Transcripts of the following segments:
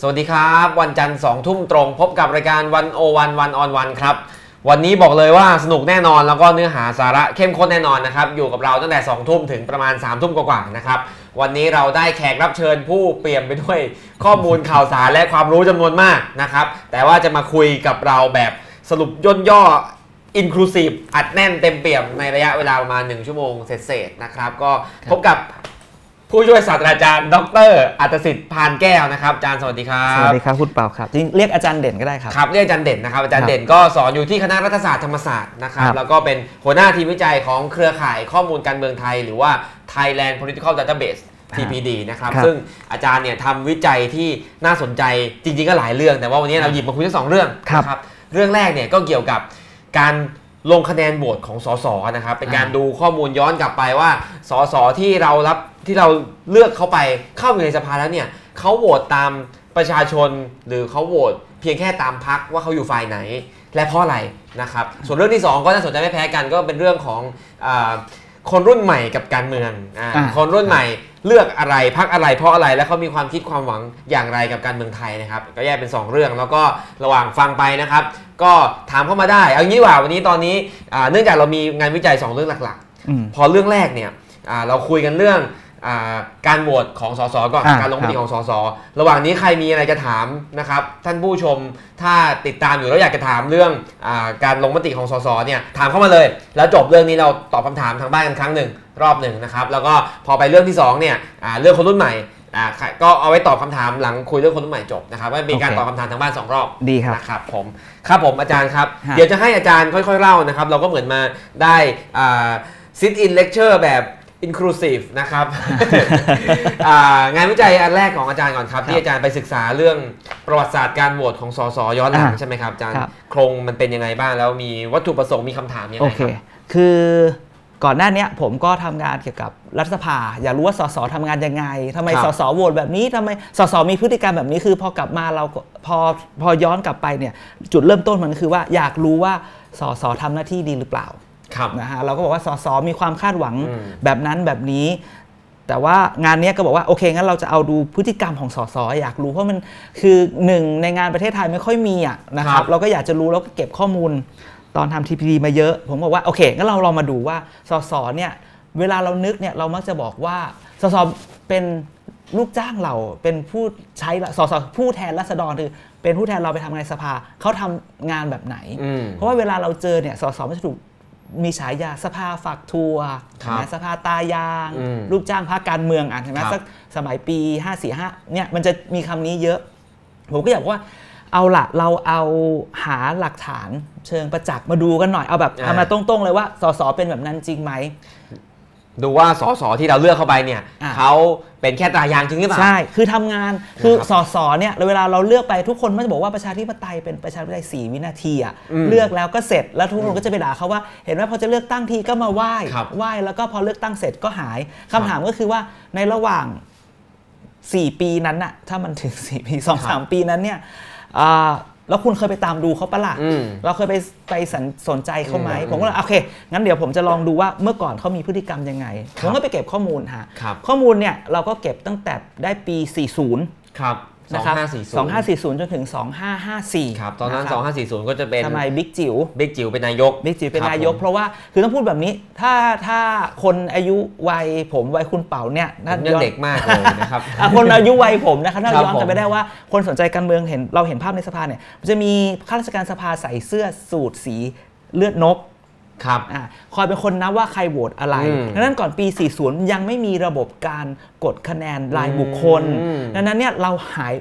สวัสดีครับ วันจันทร์สองทุ่มตรง พบกับรายการวันโอวันวันออนวันครับ วันนี้บอกเลยว่าสนุกแน่นอนแล้วก็เนื้อหาสาระเข้มข้นแน่นอนนะครับ อยู่กับเราตั้งแต่2องทุ่มถึงประมาณ3ามทุ่มกว่าๆนะครับ วันนี้เราได้แขกรับเชิญผู้เปี่ยมไปด้วยข้อมูลข่าวสารและความรู้จำนวนมากนะครับ แต่ว่าจะมาคุยกับเราแบบสรุปย่นย่อ อินคลูซีฟอัดแน่นเต็มเปี่ยมในระยะเวลาประมาณ 1 ชั่วโมงเสร็จๆนะครับ ก็พบกับผู้ช่วยศาสตราจารย์ ดรอัตสิทธิ์พานแก้วนะครับอาจารย์สวัสดีครับ สวัสดีครับคุณเปาครับจริงเรียกอาจารย์เด่นก็ได้ครับ ครับเรียกอาจารย์เด่นนะครับอาจาร คย์รับ เด่นก็สอนอยู่ที่คณะรัฐศาสตร์ธรรมศาสตร์นะครับ ครับ แล้วก็เป็นหัวหน้าทีมวิจัยของเครือข่ายข้อมูลการเมืองไทย หรือว่า Thailand Political Database อ่า TPD นะครับ ครับ ซึ่งอาจารย์เนี่ยทำวิจัยที่น่าสนใจจริงๆก็หลายเรื่อง แต่ว่าวันนี้เราหยิบมาคุยทั้งสองเรื่อง ครับ นะเรื่องแรกเนี่ยก็เกี่ยวกับการลงคะแนนโหวตของสสนะครับเป็นการ อ่า ดูข้อมูลย้อนกลับไปว่าสสที่เรารับที่เราเลือกเขาไปเข้าอยู่ในสภาแล้วเนี่ยเขาโหวตตามประชาชนหรือเขาโหวตเพียงแค่ตามพักว่าเขาอยู่ฝ่ายไหน และเพราะอะไรนะครับ ส่วนเรื่องที่ 2 ก็น่าสนใจไม่แพ้กันก็เป็นเรื่องของอาคนรุ่นใหม่กับการเมืองอา อ่า คนรุ่นใหม่เลือกอะไรพักอะไรเพราะอะไรและเขามีความคิดความหวังอย่างไรกับการเมืองไทยนะครับ ก็แยกเป็น 2 เรื่องแล้วก็ระหว่างฟังไปนะครับ ก็ถามเข้ามาได้เอางี้ดีกว่าวันนี้ตอนนี้อ่าเนื่องจากเรามีงานวิจัย 2 เรื่องหลัก อืม ๆ พอเรื่องแรกเนี่ยอ่าเราคุยกันเรื่องอาการโหวตของสสก่อน อ่า การลงมติ ครับ ของสสระหว่างนี้ใครมีอะไรจะถามนะครับ ท่านผู้ชมถ้าติดตามอยู่แล้วอยากจะถามเรื่องอาการลงมติของสสเนี่ยถามเข้ามาเลย แล้วจบเรื่องนี้เราตอบคำถามทางบ้านกันครั้งหนึ่งรอบหนึ่งนะครับ แล้วก็พอไปเรื่องที่สองเนี่ยอ่าเรื่องคนรุ่นใหม่อ่าก็เอาไว้ตอบคำถามหลังคุยเรื่องคนรุ่นใหม่จบนะครับว่าเป็นการตอบคำถามทางบ้านสองรอบ ดีครับ นะครับผมครับผมอาจารย์ครับ ฮะ เดี๋ยวจะให้อาจารย์ค่อย ๆ เล่านะครับ เราก็เหมือนมาได้ซิทอินเลคเชอร์แบบ Inclusive นะครับ อ่างานวิจัยอันแรกของอาจารย์ก่อนครับ ครับ ที่อาจารย์ไปศึกษาเรื่องประวัติศาสตร์การโหวตของสสย้อนหลัง อ่า ใช่ไหมครับอาจารย์ ครับ โครงมันเป็นยังไงบ้าง แล้วมีวัตถุประสงค์มีคำถามยัง โอ ไง เค ครับ คือก่อนหน้าเนี้ยผมก็ทำงานเกี่ยวกับรัฐสภา อยากรู้ว่าสสทำงานยังไงทำไม ครับ สสโหวตแบบนี้ทำไมสสมีพฤติกรรมแบบนี้คือพอกลับมาเราก็พอพอย้อนกลับไปเนี่ยจุดเริ่มต้นมันคือว่าอยากรู้ว่าสสทำหน้าที่ดีหรือเปล่า ครับ นะฮะเราก็บอกว่าสสมีความคาดหวัง อืม แบบนั้นแบบนี้ แต่ว่างานเนี้ยก็บอกว่าโอเคงั้นเราจะเอาดูพฤติกรรมของสสอยากรู้เพราะมันคือหนึ่งในงานประเทศไทยไม่ค่อยมีอ่ะนะค ครั รับบ เราก็อยากจะรู้แล้วก็เก็บข้อมูลตอนทำ TPD มาเยอะ ผมบอกว่าโอเคงั้นเราลองมาดูว่าสสเนี่ยเวลาเรานึกเนี่ยเรามักจะบอกว่าสสเป็นลูกจ้างเราเป็นผู้ใช้ละสสผู้แทนรัษฎรคือเป็นผู้แทนเราไปทำงานในสภาเขาทำงานแบบไหน อืม เพราะว่าเวลาเราเจอเนี่ยสสมันจะถูกมีฉายาสภาฝักทัวร์ ครับ นะสภาตายาง อืม ลูกจ้างพรรคการเมืองอ่ะเห็นไหม ครับ สักสมัยปี 545เนี่ยมันจะมีคำนี้เยอะ ผมก็อยากว่าเอาละเราเอาหาหลักฐานเชิงประจักษ์มาดูกันหน่อยเอาแบบเอามาตรงๆเลยว่าสสเป็นแบบนั้นจริงไหม ดูว่าสสที่เราเลือกเข้าไปเนี่ย อ่า เขาเป็นแค่ตายางจริงหรือเปล่า ใช่ คือทำงาน คือ ครับ สอสอเนี่ย เวลาเราเลือกไปทุกคนมันจะบอกว่าประชาธิปไตยเป็นประชาธิปไตย4วินาทีอะ อืม เลือกแล้วก็เสร็จ แล้วทุกคนก็จะไปด่าเขาว่า เห็นไหมพอจะเลือกตั้งทีก็มาไหว้ ครับ ไหว้ แล้วก็พอเลือกตั้งเสร็จก็หาย ครั คำ บ ถามก็คือว่าในระหว่าง 4 ปีนั้นน่ะ ถ้ามันถึง 4 ปีสองสามปีนั้นเนี่ยอ่าแล้วคุณเคยไปตามดูเขาปะล่ะ อืม เราเคยไปไปสันสนใจเขาไหม อืม ผมก็เลยโอเค งั้นเดี๋ยวผมจะลองดูว่าเมื่อก่อนเขามีพฤติกรรมยังไง ครั ผ บ มก็ไปเก็บข้อมูลฮะ ครับ ข้อมูลเนี่ยเราก็เก็บตั้งแต่ได้ปี 40 ครับสอ นะ ง ครับ ห้าสี่ศูนย์ 2540 จนถึง 2554 ครับตอนนั้น ะครับ 2540 ก็จะเป็น ทำไมบิ๊กจิ๋ว บิ๊กจิ๋วเป็นนายก บิ๊กจิ๋วเป็น ครับ นายก ผม เพราะว่าคือต้องพูดแบบนี้ ถ้าถ้าคนอายุวัยผมวัยคุณเป๋าเนี่ย ผมยังเด็กมากเลย นะครับ อ่ะคนอายุวัยผมนะครับถ้า ครับ ย้อนกลัผบไป ม ได้ว่าคนสนใจการเมืองเห็นเราเห็นภาพในสภาเนี่ยมันจะมีข้าราชการสภาใส่เสื้อสูทสีเลือดนก ครับ อ่ะคอยเป็นคนนับว่าใครโหวตอะไร อืม ดังนั้นก่อนปี 40 ยังไม่มีระบบการกดคะแนนรายบุคคล อืม ดังนั้นเนี่ยเราหาย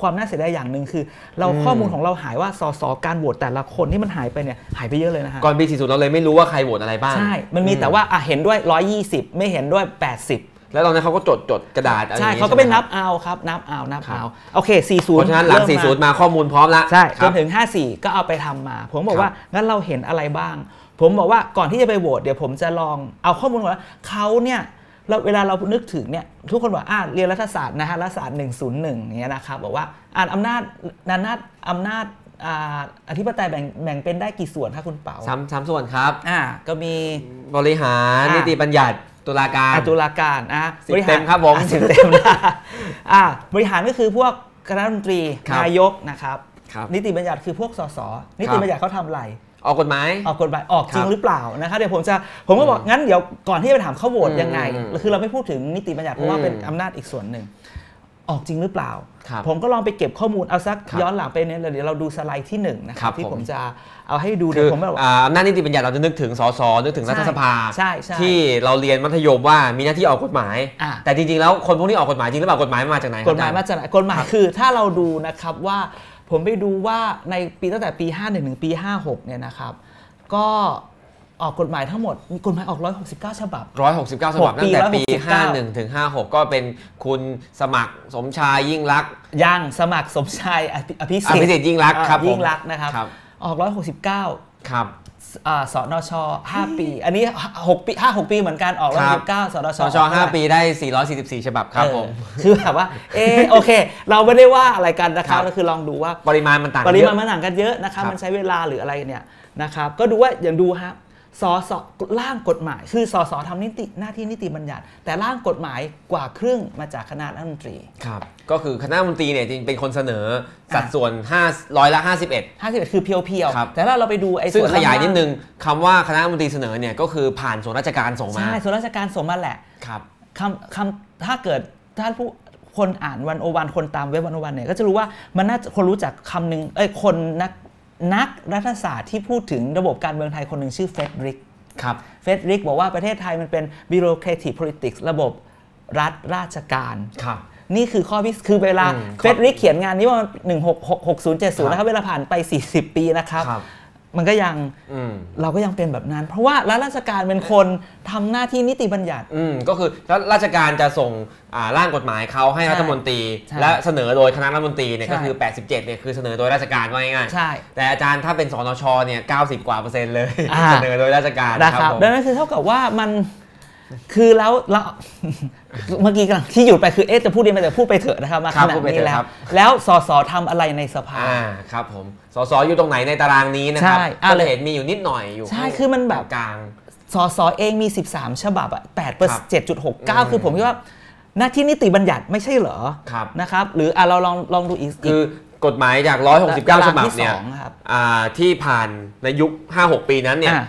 ความน่าเสียดายอย่างหนึ่งคือ เรา อืม ข้อมูลของเราหายว่าสสการโหวตแต่ละคนที่มันหายไปเนี่ยหายไปเยอะเลยนะฮะ ก่อนปี40เราเลยไม่รู้ว่าใครโหวตอะไรบ้าง ใช่ มันมีแต่ว่าอ่ะเห็นด้วย 120 ไม่เห็นด้วย 80 แล้วตอนนั้นเขาก็จดจดกระดาษอะไรอย่ ใช่ งงี้ เขาก็ไป ใช่หม นั ค บ รั เอาครับ นับเอา นับ ครับ เอา โอเค 40 เพราะฉะนั้นหลัง เริ่มมา 40 มาข้อมูลพร้อมละ ใช่ ค จ รับ นถึง 54 ก็เอาไปทำมา ผมบคอรั ก บ ว่างั้นเราเห็นอะไรบ้าง ผมบอกว่าก่อนที่จะไปโหวตเดี๋ยวผมจะลองเอาข้อมูลก่อนว่าเขาเนี่ยเราเวลาเรานึกถึงเนี่ยทุกคนบอกอ่าเรียนรัฐศาสตร์นะฮะรัฐศาสตร์ 101อย่างเงี้ยนะครับบอกว่าอ่านอำนาจนานาจอำนาจอ่าอธิปไตยแบ่งแบ่งเป็นได้กี่ส่วนคะคุณเปา สามสามส่วนครับ อ่าก็มี บริหาร อ่ะ นิติบัญญัติตุลาการ อาตุลาการอ่ะ สิบเต็มครับผม อ่ะสิบเต็มนะอ่ะบริหารก็คือพวก คณะรัฐมนตรี ครับ นายกนะครับ ครับ นิติบัญญัติคือพวกสสนิติบัญญัติเขาทำอะไร ออกกฎหมาย ออกกฎหมายออกจริ ครับงหรือเปล่านะครับเดี๋ยวผมจะผมก็บอกงั้นเดี๋ยวก่อนที่จะไปถามเขาโหวต อืม ยังไง อืม คือเราไม่พูดถึงนิติบัญญัติเพราะว่า อืม เป็นอำนาจอีกส่วนหนึ่ง ออกจริงหรือเปล่า ครับ ผมก็ลองไปเก็บข้อมูลเอาสัก ครับ ย้อนหลังไปเนี่ยเดี๋ยวเราดูสไลด์ที่หนึ่งนะค ครั รับบ ที่ ผม ผมจะเอาให้ดูเดี๋ คื ย อ วผมแบบ อ่าอำนาจนิติบัญญัติเราจะนึกถึงสสนึกถึงรัฐสภา ใช่ใช่ ที่เราเรียนมัธยมว่ามีหน้าที่ออกกฎหมาย อ่ะ แต่จริงๆแล้วคนพวกนี้ออกกฎหมายจริงหรือเปล่ากฎหมายมาจากไหนครับ กฎหมาย อจร มาจากไหนกฎหมายคือถ้าเราดูนะครับว่าผมไปดูว่าในปีตั้งแต่ปี 51 ถึงปี 56 เนี่ยนะครับ ก็ออกกฎหมายทั้งหมดมีกฎหมายออก 169 ฉบับ 169ฉบับ หก ตั้งแต่ ปี ปี 169 51 ถึง 56 ก็เป็นคุณสมัครสมชายยิ่งรักษณ์ ยังสมัครสมชายอภิอภิ อ สิท ภิ ธิ์ สิทธิ์ยิ่งรักษณ์ครับผม ยิ่งรักษณ์นะครับ ครับ ออก 169 ครับ อ่าสนช 5 ปี อันนี้ 6 ปี 5 6 ปีเหมือนกัน ออก ครับ 169สนช สช5 ปีได้ 444 ฉบับครับ เออ ผม คือแบบว่า เออโอเค เราไม่ได้ว่าอะไรกันนะคครัรับ บ ก็คือลองดูว่า ปริมาณมันต่าง ป กัน ริ เย มาณ อะ มันต่างกันเยอะนะครับ ครับ มันใช้เวลาหรืออะไรเนี่ยนะครับ ก็ดูว่าอย่างดูฮะสอสอร่างกฎหมาย คือสอสอทำนิติหน้าที่นิติบัญญัติ แต่ร่างกฎหมายกว่าครึ่งมาจากคณะรัฐมนตรี ครับ ก็คือคณะมนตรีเนี่ยจริงๆเป็นคนเสนอสัด อ่ะ ส่วน5ร้อยละ 51 51 คือเพียว ครับ ๆ แต่ถ้าเราไปดูไอ้ ซึ่ง ส่วน ขยาย ล่ๆ นิดนึงคำว่าคณะมนตรีเสนอเนี่ยก็คือผ่านส่วนราชการส่งมา ใช่ ส่วนราชการส่งมาแหละ ครับ คำคำถ้าเกิดท่านผู้คนอ่านวันโอวันคนตามเว็บวันโอวันเนี่ยก็จะรู้ว่ามันน่าจะคนรู้จักคำหนึ่งเอ้ยคนนักนักรัฐศาสตร์ที่พูดถึงระบบการเมืองไทยคนหนึ่งชื่อเฟรดริก ครับ เฟดริกบอกว่าประเทศไทยมันเป็น bureaucratic politics ระบบรัฐราชการ ครับ นี่คือข้อพิสคือเวลา อืม เฟดริกเขียนงานนี้ว่า166070 ครับ นะครับ เวลาผ่านไป 40 ปีนะครับ ครับ มันก็ยัง อืม เราก็ยังเป็นแบบนั้น เพราะว่ารัฐราชการเป็นคนทำหน้าที่นิติบัญญัติ อืมก็คือรัฐราชการจะส่งอ่าร่างกฎหมายเขาให้ ใช่ รัฐมนตรี ใช่ และเสนอโดยคณะรัฐมนตรีเนี่ย ใช่ ก็คือ 87เนี่ยคือเสนอโดยราชการว่าง่าย ใช่ ๆแต่อาจารย์ถ้าเป็นสนชเนี่ย90 กว่าเปอร์เซ็นต์เลย อ่า เสนอโดยราชการ นะ ค ค รั รั บบ ผม ดังนั้นคือเท่ากับว่ามันคือแล้วเรา เมื่อกี้กำลังที่หยุดไปคือเอ๊ะจะพูดดีไหมแต่พูดไปเถอะนะครับมา ค ข รับ นา พู ด ดไป นี้ เถอะ แล้ คว รับ แล้วสสทำอะไรในสภา อ่าครับผมสสอยู่ตรงไหนในตารางนี้นะครั ใช่ ก็ อ่า จะเห็นมีอยู่นิดหน่อยอยู่ ใช่คือมันแบบ กลาง สสเองมี 13 ฉบับอะ8เปอร์ ครับ เจ็ดจุดหกเก้าคือผมคิดว่าหน้าที่นิติบัญญัติไม่ใช่เหรอ ครับ นะครับ หรืออ่ะเราลองลองดูอีก ๆคือกฎหมายจาก 169 ฉบับเนี่ย ตารางที่สองครับ อ่าที่ผ่านในยุค 5-6 ปีนั้นเนี่ย อ่า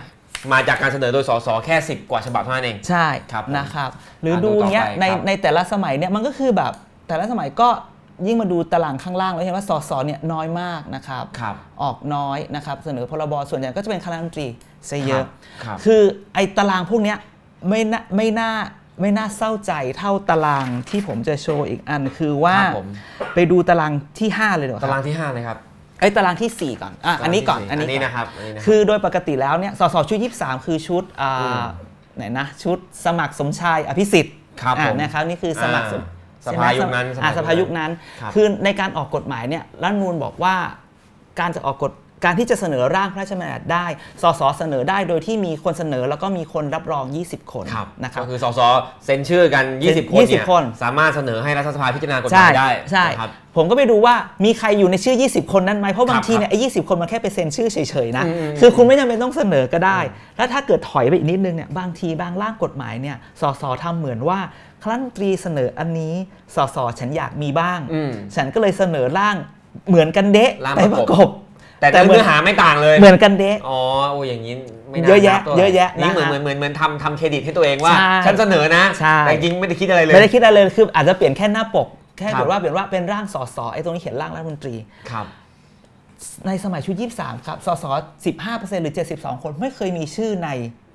มาจากการเสนอโดยสสแค่ 10 กว่าฉบับเท่านั้นเอง ใช่ ครับผม นะครับ หรือ อ่ะ ดู ดูต่อ เนี้ย ไป ใน ครับ ในแต่ละสมัยเนี่ยมันก็คือแบบแต่ละสมัยก็ยิ่งมาดูตารางข้างล่างแล้วเห็นว่าสสเนี่ยน้อยมากนะครับ ครับ ออกน้อยนะครับ เสนอพรบส่วนใหญ่ก็จะเป็นคณะรัฐมนตรีซะเยอะ ครับ คือไอ้ตารางพวกเนี้ยไม่น่าไม่น่าไม่น่าเศร้าใจเท่าตารางที่ผมจะโชว์อีกอันคือว่า ครับผม ไปดูตารางที่ 5 เลยเดี๋ยวาค ตา รับ รางที่ห้าเลยครับ ไอ้ยตารางทีสี่4 ก่อนอ่ะอันนี้ก่อน ตารางที่สี่อันนี้ ก่ นะครับอันนี้นะครับ คือโดยปกติแล้วเนี่ย สสชุด 23 คือชุดอ่า อืม ไหนนะ ชุดสมัครสมชายอภิสิทธิ์ ครับ อ่า ผม นะครับนี่คือสมัครสม อ่า ใช่สไหม ภายุคนั้น อ่า ส ส ภา ภา ยุ ยุ ค ค นั้ นั้น น ครับ คือในการออกกฎหมายเนี่ยรัฐธรรมนูนบอกว่าการจะออกกฎการที่จะเสนอร่างพระราชบัญญัติได้ สสเสนอได้โดยที่มีคนเสนอแล้วก็มีคนรับรอง 20 คน ครับ นะครับ ก็คือสสเซ็นชื่อกัน 20 คน ยี่สิ เนี่ บ ย คน สามารถเสนอให้รัฐสภาพิจารณากฎหมา ใช่ ยได้ ใช่ นะครับ ผมก็ไปดูว่ามีใครอยู่ในชื่อ 20 คนนั้นไหมเพราะบางทีเนี่ยไอ้ยีคนมันแค่ไปเซ็นชื่อเฉยๆนะ อืมอืม คือคุณไม่จำเป็นต้องเสนอก็ได้ แล้วถ้าเกิดถอยไปอีกนิดนึงเนี่ยบางทีบางร่างกฎหมายเนี่ยสสทำเหมือนว่าครั้นตรีเสนออันนี้สสฉันอยากมีบ้าง อืม ฉันก็เลยเสนอร่างเหมือนกันเดะ ร่าง ไป ประกบ ประกบ แต่ แต่ แต่ เหมือน เนื้อหาไม่ต่างเลย เหมือนกันเดะ อ๋อโอ้อย่างนี้ไม่น่า เยอะแยะ นับตัว เยอะแยะ นี่ นะ เหมือน ฮะ เหมือนเหมือนเหมือนทำทำเครดิตให้ตัวเองว่า ใช่ ฉันเสนอนะ ใช่ แต่จริงไม่ได้คิดอะไรเลย ไม่ได้คิดอะไรเลยคืออาจจะเปลี่ยนแค่หน้าปกแค่ ครับ เปลี่ยนว่าเปลี่ยนว่าเป็นร่างสสไอ้ตรงนี้เขียนร่างรัฐมนตรี ครับ ในสมัยชุด 23 ครับ สส 15%หรือ 72 คนไม่เคยมีชื่อใน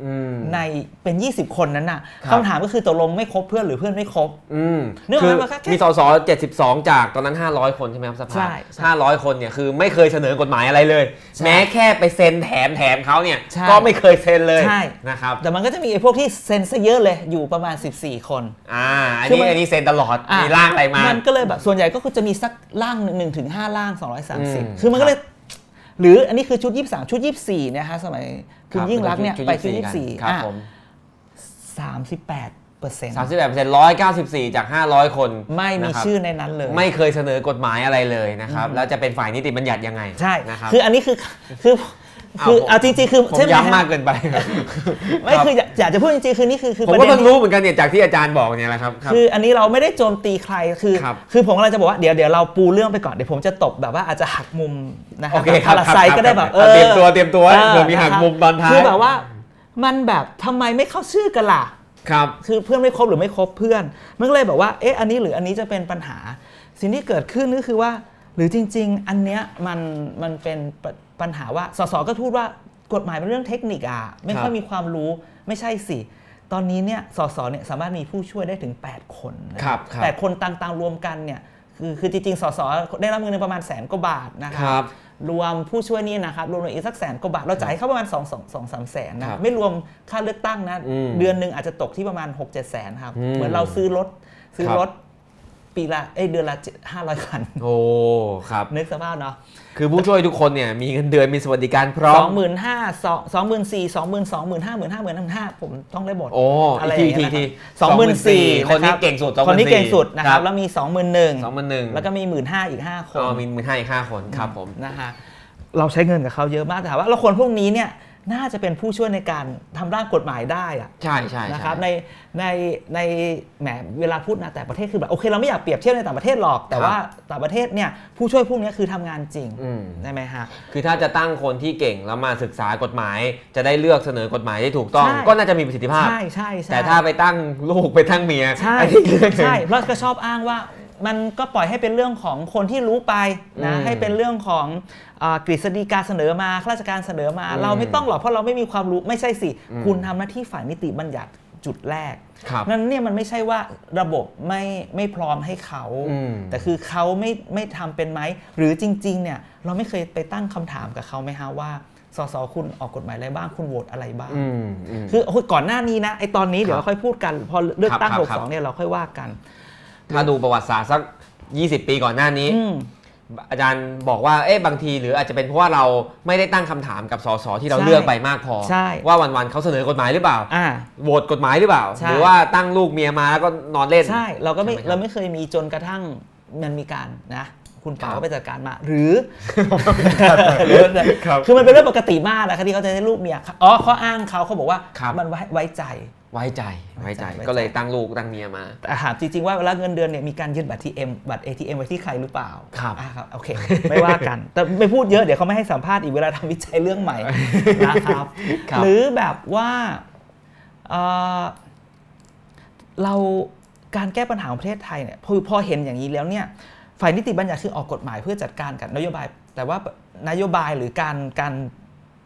อืม ในเป็น 20 คนนั้นน่ะ ครับ คำถามก็คือตกลงไม่ครบเพื่อนหรือเพื่อนไม่ครบ อืม เรื่อง คื มั อน มันก็แค่ มีสส72 จากตอนนั้น 500 คนใช่ไหมครับส ใช่ ภา ใช่ ห้าร้อยคนเนี่ยคือไม่เคยเสนอกฎหมายอะไรเลย ใช่ แม้แค่ไปเซ็นแถมแถมเขาเนี่ย ใช่ ก็ไม่เคยเซ็นเลย ใช่ นะครับ แต่มันก็จะมีไอ้พวกที่เซ็นซะเยอะเลยอยู่ประมาณ 14 คน อ่า อัน คือ นี้ มัน อันนี้เซ็นตลอด อ่ะ มีร่างอะไรมา นก็เลยแบบส่วนใหญ่ก็คือจะมีสักร่าง1นถึงห้าร่าง อืม 230 คือมันก็เลย หรืออันนี้คือชุด 23 ชุด 24 นะฮะสมัยคุณยิ่งรักษณ์เนี่ยไปชุด 24 ครับ อ่ะ ผม 38เปอร์เซ็นต์ สามสิบแปดเปอร์เซ็นต์ร้อยเก้าสิบสี่จากห้าร้อยคน ไม่มี นะครับ ชื่อในนั้นเลย ไม่เคยเสนอกฎหมายอะไรเลยนะครับ แล้วจะเป็นฝ่ายนิติบัญญัติยังไง ใช่ นะครับ คืออันนี้คือ คือ อ้าว คือ ผม เอาจริงๆคือ ผม ใช่ไหม ย้ำมาก ฮะ เกินไปครับ ไม่คืออยากอยากจะพูดจริงๆคือนี่คือคือ ผม ประ ก็ เด็เพิ่งนที่ รู้เหมือนกันเนี่ยจากที่อาจารย์บอกเนี่ยแหละครับครับ คืออันนี้เราไม่ได้โจมตีใครคือ ครับ อผมกำลังจะบอกว่าเดี๋ยวเดี๋ยวเราปูเรื่องไปก่อนเดี๋ยวผมจะตบแบบว่าอาจจะหักมุมนะ โอเค แบบ ครับ พาราไซต์ ครับ ก็ได้แบบ ครับ เออ เตรียมตัวเตรียมตัวให้เผื่อมีหัก ะครับ มุมตอนท้าย คือแบบว่ามันแบบทำไมไม่เข้าชื่อกันล่ะ ครับ คือเพื่อนไม่ครบหรือไม่ครบเพื่อน มันก็เลยแบบว่าเอ๊ะอันนี้หรืออันนี้จะเป็นปัญหา สิ่งที่เกิดขึ้นก็คือว่า หรือจริง ๆ อันเนี้ยมันมันเป็นปะปัญหาว่าสสก็พูดว่ากฎหมายเป็นเรื่องเทคนิคอะไม่ค่อคยรับ มีความรู้ไม่ใช่สิ ตอนนี้เนี่ยสสเนี่ยสามารถมีผู้ช่วยได้ถึง 8 คนนะ ครับครับ แต่คนต่างๆรวมกันเนี่ยคือคือจริงๆ สสได้รับเงินเดือนประมาณแสนกว่าบาทนะค ครั รับบ รวมผู้ช่วยนี่นะครับรวมๆอีกสักแสนกว่าบาทเราจ่ายให้เขาประมาณ2 2 2 3แสน ครั นะ บ ไม่รวมค่าเลือกตั้งนะ อืม เดือนหนึ่งอาจจะตกที่ประมาณ 6 7แสนครับ อืม เหมือนเราซื้อรถซื้อ ครับ รถปีละเอ้ยเดือนละห้าร้อยคัน โอ้ครับ นึกสภาพเนาะ คือผู้ช่วยทุกคนเนี่ยมีเงินเดือนมีสวัสดิการพร้อ สอ ม งหมื่นห้าสองสองหมื่นสี่สองหมื่นสองหมื่นห้าหมื่นห้าหมื่นห้าผมต้องได้หมด โอ้ อะ อี ไร ก อ ที ย่าง อีกทีอีเงี้กยที สองหมื่นสี่ 24,000คนนี้เก่งสุด คนนี้เก่งสุดนะครับ แล้ แล้ว วมีสองหมื่นหนึ่ง สองหมื่นหนึ่ง แล้วก็มีหมื่นห้าอีกห้าค ก็ น มีหมื่นห้าอีกห้าคนครับผม นะฮะเราใช้เงินกับเขาเยอะมากแต่ถามว่าเราคนพวกนี้เนี่ยน่าจะเป็นผู้ช่วยในการทำร่างกฎหมายได้อะ ใช่ใช่ นะค ใช่ รับในในในแหมเวลาพูดนะแต่ประเทศคือแบบโอเคเราไม่อยากเปรียบเทียบในต่างประเทศหรอก แต่ ครับ ว่าต่างประเทศเนี่ยผู้ช่วยพวกนี้คือทำงานจริง อืม ใช่ไหมฮะ คือถ้าจะตั้งคนที่เก่งแล้วมาศึกษากฎหมาย จะได้เลือกเสนอกฎหมายได้ถูกต้อง ใช่ ก็น่าจะมีประสิทธิภาพ ใช่ใช่ใช่ แต่ถ้าไปตั้งลูกไปตั้งเมีย ใช่ อันนี้เรื่องหนึ่ง ใช่เราก็ชอบอ้างว่ามันก็ปล่อยให้เป็นเรื่องของคนที่รู้ไปนะ อืม ให้เป็นเรื่องของอากฤษฎีกาเสนอมาข้าราชการเสนอมา อืม เราไม่ต้องหรอกเพราะเราไม่มีความรู้ไม่ใช่สิ อืม คุณทำหน้าที่ฝ่ายนิติบัญญัติจุดแรก ครับ นั้นเนี่ยมันไม่ใช่ว่าระบบไม่ไม่พร้อมให้เขา อืม แต่คือเขาไม่ไม่ทำเป็นไหมหรือจริงๆเนี่ยเราไม่เคยไปตั้งคำถามกับเขาไหมฮะว่าสสคุณออกกฎหมายอะไรบ้างคุณโหวตอะไรบ้าง อืมอืม คือโอ้ยก่อนหน้านี้นะไอตอนนี้เดี๋ยว ครับ เราค่อยพูดกัน พอเลือกตั้ง ครับครับ 62เนี่ยเราค่อยว่ากัน ถ้าดูประวัติศาสตร์สัก 20 ปีก่อนหน้านี้ อืม อาจารย์บอกว่า เอ๊ะ บางที หรืออาจจะเป็นเพราะว่าเราไม่ได้ตั้งคำถามกับสสที่เรา ใช่ เลือกไปมากพอ ใช่ ว่าวันๆเขาเสนอกฎหมายหรือเปล่า อ่า โหวตกฎหมายหรือเปล่า ใช่ หรือว่าตั้งลูกเมียมาแล้วก็นอนเล่น ใช่เราก็ไม่ ใช่ไหมครับ เราไม่เคยมีจนกระทั่งมันมีการนะ คุณป๋า ครับ ก็ไปจัดการมา หรือ ครับ คือมันเป็นเรื่องปกติมากนะคะที่เขาจะได้รูปเมียอ๋อข้ออ้างเขาเขาบอกว่า ครับ มันไว้ไว้ใจ ไว้ใจไว้ใจ ไว้ใจ ก็เลยตั้งลูกตั้งเมียมา แต่ถามจริง ๆ ว่าเวลาเงินเดือนเนี่ยมีการยึดบัตรทีเอ็มบัตร ATM ไว้ที่ใครหรือเปล่า ครับ อ่าครับ โอเค ไม่ว่ากัน แต่ไม่พูดเยอะ เดี๋ยวเขาไม่ให้สัมภาษณ์อีกเวลาทำวิจัยเรื่องใหม่ นะครับ ครับ หรือแบบว่าเอ่อเราการแก้ปัญหาของประเทศไทยเนี่ยพอพอเห็นอย่างนี้แล้วเนี่ยฝ่ายนิติบัญญัติคือออกกฎหมายเพื่อจัดการกับนโยบาย แต่ว่านโยบายหรือการการ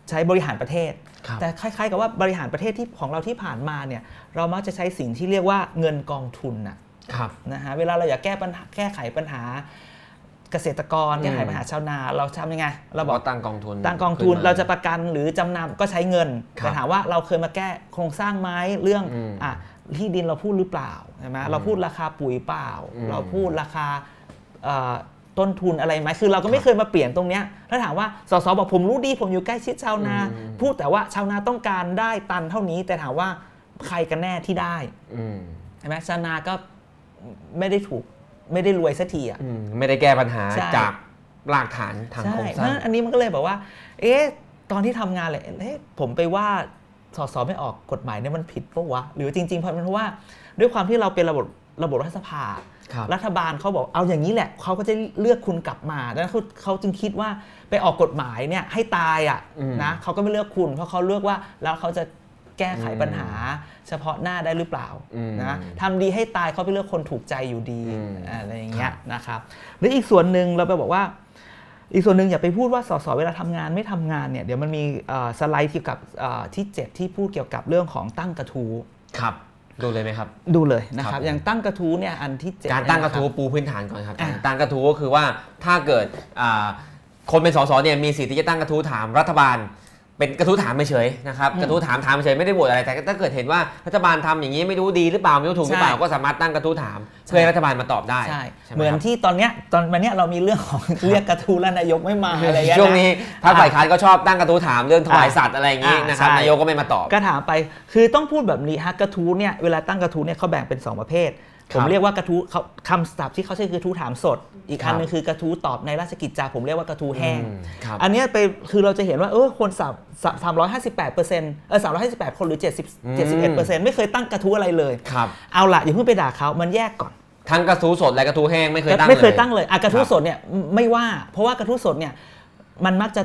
ใช้บริหารประเทศ ครับ แต่คล้ายๆกับว่าบริหารประเทศที่ของเราที่ผ่านมาเนี่ยเรามักจะใช้สิ่งที่เรียกว่าเงินกองทุนน่ะ ครับ นะฮะเวลาเราอยากแก้ปัญหาแก้ไขปัญหาเกษตรกร อืม แก้ไขปัญหาชาวนาเราทำยังไง เราบอก ตั้งกองทุน ตั้งกองทุน ขึ้ม เราจะประกันหรือจำนำก็ใช้เงิน ครับ แต่ถามว่าเราเคยมาแก้โครงสร้างไหมเรื่อง อืม อ่ะที่ดินเราพูดหรือเปล่าใช่ไหมเราพูดราคาปุ๋ยเปล่า อืม เราพูดราคาเอ่อต้นทุนอะไรไหมคือเราก็ไม่เคยมาเปลี่ยนตรงเนี้ยถ้าถามว่าสสบอกผมรู้ดีผมอยู่ใกล้ชิดชาวนา อืม พูดแต่ว่าชาวนาต้องการได้ตันเท่านี้ แต่ถามว่าใครกันแน่ที่ได้ อืม ใช่ไหมชาวนาก็ไม่ได้ถูกไม่ได้รวยสักทีอ่ะ อืมไม่ได้แก้ปัญหา ใช่ จากรากฐานทาง ใช่ โครง เพ สร้างราะฉะนั้นอันนี้มันก็เลยแบบว่า เอ๊ะตอนที่ทำงานเลยเอ๊ะผมไปว่าสสไม่ออกกฎหมายเนี่ยมันผิดปะวะหรือจริงๆเพราะมันเพราะว่าด้วยความที่เราเป็นระบบระบบรัฐสภา ครับ รัฐบาลเขาบอกเอาอย่างนี้แหละเขาก็จะเลือกคุณกลับมาดังนั้นเขาเขาจึงคิดว่าไปออกกฎหมายเนี่ยให้ตายอ่ะ อืม นะเขาก็ไม่เลือกคุณ เพราะเขาเลือกว่าแล้วเขาจะแก้ไขปัญหาเฉพาะหน้าได้หรือเปล่า อืม นะทำดีให้ตายเขาไปเลือกคนถูกใจอยู่ดี อืม อะไรอย่างเงี้ยนะครับหรืออีกส่วนหนึ่งเราไปบอกว่า อีกส่วนหนึ่งอย่าไปพูดว่าสสเวลาทำงานไม่ทำงานเนี่ยเดี๋ยวมันมีเอ่อสไลด์เกี่ยวกับเอ่อที่ 7 ที่พูดเกี่ยวกับเรื่องของตั้งกระทู้ ครับ ดูเลยไหมครับ ดูเลยนะค ครั รับ บอย่างตั้งกระทู้เนี่ยอันที่เจ็ด การตั้งกระ นค ทู้ บ ปูพื้นฐานก่อนครับ อ่ะ การตั้งกระทู้ก็คือว่าถ้าเกิดอ่าคนเป็นสสเนี่ยมีสิทธิ์ที่จะตั้งกระทู้ถามรัฐบาล เป็นกระทู้ถามเฉยๆนะครับ อืม กระทู้ถามถามเฉยไม่ได้โหวตอะไรแต่ถ้าเกิดเห็นว่ารัฐบาลทำอย่างนี้ไม่รู้ดีหรือเปล่าไม่รู้ถูกหรือเปล่า ใช่ ก็สามารถตั้งกระทู้ถาม ใช่ เพื่อให้รัฐบาลมาตอบได้ ใช่ ใช่ เหมือนที่ตอนเนี้ยตอนวันเนี้ยเรามีเรื่องของ เรียกกระทู้แล้วนายกไม่มาอะไรอย่างเงี้ยะ ช่วงนี้พรรค อ่ะ ฝ่ายค้านก็ชอบตั้งกระทู้ถามเรื่องถวาย อ่ะ สัตว์อะไรอย่างนี้ อ่ะ นะครับ ใช่ นายกก็ไม่มาตอบ ก็ถามไปคือต้องพูดแบบนี้ฮะกระทู้เนี่ยเวลาตั้งกระทู้เนี่ยเขาแบ่งเป็น 2 ประเภท ผม ครับ เรียกว่ากระทู้เขาคำศัพท์ที่เขาใช้คือกระทู้ถามสด อีก ครับ อันหนึงคือกระทู้ตอบในราชกิจจาผมเรียกว่ากระทู้แห้ง อืมครับ อันเนี้ยไปคือเราจะเห็นว่าเออคนสามสามร้อยห้าสิบแปดเปอร์เซ็นต์เออสามร้อยห้าสิบแปดคนหรือเจ็ดสิบ อืม เจ็ดสิบเอ็ดเปอร์เซ็นต์ไม่เคยตั้งกระทู้อะไรเลย ครับ เอาละอย่าเพิ่งไปด่าเขามันแยกก่อน ทั้งกระทู้สดและกระทู้แห้งไม่เคยตั้ง ไม่เคยตั้งเลยอ่ะกระทู้ คบ สดเนี่ยไม่ว่า เพราะว่ากระทู้สดเนี่ยมันมักจะ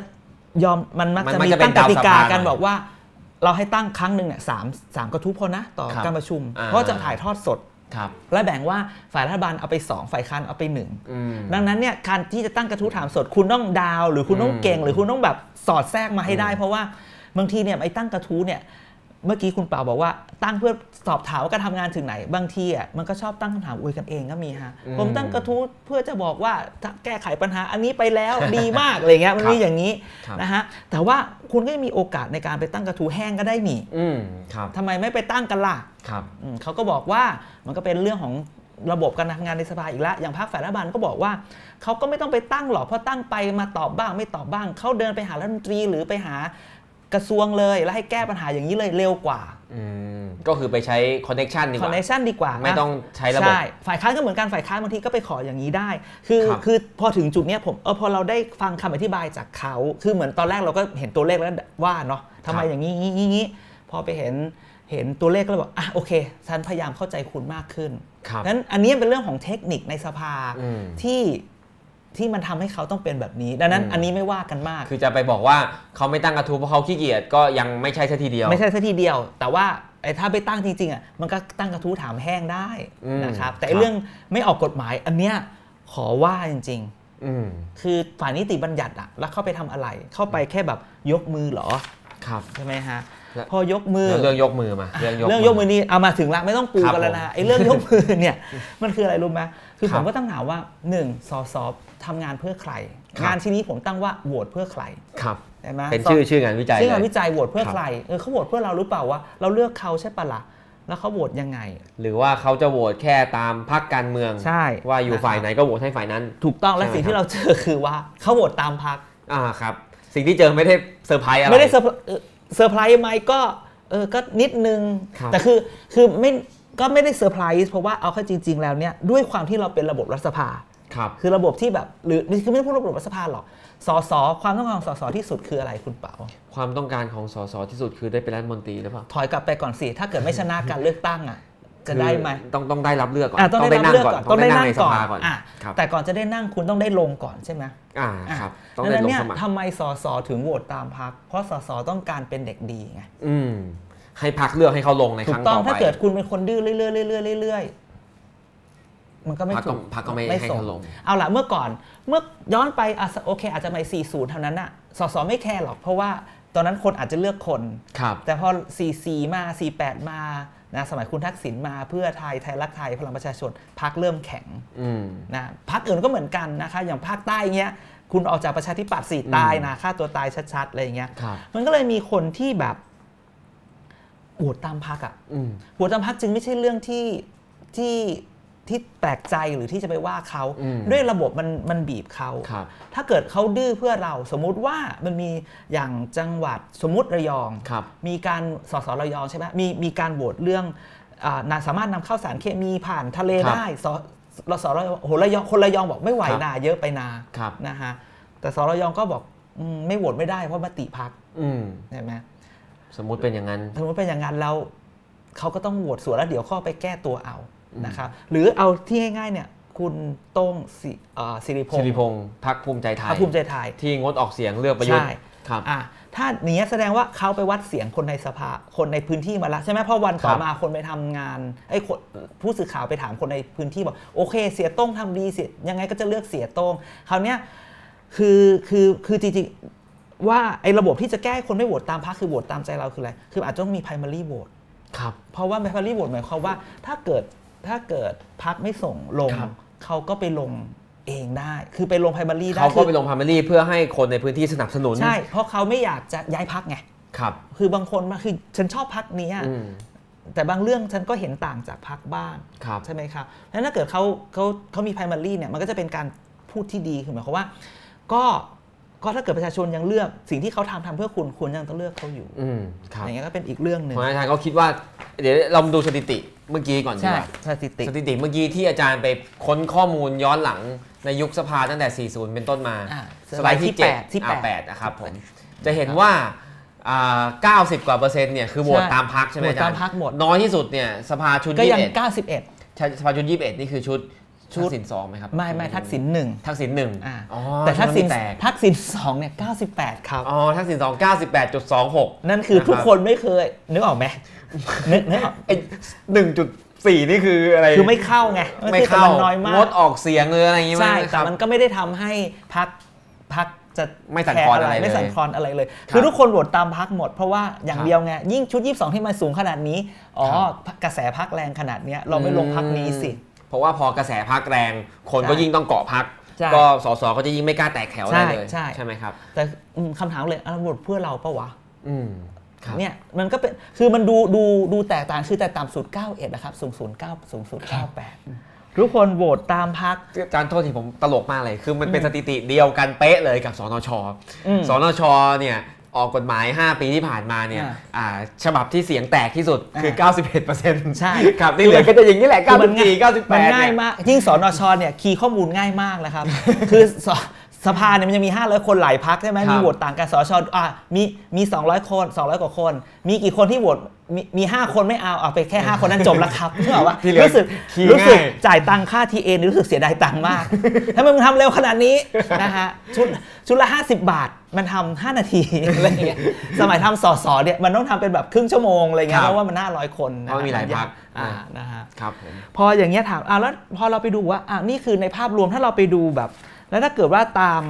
ยอมมันมัก มัน จะ มัก มี จะเป็นตั้งกติกา ดาวสภา กัน หน่อย บอกว่า เราให้ตั้งครั้งหนึ่งเนี่ยสามสามกระทู้พอนะต่อ ครับ การประชุม อ่า เพราะจะถ่ายทอดสด ครับ และแบ่งว่าฝ่ายรัฐบาลเอาไป 2 ฝ่ายค้านเอาไป 1 อืม ดังนั้นเนี่ยการที่จะตั้งกระทู้ถามสดคุณต้องดาว หรือคุณต้องเก่ง อืม หรือคุณต้องแบบสอดแทรกมาให้ได้ อืม เพราะว่าบางทีเนี่ยไอ้ตั้งกระทู้เนี่ยเมื่อกี้คุณเป่าบอกว่าตั้งเพื่อสอบถามว่าการทำงานถึงไหน บางทีอ่ะมันก็ชอบตั้งคำถามอวยกันเองก็มีฮะ อืม ผมตั้งกระทู้เพื่อจะบอกว่าถ้าแก้ไขปัญหาอันนี้ไปแล้วดีมากอะไรเงี้ยมันคมีรับ อย่างนี้ ครับ นะฮะแต่ว่าคุณก็ยังมีโอกาสในการไปตั้งกระทู้แห้งก็ได้นี่ อืมครับ ทำไมไม่ไปตั้งกันล่ะ ครับ อืมเขาก็บอกว่ามันก็เป็นเรื่องของระบบการทำงานในสภาอีกแล้ว อย่างภาคฝ่ายรัฐบาลก็บอกว่าเขาก็ไม่ต้องไปตั้งหรอกเพราะตั้งไปมาตอบบ้างไม่ตอบบ้าง เขาเดินไปหารัฐมนตรีหรือไปหากระทรวงเลย แล้วให้แก้ปัญหาอย่างนี้เลยเร็วกว่า อืมก็คือไปใช้คอนเน็ชันดีก คอน ว่า เนคชั่นดีกว่า ไม่ต้องใช้ระบบ ใช่ฝ่ายค้านก็เหมือนกันฝ่ายค้านบางทีก็ไปขออย่างนี้ได้ คือ ครับ อพอถึงจุดเนี้ยผมเออพอเราได้ฟังคำอธิบายจากเขาคือเหมือนตอนแรกเราก็เห็นตัวเลขแล้วว่าเนาะทำคไมรับ อย่างนี้อย่างนี้อย่างนี้พอไปเห็นเห็นตัวเลขก็เลยบอกอ่ะโอเคฉันพยายามเข้าใจคุณมากขึ้น ครับ นั้นอันนี้เป็นเรื่องของเทคนิคในสภา อืม ที่ที่มันทำให้เขาต้องเป็นแบบนี้ ดังนั้น อืม อันนี้ไม่ว่ากันมาก คือจะไปบอกว่าเขาไม่ตั้งกระทู้เพราะเขาขี้เกียจก็ยังไม่ใช่ซะทีเดียว ไม่ใช่ซะทีเดียว แต่ว่าไอ้ถ้าไปตั้งจริงๆอ่ะมันก็ตั้งกระทู้ถามแห้งได้ อืม นะครับ แต่ ครับ เรื่องไม่ออกกฎหมายอันเนี้ยขอว่าจริง อืม ๆ คือฝ่ายนิติบัญญัติอ่ะแล้วเข้าไปทำอะไร เข้าไปแค่แบบยกมือเหรอ ครับ ใช่ไหมฮะ และ พอยกมือ เรื่องเรื่องยกมือมา เรื่องยกมือนี่เอามาถึงละไม่ต้องปู ครับ กันแล้วนะไอ้เรื่องยกมือเนี่ย มันคืออะไรรู้ไหมคือ ค ผ รับ มก็ตั้งถามว่าหนึ่งสอสอทำงานเพื่อใคร ครับ งานชิ้นนี้ผมตั้งว่าโหวตเพื่อใคร ครับ ใช่ไหม เป็นชื่อชื่องานวิจัย ซึ่งงาน เลย วิจัยโหวตเพื่อ ครับ ใครเออเขาโหวตเพื่อเราหรือเปล่าวะเราเลือกเขาใช่ปะล่ะแล้วเขาโหวตยังไง หรือว่าเขาจะโหวตแค่ตามพรรคการเมือง ใช่ ว่าอยู่ฝ่าย นะ ไหนก็โหวตให้ฝ่ายนั้น ถูกต้องและ ใช่ สิ่ง ครับ ที่เราเจอคือว่าเขาโหวตตามพัก อ่าครับ สิ่งที่เจอไม่ได้เซอร์ไพรส์อะไร ไม่ได้เซอร์ไพรส์เอ่อเซอร์ไพรส์ไหมก็เออก็นิดนึง ครับ แต่คือคือไม่ก็ไม่ได้เซอร์ไพรส์เพราะว่าเอาเข้าจริง ๆ แล้วเนี่ยด้วยความที่เราเป็นระบบรัฐสภา ครับ คือระบบที่แบบหรือนี่คือไม่ได้พูดระบบรัฐสภาหรอก สส ความต้องการของสส ที่สุดคืออะไรคุณเปา ความต้องการของสสที่สุดคือได้เป็นรัฐมนตรีหรือเปล่า ถอยกลับไปก่อนสิ ถ้าเกิดไม่ชนะการเลือกตั้งอ่ะ จะได้ไหม คือต้องต้องได้รับเลือกก่อ อ่ะ น ต้องได้รับเลือกก่อน ต้องได้นั่งในสภาก่อน อ่ะ ครับ แต่ก่อนจะได้นั่งคุณต้องได้ลงก่อนใช่ไหม อ่า อ่ะ ครับ ต้อง ดั ได้ นั้น ลง เนี่ย สมัคร ทำไมสส ถึงโหวตตามพัก เพราะสส ต้องการเป็นเด็กดีไง อืม ให้พักเลือกให้เขาลงในค ถู รั้ ก ง ต้อ ต่ ง อไป ถ้าเกิดคุณเป็นคนดื้อเรื่อยๆเรื่อยๆเรื่อยๆมันก็ไม่ พรรคก็ ถูก พรรคก็ไม่ให้ ส่ง เขาลง เอาล่ะเมื่อก่อนเมื่อย้อนไปอ่ะโอเค อาจจะไม่40 เท่านั้นอะสสไม่แคร์หรอก เพราะว่าตอนนั้นคนอาจจะเลือกคน ครับ แต่พอ 44 มา 48 มานะสมัยคุณทักษิณมาเพื่อไทยไทยรักไทยพลังประชาชนพักเริ่มแข็ง อืม นะพักอื่นก็เหมือนกันนะคะอย่างภาคใต้เงี้ยคุณออกจากประชาธิปัตย์สี่ตายนะฆ่าตัวตายชัดๆอะไรอย่างเงี้ย ครับ มันก็เลยมีคนที่แบบโหวตตามพักอะ อืม หัวจำพักจึงไม่ใช่เรื่องที่ที่ที่แปลกใจหรือที่จะไปว่าเขา อืม ด้วยระบบมันมันบีบเขา ครับ ถ้าเกิดเขาดื้อเพื่อเราสมมุติว่ามันมีอย่างจังหวัดสมมติระยอง ครับ มีการสสระยองใช่ไหมมีมีการโหวตเรื่องอ่าน่าสามารถนำเข้าสารเคมีผ่านทะเล ครับ ได้สรสระยองโหระยองคนระยองบอกไม่ไหว ครับ นาเยอะไปนา ครับ นะฮะแต่สระยองก็บอกอืมไม่โหวตไม่ได้เพราะมติพัก อืม ใช่ไหม สมมุติเป็นอย่างนั้น สมมติเป็นอย่างนั้นแล้วเขาก็ต้องโหวตสวนแล้วเดี๋ยวเข้าไปแก้ตัวเอานะครับหรือเอาที่ง่ายๆเนี่ยคุณโต้งสิเอ่อสิริพง สิ ษ์ ริพงศ์พักภูมิใจไท พรร ย คภูมิใจไทย ที่งดออกเสียงเลือกประยุทธ์ ใช่ ครับ อ่ะถ้าอย่างนี้ยแสดงว่าเขาไปวัดเสียงคนในสภาคนในพื้นที่มาแล้วใช่ไหมเพราะวันต่อ ครับ มาคนไปทำงานไอ้ยคนผู้สื่อข่าวไปถามคนในพื้นที่บอกโอเค เสียโต้งทำดีเสียยังไงก็จะเลือกเสียโต้งคราวเนี้ยคือคือคือจริงๆว่าไอ้ระบบที่จะแก้ให้คนไม่โหวตตามพรรคคือโหวตตามใจเราคืออะไรคืออาจจะต้องมี primary vote ครับ เพราะว่า primary vote หมายความว่าถ้าเกิดถ้าเกิดพักไม่ส่งลง ครับ เขาก็ไปลงเองได้ คือไปลง primary ได้ เขาก็ คือ ไปลงพาร์ลี่เพื่อให้คนในพื้นที่สนับสนุน ใช่ เพราะเขาไม่อยากจะย้ายพักไง ครับ คือบางคนมาคือฉันชอบพักนี้อะ อืม แต่บางเรื่องฉันก็เห็นต่างจากพักบ้าง ครับ ใช่ไหมครับแล้วถ้าเกิดเขาเขาเขามี primary เนี่ยมันก็จะเป็นการพูดที่ดีคือหมายความว่า ก็ ก็ถ้าเกิดประชาชนยังเลือกสิ่งที่เขาทำทำเพื่อคุณคุณยังต้องเลือกเขาอยู่ อืมครับ อย่างเงี้ยก็เป็นอีกเรื่องหนึ่ง เพราะฉะนั้นอาจารย์ก็คิดว่า เดี๋ยวเราดูสถิติเมื่อกี้ก่อนดี ใช่ กว่า สถิติ สถิติเมื่อกี้ที่อาจารย์ไปค้นข้อมูลย้อนหลังในยุคสภาตั้งแต่ 40 เป็นต้นมา อ่า สไลด์ที่ แปด 7 ที่ ที่ แปด 8นะครับผม จะเห็นว่าอ่า90 กว่าเปอร์เซ็นต์เนี่ยคือโหวต ใช่ ตามพักใช่ไหมอาจารย์ โหวตตามพรรคหมด น้อยที่สุดเนี่ยสภาชุด ก็ยัง 21 91 ใช่สภาชุด21 นี่คือชุด ชุ ชุ ด ดสินสองไหมครับ ไม่ไม่ทักษิณหนึ่ง ทักษิณหนึ่ง อ่า อ๋อ แต่ทักษิณ แตก ทักษิณสองเนี่ย98 ครับ อ๋อทักษิณสองเก้าสิบแปดจุดสองหก นั่นคือทุกคนไม่เคย นึกออกไหมนึกนึกออก ไอหนึ่งจุดสี่นี่คืออะไร คือไม่เข้าไง ไม่ คือแต่ เข้าน น้อยมาก งดออกเสียงเลยอะไรอย่างงี้ไหมคใช่แต่ รับ มันก็ไม่ได้ทำให้พักพักจะ ไม่สั่นคลอนอะไรเลย ไม่สั่นคลอนอะไรเลย ครับ คือทุกคนโหวตตามพักหมด เพราะว่าอย่าง ครับ เดียวไงยิ่งชุด 22 ที่มันสูงขนาดนี้ อ๋อ ครับ กระแสพักแรงขนาดเนี้ยเราไม่ลงพักนี้สิ อืม เพราะว่าพอกระแสพักแรง คนก็ ใช่ ยิ่งต้องเกาะพัก ใช่ ก็สสก็จะยิ่งไม่กล้าแตกแถว ใช่ ได้เลย ใช่ ไหมครับ แต่อืมคำถามเลยอ่ะโหวตเพื่อเราปะวะ อืมครับ เนี่ยมันก็เป็นคือมันดูดูดูแตกต่างคือแต่ต่ำสุด 91 นะครับ สูงสุด9สูงสุด 98 ทุกคนโหวตตามพัก อาจารย์โทษทีผมตลกมากเลย คือมันเป็นสถิติเดียวกันเป๊ะเลยกับสนช สนช เนี่ย ออกกฎหมาย 5 ปีที่ผ่านมาเนี่ย อ่า อ่าฉบับที่เสียงแตกที่สุดคือ 91% ใช่ ครับนี่เหลือก็จะอย่างนี้แหละ94 98 มันง่าย เนี่ย มาก ยิ่งสอนอชเนี่ยคีย์ข้อมูลง่ายมากนะครับ คือสสภาเนี่ยมันจะมี 500 คนหลายพักใช่ไหม ครับ มีโหวตต่างกันสอชอ่ะมีมี 200 คน 200 กว่าคน มีกี่คนที่โหวตมีมี 5 คนไม่เอาเอาไปแค่ 5 คนนั้นจบแล้วครับนึกอ อกปะ ที่เหลือ รู้สึก คีย์ รู้สึก ง่าย จ่ายตังค่า TA รู้สึกเสียดายตังค์ มากทำไมมึงทำเร็วขนาดนี้ นะฮะชุดชุดละ 50 บาทมันทำ5นาที อะไรอย่างเงี้ยสมัยทำสอสอเนี่ยมันต้องทำเป็นแบบครึ่งชั่วโมงอะไรเงี้ย ครับ เพราะว่ามัน500 คนนะ เพราะมีหลายพรรค อ่านะฮะ ครับผม พออย่างเงี้ยถามอ่ะแล้วพอเราไปดูว่าอ่ะนี่คือในภาพรวมถ้าเราไปดูแบบ แล้วถ้าเกิดว่าตาม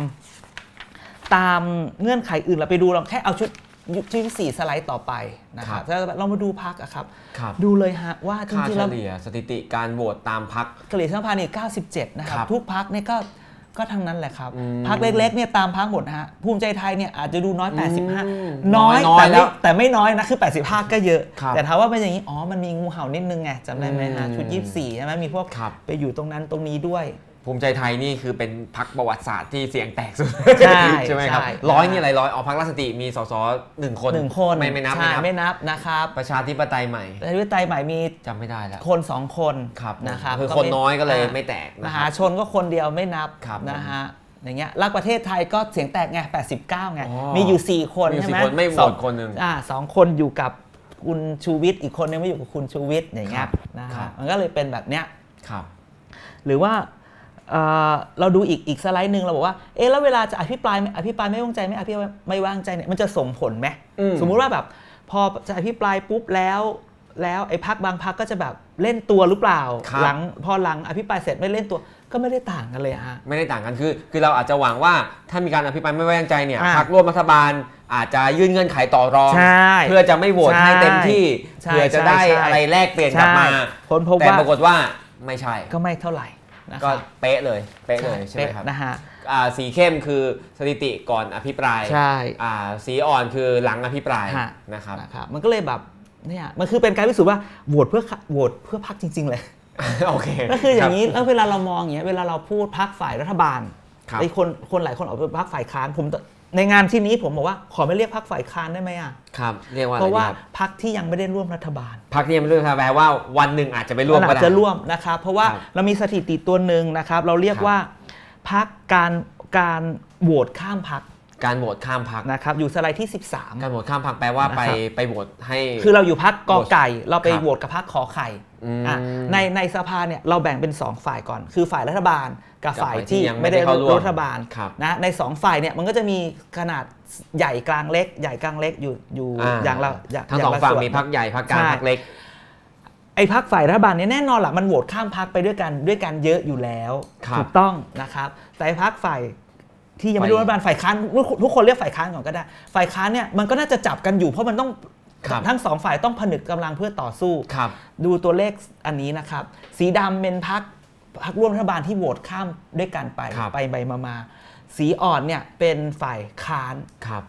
ตามเงื่อนไขอื่นเราไปดูเราแค่เอาชุดยุชุดที่สี่สไลด์ต่อไปนะค ครั รับบ แล้วเรามาดูพักอะครับ ครับ ดูเลยฮะว่าจ ค่า ริงๆ เฉ แล้ว ลี่ยสถิติการโหวตตามพัก เกลี่ยสัมพันธ์เนี่ย97 นะครั ครับ บ ทุกพักเนี่ยก็ก็ทั้งนั้นแหละครับ อืม พักเล็กๆเนี่ยตามพักหมดนะฮะภูมิใจไทยเนี่ยอาจจะดูน้อย อืม 85 น้อย น้อย แต่ แล้ ไม่ ว แต่ไม่น้อยนะคือ 85 ก็เยอะ ครับ แต่ถามว่าเป็นอย่างนี้อ๋อมันมีงูเห่านิดนึงไงจำได้ไหมฮะ อืม ชุด 24ใช่ไหมมีพวก ครับ ไปอยู่ตรงนั้นตรงนี้ด้วย ภูมิใจไทยนี่คือเป็นพักประวัติศาสตร์ที่เสียงแตกสุด ใช่ ใช่ไหมครับ ใช่ ร้อยนี่อะไรร้อยออกพักราชสติมีสสหนึ่งคน หนึ่งคน ไม่ไม่นับ ใช่ ไม่นับ ไม่นับนะครับ ประชาธิปไตยใหม่ ประชาธิปไตยใหม่มี จำไม่ได้แล้ว คนสองคน ครับ นะครับ คือคน ไม่ น้อยก็เลย อ่ะ ไม่แตก ม นะค หา รับ ชนก็คนเดียวไม่นับ ครับ นะฮะอย่างเงี้ยรักประเทศไทยก็เสียงแตกไง 89 ไง อ๋อ มีอยู่ 4 คน มีอยู่ ใช่ไหม สี่คนไม่โหวต สอ คนหนึ่ง อ่าสองคนอยู่กับคุณชูวิทย์อีกคนนึงไม่อยู่กับคุณชูวิทย์อย่างเงี้ ครั ย บ นะ ครั ฮะ บ มันก็เลยเป็นแบบเนี้ย ครับ หรือว่าเอ่อเราดูอีกอีกสไลด์หนึ่งเราบอกว่าเอ๊ะแล้วเวลาจะอภิปรายอภิปรายไม่วางใจไม่อภิปรายไม่วางใจเนี่ยมันจะส่งผลไหม อืม สมมุติว่าแบบพอจะอภิปรายปุ๊บแล้วแล้วไอ้พักบางพักก็จะแบบเล่นตัวหรือเปล่า ครับ หลังพอหลังอภิปรายเสร็จไม่เล่นตัวก็ไม่ได้ต่างกันเลยอะฮะ ไม่ได้ต่างกันคือ คือเราอาจจะหวังว่าถ้ามีการอภิปรายไม่ไว้วางใจเนี่ย อ่ะ พรรคร่วมรัฐบาลอาจจะยื่นเงื่อนไขต่อรอง ใช่ เพื่อจะไม่โหวตให้เต็มที่ ใช่ เพื่อจะได้ ใช่ใช่ อะไรแลกเปลี่ยนกลับมา ใช่ผลพบ แต่ ว่า ปรากฏว่าไม่ใช่ ก็ไม่เท่าไหร่นะค ก็ รับ เป๊ะเลยเป๊ะเลยใช่ไหมครับ เป๊ะนะฮะ อ่าสีเข้มคือสถิติก่อนอภิปราย ใช่ อ่าสีอ่อนคือหลังอภิปราย ฮะ นะครับ นะครับมันก็เลยแบบเนี่ยมันคือเป็นการพิสูจน์ว่าโหวตเพื่อโหวตเพื่อพักจริง ๆ เลย โอเค ก็คืออย่างนี้ นี้ แล้วเวลาเรามองอย่างเงี้ยเวลาเราพูดพักฝ่ายรัฐบาล ครับ ไอ้คนคนหลายคนออกไปพักฝ่ายค้านผมในงานที่นี้ผมบอกว่าขอไม่เรียกพักฝ่ายค้านได้ไหมอ่ะ ครับเรียกว่า เพราะว่า อไดีคบ พักที่ยังไม่ได้ร่วมรัฐบาล พักเนี่ยมันเรื่องแปลว่าวันหนึ่งอาจจะไปร่วมก็ อาจ ได้ จะร่วมนะครับเพราะว่า ครับ เรามีสถิติตัวหนึ่งนะครับ เราเรียก ครับ ว่าพักการการโหวตข้ามพัก การโหวตข้ามพัก นะครับอยู่สไลด์ที่ การ 13 โหวตข้ามพักแปลว่าไป นะครับ ไปโหวตให้ คือเราอยู่พักกอไก่เราไป ครับ โหวตกับพักขอไข่ อืม อ่ะในในสภาเนี่ยเราแบ่งเป็น 2 ฝ่ายก่อน คือฝ่ายรัฐบาลกับ กับ ฝ่าย ฝ่ายที่ ที่ ยังไม่ ไม่ ได้ ได้ เข้าร่วม รัฐบาล ครับ นะในสองฝ่ายเนี่ยมันก็จะมีขนาดใหญ่กลางเล็ก ใหญ่กลางเล็กอยู่อยู่ า อย่างละย่า ทั้ง ย่า สอง ละ ฝั่ง วน มีพักใหญ่พักกลาง ใช่ พักเล็ก ไอ้พักฝ่ายรัฐบาลเนี่ยแน่นอนละมันโหวตข้ามพักไปด้วยกันด้วยกันเยอะอยู่แล้ว ครับ ถูกต้องนะครับแต่ไอ้พักฝ่ายที่ยังไม่ ฝ่าย รู้รัฐบาลฝ่ายค้านทุกทุกคนเรียกฝ่ายค้านก่อนก็ได้ ฝ่ายค้านเนี่ยมันก็น่าจะจับกันอยู่เพราะมันต้อง ครับ ทั้งสองฝ่ายต้องผนึกกำลังเพื่อต่อสู้ ครับ ดูตัวเลขอันนี้นะครับ สีดำเป็นพักพักร่วมรัฐบาลที่โหวตข้ามด้วยกันไป ครับ ไปไปมามาสีอ่อนเนี่ยเป็นฝ่ายค้าน ครับ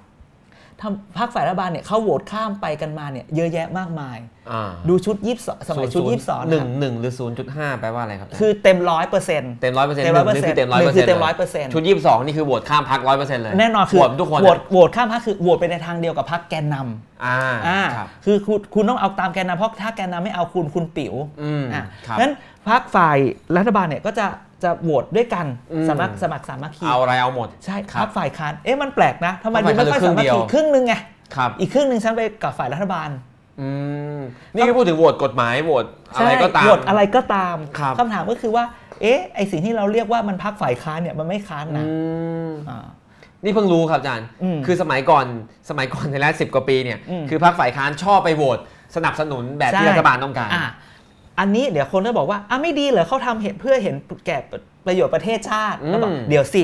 ทำพรรคฝ่ายรัฐบาลเนี่ยเขาโหวตข้ามไปกันมาเนี่ยเยอะแยะมากมาย อ่า ดูชุดยี่สิบสมัยชุด ศูน ยี่สิบสอง หนึ่งหนึ่งหรือศูนย์จุดห้าแปลว่าอะไรครับ คือเต็มร้อยเปอร์เซ็นต์ เต็มร้อยเปอร์เซ็นต์ เต็ม100% คือเต็มร้อยเปอร์ หนึ่ เซ็น ง ต์ คือเต็ม100% ชุดยี่สิบสองนี่คือโหวตข้ามพักร้อยเปอร์เซ็นต์เลย แน่นอนคือ โหวตทุกคน โหวตโหวตข้ามพรรคคือโหวตไปในทางเดียวกับพรรคแกนนำ อ่า อ่า ครับ คือคุณคุณต้องเอาตามแกนนำเพราะถ้าแกนนำไม่เอาคุณคุณปิ๋ว อืม อ่ะ ครับ งั้นพรรคฝ่ายรัฐบาลเนี่ยก็จะจะโหวตด้วยกัน อืม สมัครสมัครสามัคคี เอาอะไรเอาหมด ใช่ ค พ รั ร บ รคฝ่ายค้านเอ๊ะมันแปลกนะทำไม พรรค มันไม่ค่อย ฝ่ายค้าน สามัค เหลือครึ่งเดียว คีครึ่งหนึงไง ครับ อีกครึ่งหนึ่งฉันไปกับฝ่ายรัฐบาล อืมนี่ก็พูดถึงโหวตกฎหมายโหวตอะไรก็ตาม โหวตอะไรก็ตาม ครับ ถามก็คือว่า เอ๊ะไอสิ่งที่เราเรียกว่ามันพรรคฝ่ายค้านเนี่ยมันไม่ค้าน อื นะ ม อ่า นี่เพิ่งรู้ครับอาจารย์ อืม คือสมัยก่อนสมัยก่อนใน แรกสิบกว่าปีเนี่ย อืม คือพรรคฝ่ายค้านชอบไปโหวตสนับสนุนแบบที่ ใช่ รัฐบาลต้องการ ะอันนี้เดี๋ยวคนก็บอกว่าอ่ะไม่ดีเหรอเขาทำเหตุเพื่อเห็นแก่ประโยชน์ประเทศชาติ อืม ก็บอกเดี๋ยวสิ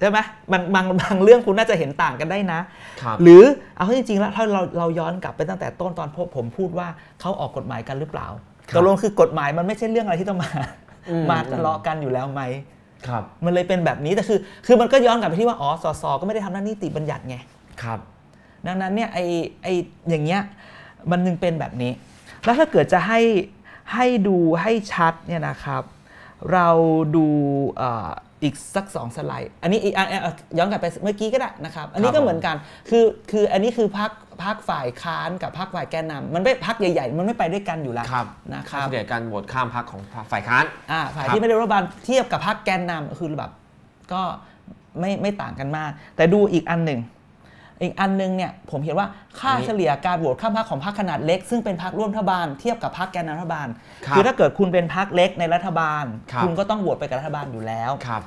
ใช่ไหมบางบางบางเรื่องคุณน่าจะเห็นต่างกันได้นะ ครับ หรือเอาเข้าจริงๆแล้วถ้าเราเราย้อนกลับไปตั้งแต่ต้นตอนพบผมพูดว่าเขาออกกฎหมายกันหรือเปล่า ครับ ตกลงคือกฎหมายมันไม่ใช่เรื่องอะไรที่ต้องมา อืม มาทะเลาะกันอยู่แล้วไหม ครับ มันเลยเป็นแบบนี้แต่คือ คือมันก็ย้อนกลับไปที่ว่าอ๋อสสก็ไม่ได้ทำหน้านิติบัญญัติไง ครับ ดังนั้นเนี่ยไอไออย่างเงี้ยมันจึงเป็นแบบนี้ แล้วถ้าเกิดจะให้ให้ดูให้ชัดเนี่ยนะครับ เราดูเอ่ออีกสักสองสไลด์อันนี้อีกอ่ะอ่ะอ่ะย้อนกลับไปเมื่อกี้ก็ได้นะครับ อันนี้ก็เหมือนกันคือคืออันนี้คือพักพักฝ่ายค้านกับพักฝ่ายแกนนำมันไม่พักใหญ่ๆ มันไม่ไปด้วยกันอยู่แล้ว ครับ นะครับ เกี่ยวกับการโหวตข้ามพรรคของฝ่ายค้าน อ่าฝ่าย ครับ ที่ไม่ได้รัฐบาลเทียบกับพักแกนนำคือแบบก็ไม่ไม่ต่างกันมาก แต่ดูอีกอันหนึ่ง อีกอันหนึงเนี่ยผมเห็นว่าค่า อันนี้ เฉลี่ยการโหวตข้ามพรรคของพรรคขนาดเล็ก ซึ่งเป็นพรรคร่วมรัฐบาลเทียบกับพรรคแกนนำรัฐบาล ครับ อถ้าเกิดคุณเป็นพรรคเล็กในรัฐบาล ครับ ณก็ต้องโหวตไปกับรัฐบาลอยู่แล้ว ครับ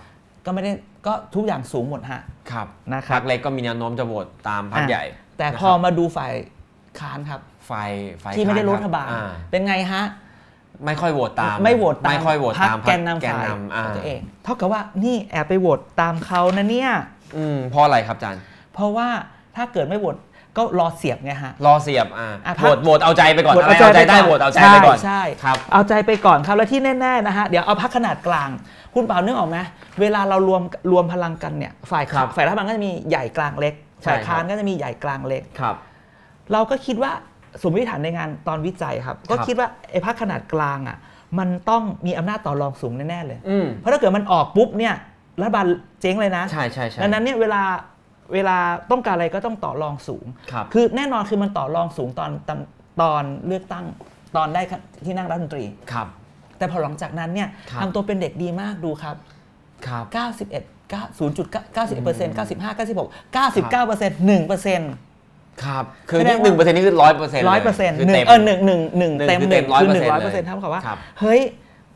ก็ไม่ได้ก็ทุกอย่างสูงหมดฮะ ครับ นะค พรรับ รคเล็กก็มีแนวโน้มจะโหวตตามพรรค อ่ะ ใหญ่ แต่ นะ พ ค อ รับ มาดูฝ่ายค้านครับ ฝ่ายฝ่าย ที่ไม่ได้รัฐบาล อ่ เป็นไงฮะ ไม่ค่อยโหวตตาม ไม่โหวตตาม ไม่ค่อยโหวต พรรค ตามพรรค แกนนำ แกน ฝ่าย นำอ่า ของตัวเอง เท่ากับว่านี่แอบไปโหวตตามเขานะเนี่ย อืมเพราะอะไรครับอาจารย์ เพราะว่าถ้าเกิดไม่โหวตก็รอเสียบไงฮะ รอเสียบอ่า อ่ะ โห พัวกตโหวตเอาใจไปก่อน โหวต อะไรเอาใจได้โหวตเอาใจไปก่อน ใช่ ครับ เอาใจไปก่อนครับ แล้วที่แน่ๆนะฮะ เดี๋ยวเอาพักขนาดกลาง คุณเปล่านึกออกไหมเวลาเรารวมรวมพลังกันเนี่ย ฝ่าย ครับ ฝ่ายรัฐบาลก็จะมีใหญ่กลางเล็ก ใช่ ฝ่ายค้าน ครับ ก็จะมีใหญ่กลางเล็ก ครับ เราก็คิดว่าสมมติฐานในงานตอนวิจัยครับ ก็ ครับ คิดว่าไอ้พักขนาดกลางอ่ะ มันต้องมีอำนาจต่อรองสูงแน่ๆเลย อืม เพราะถ้าเกิดมันออกปุ๊บเนี่ย รัฐบาลเจ๊งเลยนะ ใช่ใช่ใช่ ดังนั้นเนี่ยเวลาเวลาต้องการอะไรก็ต้องต่อรองสูง ครับ คือแน่นอนคือมันต่อรองสูงตอนตอนตอนเลือกตั้งตอนได้ที่นั่งรัฐมนตรี ครับ แต่พอหลังจากนั้นเนี่ย ครับ ทำตัวเป็นเด็กดีมากดูครับ ครับ 91 0.91เปอร์เซ็นต์95 96 99เปอร์เซ็นต์1เปอร์เซ็นต์ ครับ คือ แสด นี่ ง ห ว่า นึ่งเปอร์เซ็นต์นี่คือร้อยเปอร์เซ็นต์ ร้อยเปอร์เซ็นต์ คือ หนึ่ง เต็ม เออหนึ่งหนึ่งหนึ่ง หนึ่ง เต็ม คือ ห เต็ นึ่ ม100%งคือหนึ่งร้อย เล เปอย ร์เซ็นต์เท่ากับว่า ครับ เฮ้ย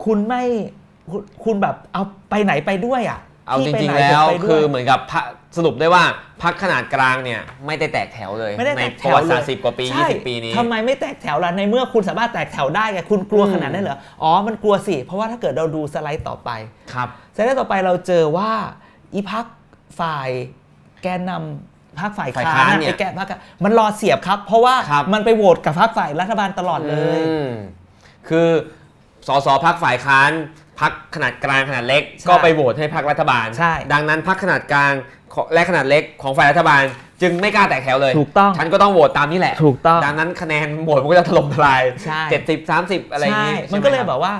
คุณไม่คุณคุณแบบเอาไปไหนไปด้วยอ่ะ เอาจ ที่ไป ริง ไหน ๆ แล้ว ผมไปด้ย คือเหมือนกับพรรคสรุปได้ว่าพักขนาดกลางเนี่ย ไม่ได้แตกแถวเลย ไม่ได้ ใน แตก ป แถ ระ ว วัติ เล ศาสต ย ร์สิบกว่าปี ใช่ ยี่สิบปีนี้ ทำไมไม่แตกแถวล่ะในเมื่อคุณสามารถแตกแถวได้ไงคุณกลัว อืม ขนาดนั้นเหรออ๋อมันกลัวสิ เพราะว่าถ้าเกิดเราดูสไลด์ต่อไป ครับ สไลด์ต่อไปเราเจอว่าอีพักฝ่ายแกนนำพักฝ่าย ฝ่าย ค้า ค้าน น เนี่ย ไอ้แกนพักมันรอเสียบครับ เพราะว่า ครับ มันไปโหวตกับพักฝ่ายรัฐบาลตลอดเลย อืมคือสสพักฝ่ายค้านพักขนาดกลางขนาดเล็ก ใช่ ก็ไปโหวตให้พักรัฐบาล ใช่ ดังนั้นพักขนาดกลางของและขนาดเล็กของฝ่ายรัฐบาล จึงไม่กล้าแตกแถวเลย ถูกต้อง ฉันก็ต้องโหวตตามนี่แหละ ถูกต้อง ดังนั้นคะแนนโหวตมันก็จะถล่มทลาย ใช่ 70 30 อะไรอย่าง ใช่ นี้ มันก็เลย ใช่ไห แบบว่า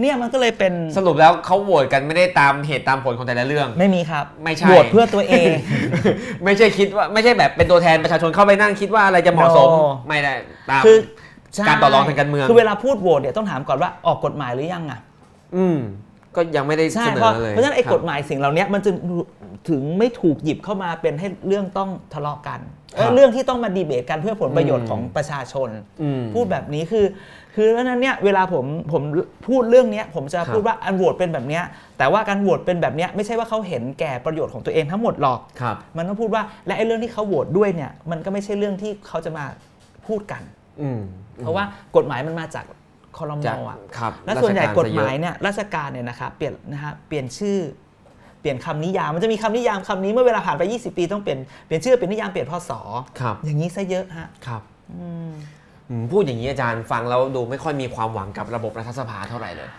เนี่ยมันก็เลยเป็น สรุปแล้วเขาโหวตกันไม่ได้ตามเหตุตามผลของแต่ละเรื่อง ไม่มีครับ ไม่ใช่ โหวตเพื่อตัวเอง ไม่ใช่คิดว่าไม่ใช่แบบเป็นตัวแทนประชาชนเข้าไปนั่งคิดว่าอะไรจะเหมาะสม No ไม่ได้ตาม คือ การต่อรองทางการเมือง คือเวลาพูดโหวตเนี่ยต้องถามก่อนว่าออกกฎหมายหรือยังอะ อืมก็ยังไม่ได้ ใช่ เสน เพราะ อเลย เพราะฉะนั้นไอ้ คบ กฎหมายสิ่งเหล่านี้มันจึงถึงไม่ถูกหยิบเข้ามาเป็นให้เรื่องต้องทะเลาะกันเอ้ย ครับ เรื่องที่ต้องมาดีเบตกันเพื่อผลประโยช อื น์ ม ของประชาชน อืม พูดแบบนี้คือ คือเพราะฉะนั้นเนี่ยเวลาผมผมพูดเรื่องเนี้ยผมจะ ครับ พูดว่าอันโหวตเป็นแบบเนี้ยแต่ว่าการโหวตเป็นแบบเนี้ยไม่ใช่ว่าเขาเห็นแก่ประโยชน์ของตัวเองทั้งหมดหรอก ครับ มันต้องพูดว่าและไอ้เรื่องที่เขาโหวตด้วยเนี่ยมันก็ไม่ใช่เรื่องที่เขาจะมาพูดกัน อืม เพราะว่ากฎหมายมันมาจากคอรม จาก อะ ครับ และส่วนใหญ่ รช ก ร ฎ ซะ ห เอะ มายเนี่ยราชการเนี่ยนะคะเปลี่ยนนะฮะเปลี่ยนชื่อ เปลี่ยนคำนิยามมันจะมีคำนิยามคำนี้เมื่อเวลาผ่านไป 20 ปีต้องเปลี่ยนเปลี่ยนชื่อเปลี่ยนนิยามเปลี่ยนพศ ครับ อย่างนี้ซะเยอะฮะ ครับอืมพูดอย่างนี้อาจารย์ฟังแล้วดูไม่ค่อยมีความหวังกับระบบรัฐสภาเท่าไหร่เลย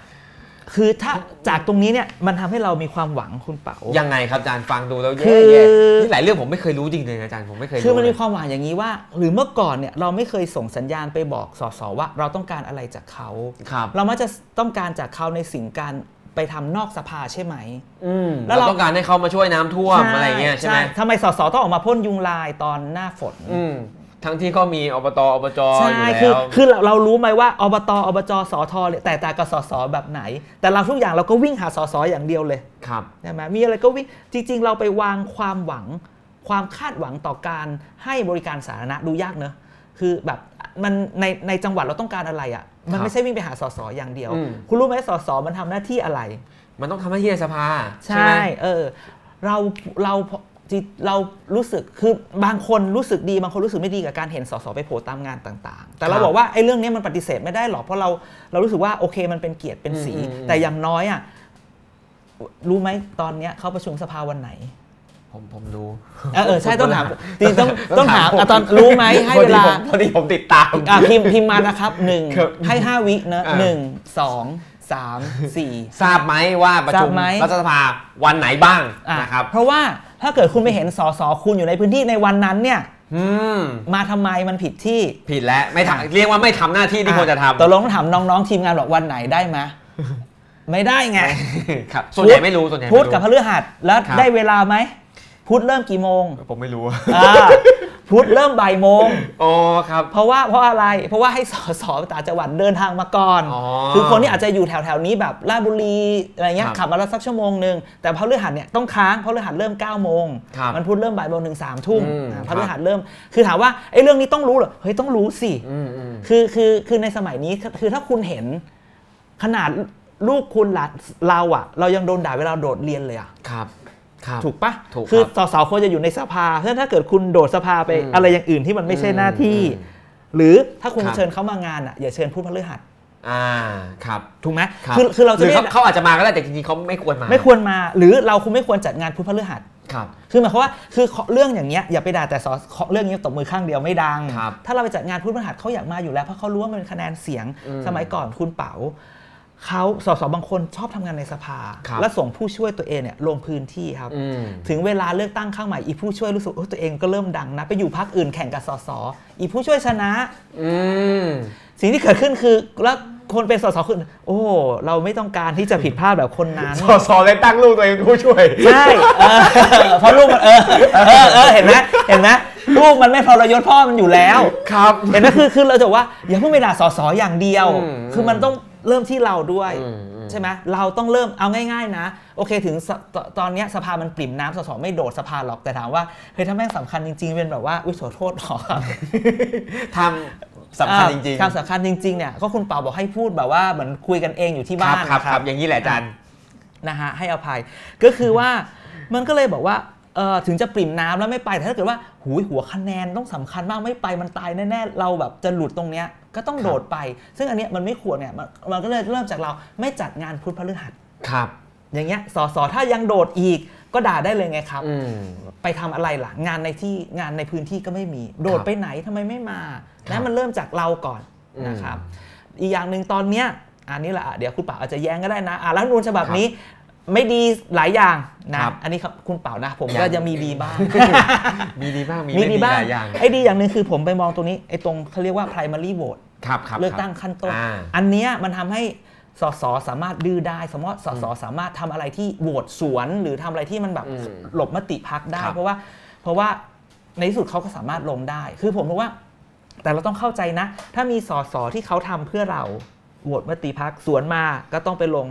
คือถ้าจากตรงนี้เนี่ยมันทำให้เรามีความหวังคุณเป๋า ยังไงครับอาจารย์ฟังดูแล้ว คื แย่ อ แย่นี่หลายเรื่องผมไม่เคยรู้จริงเลยนะอาจารย์ผมไม่เคยรู้ คือมันมี เลย ความหวังอย่างนี้ว่า หรือเมื่อก่อนเนี่ยเราไม่เคยส่งสัญญาณไปบอกสสว่าเราต้องการอะไรจากเขา ครับ เรามักจะต้องการจากเขาในสิ่งการไปทำนอกสภาใช่ไหม อืม แล้ เรา วเรา ต้องการให้เขามาช่วยน้ำท่วมอะไรเงี้ยใช่ไหม ทำไมสสต้องออกมาพ่นยุงลายตอนหน้าฝน อืมทั้งที่ก็มีอบตอบจ ใช่ อยู่ คื แล้ อ ว คือเราเรารู้ไหมว่าอบตอบจสอทอเนี่ยแตกต่างกับสสแบบไหน แต่เราทุกอย่างเราก็วิ่งหาสสอย่างเดียวเลย ครับ ใช่ไหมมีอะไรก็วิ่งจริง ๆ เราไปวางความหวัง ความคาดหวังต่อการให้บริการสาธารณะดูยากเนอะคือแบบมันในในจังหวัดเราต้องการอะไรอะ่ะมัคนรับ ไม่ใช่วิ่งไปหาสสอย่างเดียว อืม คุณรู้ไหมสสมันทำหน้าที่อะไร มันต้องทำหน้าที่ในสภา ใช ไหม่ เออ เรา เราจิตเรารู้สึก คือบางคนรู้สึกดี บางคนรู้สึกไม่ดีกับการเห็นสสไปโผล่ตามงานต่างๆ แต่เราบอกว่าไอ้เรื่องเนี้ยมันปฏิเสธไม่ได้หรอก เพราะเรา เรารู้สึกว่าโอเคมันเป็นเกียรติเป็นสี แต่อย่างน้อยอ่ะ รู้ไหมตอนเนี้ยเขาประชุมสภาวันไหน ผมผมรู้ เออเออใช่ต้องถามจริงๆต้อง ต้ ต้ อ องง ถา ถาม ม ผม อ่ะตอนรู้ไหมให้เวลา พอดีผมพอดีผมติดตาม อ่ะพิมพ์พิมพ์มานะครับหนึ่ง ครับ ให้ห้าวินะ อ่า หนึ่งสองสามสี่ ทราบไหมว่าประชุม ทราบไหม รัฐสภาวันไหนบ้าง อ่ะ นะครับ เพราะว่าถ้าเกิดคุณไปเห็นสสคุณอยู่ในพื้นที่ในวันนั้นเนี่ย อืม มาทำไมมันผิดที่ ผิดแล้วไม่ทำเรียกว่าไม่ทำหน้าที่ที่ควรจะ อ่ ทำ ตกลงต้องถามน้องๆทีมงานบอกวันไหนได้ ไหมะ ไม่ได้ไง ครับส่วนใหญ่ไม่รู้ส่วนใหญ่ไม่ พุ รู้ ธกับพฤหัสแล้ว ครับ ได้เวลาไหมพุธเริ่มกี่โมง ผมไม่ รู้ อ่าพุธเริ่มบ่ายโมง อ๋อครับ เพราะว่าเพราะอะไร เพราะว่าให้สสต่างจังหวัดเดินทางมาก่อน อ๋อ คือคนที่อาจจะอยู่แถวๆนี้แบบราชบุรีอะไรเงี้ ค ย รับ ขับมาแล้วสักชั่วโมงหนึ่งแต่พระฤหัสเนี่ยต้องค้างเพราะฤหัสเริ่ม9ก้าโมง ครับ มันพูดเริ่มบ่ายโมงถึงสามทุ่ม อืม อ่า ค พ รับ ระฤหัสเริ่ม คือถามว่าไอ้เรื่องนี้ต้องรู้เหรอเฮ้ยต้องรู้สิ อืมอืม คือคือคือในสมัยนี้คือคือถ้าคุณเห็น ขนาดลูกคุณหลานเราอะเรายังโดนด่าเวลาโดดเรียนเลยอะ ครับ ครับ ถูกปะ ถูกครับ คือสสควรจะอยู่ในสภาเพราะฉะนั้นถ้าเกิดคุณโดดสภาไป อืม อะไรอย่างอื่นที่มันไม่ใช่ อืม หน้าที่ อืม หรือถ้าคุณ ครับ เชิญเขามางานอะอย่าเชิญผู้พฤหัส อ่า ครับ ถูกไหม รับ คือคือเราจะ ห ไม่ ขเขาอาจจะมาก็ได้แต่จริงๆเขาไม่ควรมา ไม่ควรมา หรือเราคุณไม่ควรจัดงานผู้พฤหัส ครับ คือหมายความว่าคือเรื่องอย่างเงี้ยอย่าไปด่าแต่สอสอเรื่องนี้ตบมือข้างเดียวไม่ดัง ครับ ถ้าเราไปจัดงานพูดประหัสเขาอยากมาอยู่แล้วเพราะเขารู้ว่ามันเป็นคะแนนเสียง อืม สมัยก่อนคุณเป๋าเขาสสบางคนชอบทำงานในสภา ครับ และส่งผู้ช่วยตัวเองเนี่ยลงพื้นที่ครับ อืม ถึงเวลาเลือกตั้งข้างใหม่อีผู้ช่วยรู้สึกโอ้ยตัวเองก็เริ่มดังนะไปอยู่พักอื่นแข่งกับสสอีผู้ช่วยชนะ อืม สิ่งที่เกิดขึ้นคือแล้วคนเป็นสสคนอื่นโอ้เราไม่ต้องการที่จะผิดพลาดแบบคนนั้น สอสอเลยตั้งลูกตัวเองเป็นผู้ช่วย ใช่เออเพราะลูกมันเออเออเออเห็นไหมเห็นไหมลูกมันไม่พรยศพ่อมันอยู่แล้ว ครับ เห็นไหมคือคือเราจะบอกว่าอย่าเพิ่งไปด่าสอสออย่างเดียว อืม คือมันต้องเริ่มที่เราด้วย อืมอืม ใช่ไหมเราต้องเริ่มเอาง่าย ๆ นะ โอเคถึงสตตอนเนี้ยสภามันปริ่มน้ำสอสอไม่โดดสภาหรอกแต่ถามว่าเฮ้ยถ้าแม่งสำคัญจริง ๆ เป็นแบบว่าอุ้ยขอโทษหรอ ทำสำคัญจริงๆ คำสำคัญจริงๆเนี่ยก็คุณเปาบอกให้พูดแบบว่าเหมือนคุยกันเองอยู่ที่ ค บ้า รับ น ครับครับอย่างนี้แหละอาจารย์ นะฮะให้อภัยก็คือว่ามันก็เลยบอกว่าเออถึงจะปริ่มน้ำแล้วไม่ไปแต่ถ้าเกิดว่าหูยหัวคะแนนต้องสำคัญมากไม่ไปมันตายแน่ๆเราแบบจะหลุดตรงเนี้ยก็ต้องโดดไป ซึ่งอันเนี้ยมันไม่ควรเนี่ยมันมันก็เลยเริ่มจากเราไม่จัดงานพุธพฤหัส ครับ อย่างเงี้ยสอสอถ้ายังโดดอีกก็ด่าได้เลยไงครับ อืม ไปทำอะไรล่ะงานในที่งานในพื้นที่ก็ไม่มี โดด ครับ ไปไหนทำไมไม่มา ครั นะ บ มันเริ่มจากเราก่อน อืม นะครับ อีกอย่างหนึ่งตอนเนี้ยอันนี้แหละอ่ะเดี๋ยวคุณเป่าอาจจะแย้งก็ได้นะอ่ะรัฐธรรมนูญฉบับนี้ไม่ดีหลายอย่างนะครับ อันนี้ครับคุณเป่านะ ผม ยัง ก็ยังมีดีบ้าง มีดีบ้างมี มี ไม่ ดี ดี บ้าง หลายอย่าง ไอ้ดีอย่างหนึ่งคือผมไปมองตรงนี้ไอ้ตรงเขาเรียกว่า primary vote ครับครับ เลือกตั้งขั้นต้น อ่า อันเนี้ยมันทำให้สสสามารถดื้อได้ สมมติสสสามารถทำอะไรที่โหวตสวน หรือทำอะไรที่มันแบบ อืม หลบมติพักได้ ครับ เพราะว่าเพราะว่าในที่สุดเขาก็สามารถลงได้ คือผมรู้ว่า แต่เราต้องเข้าใจนะ ถ้ามีสสที่เขาทำเพื่อเราโหวตมติพักสวนมาก็ต้องไปลง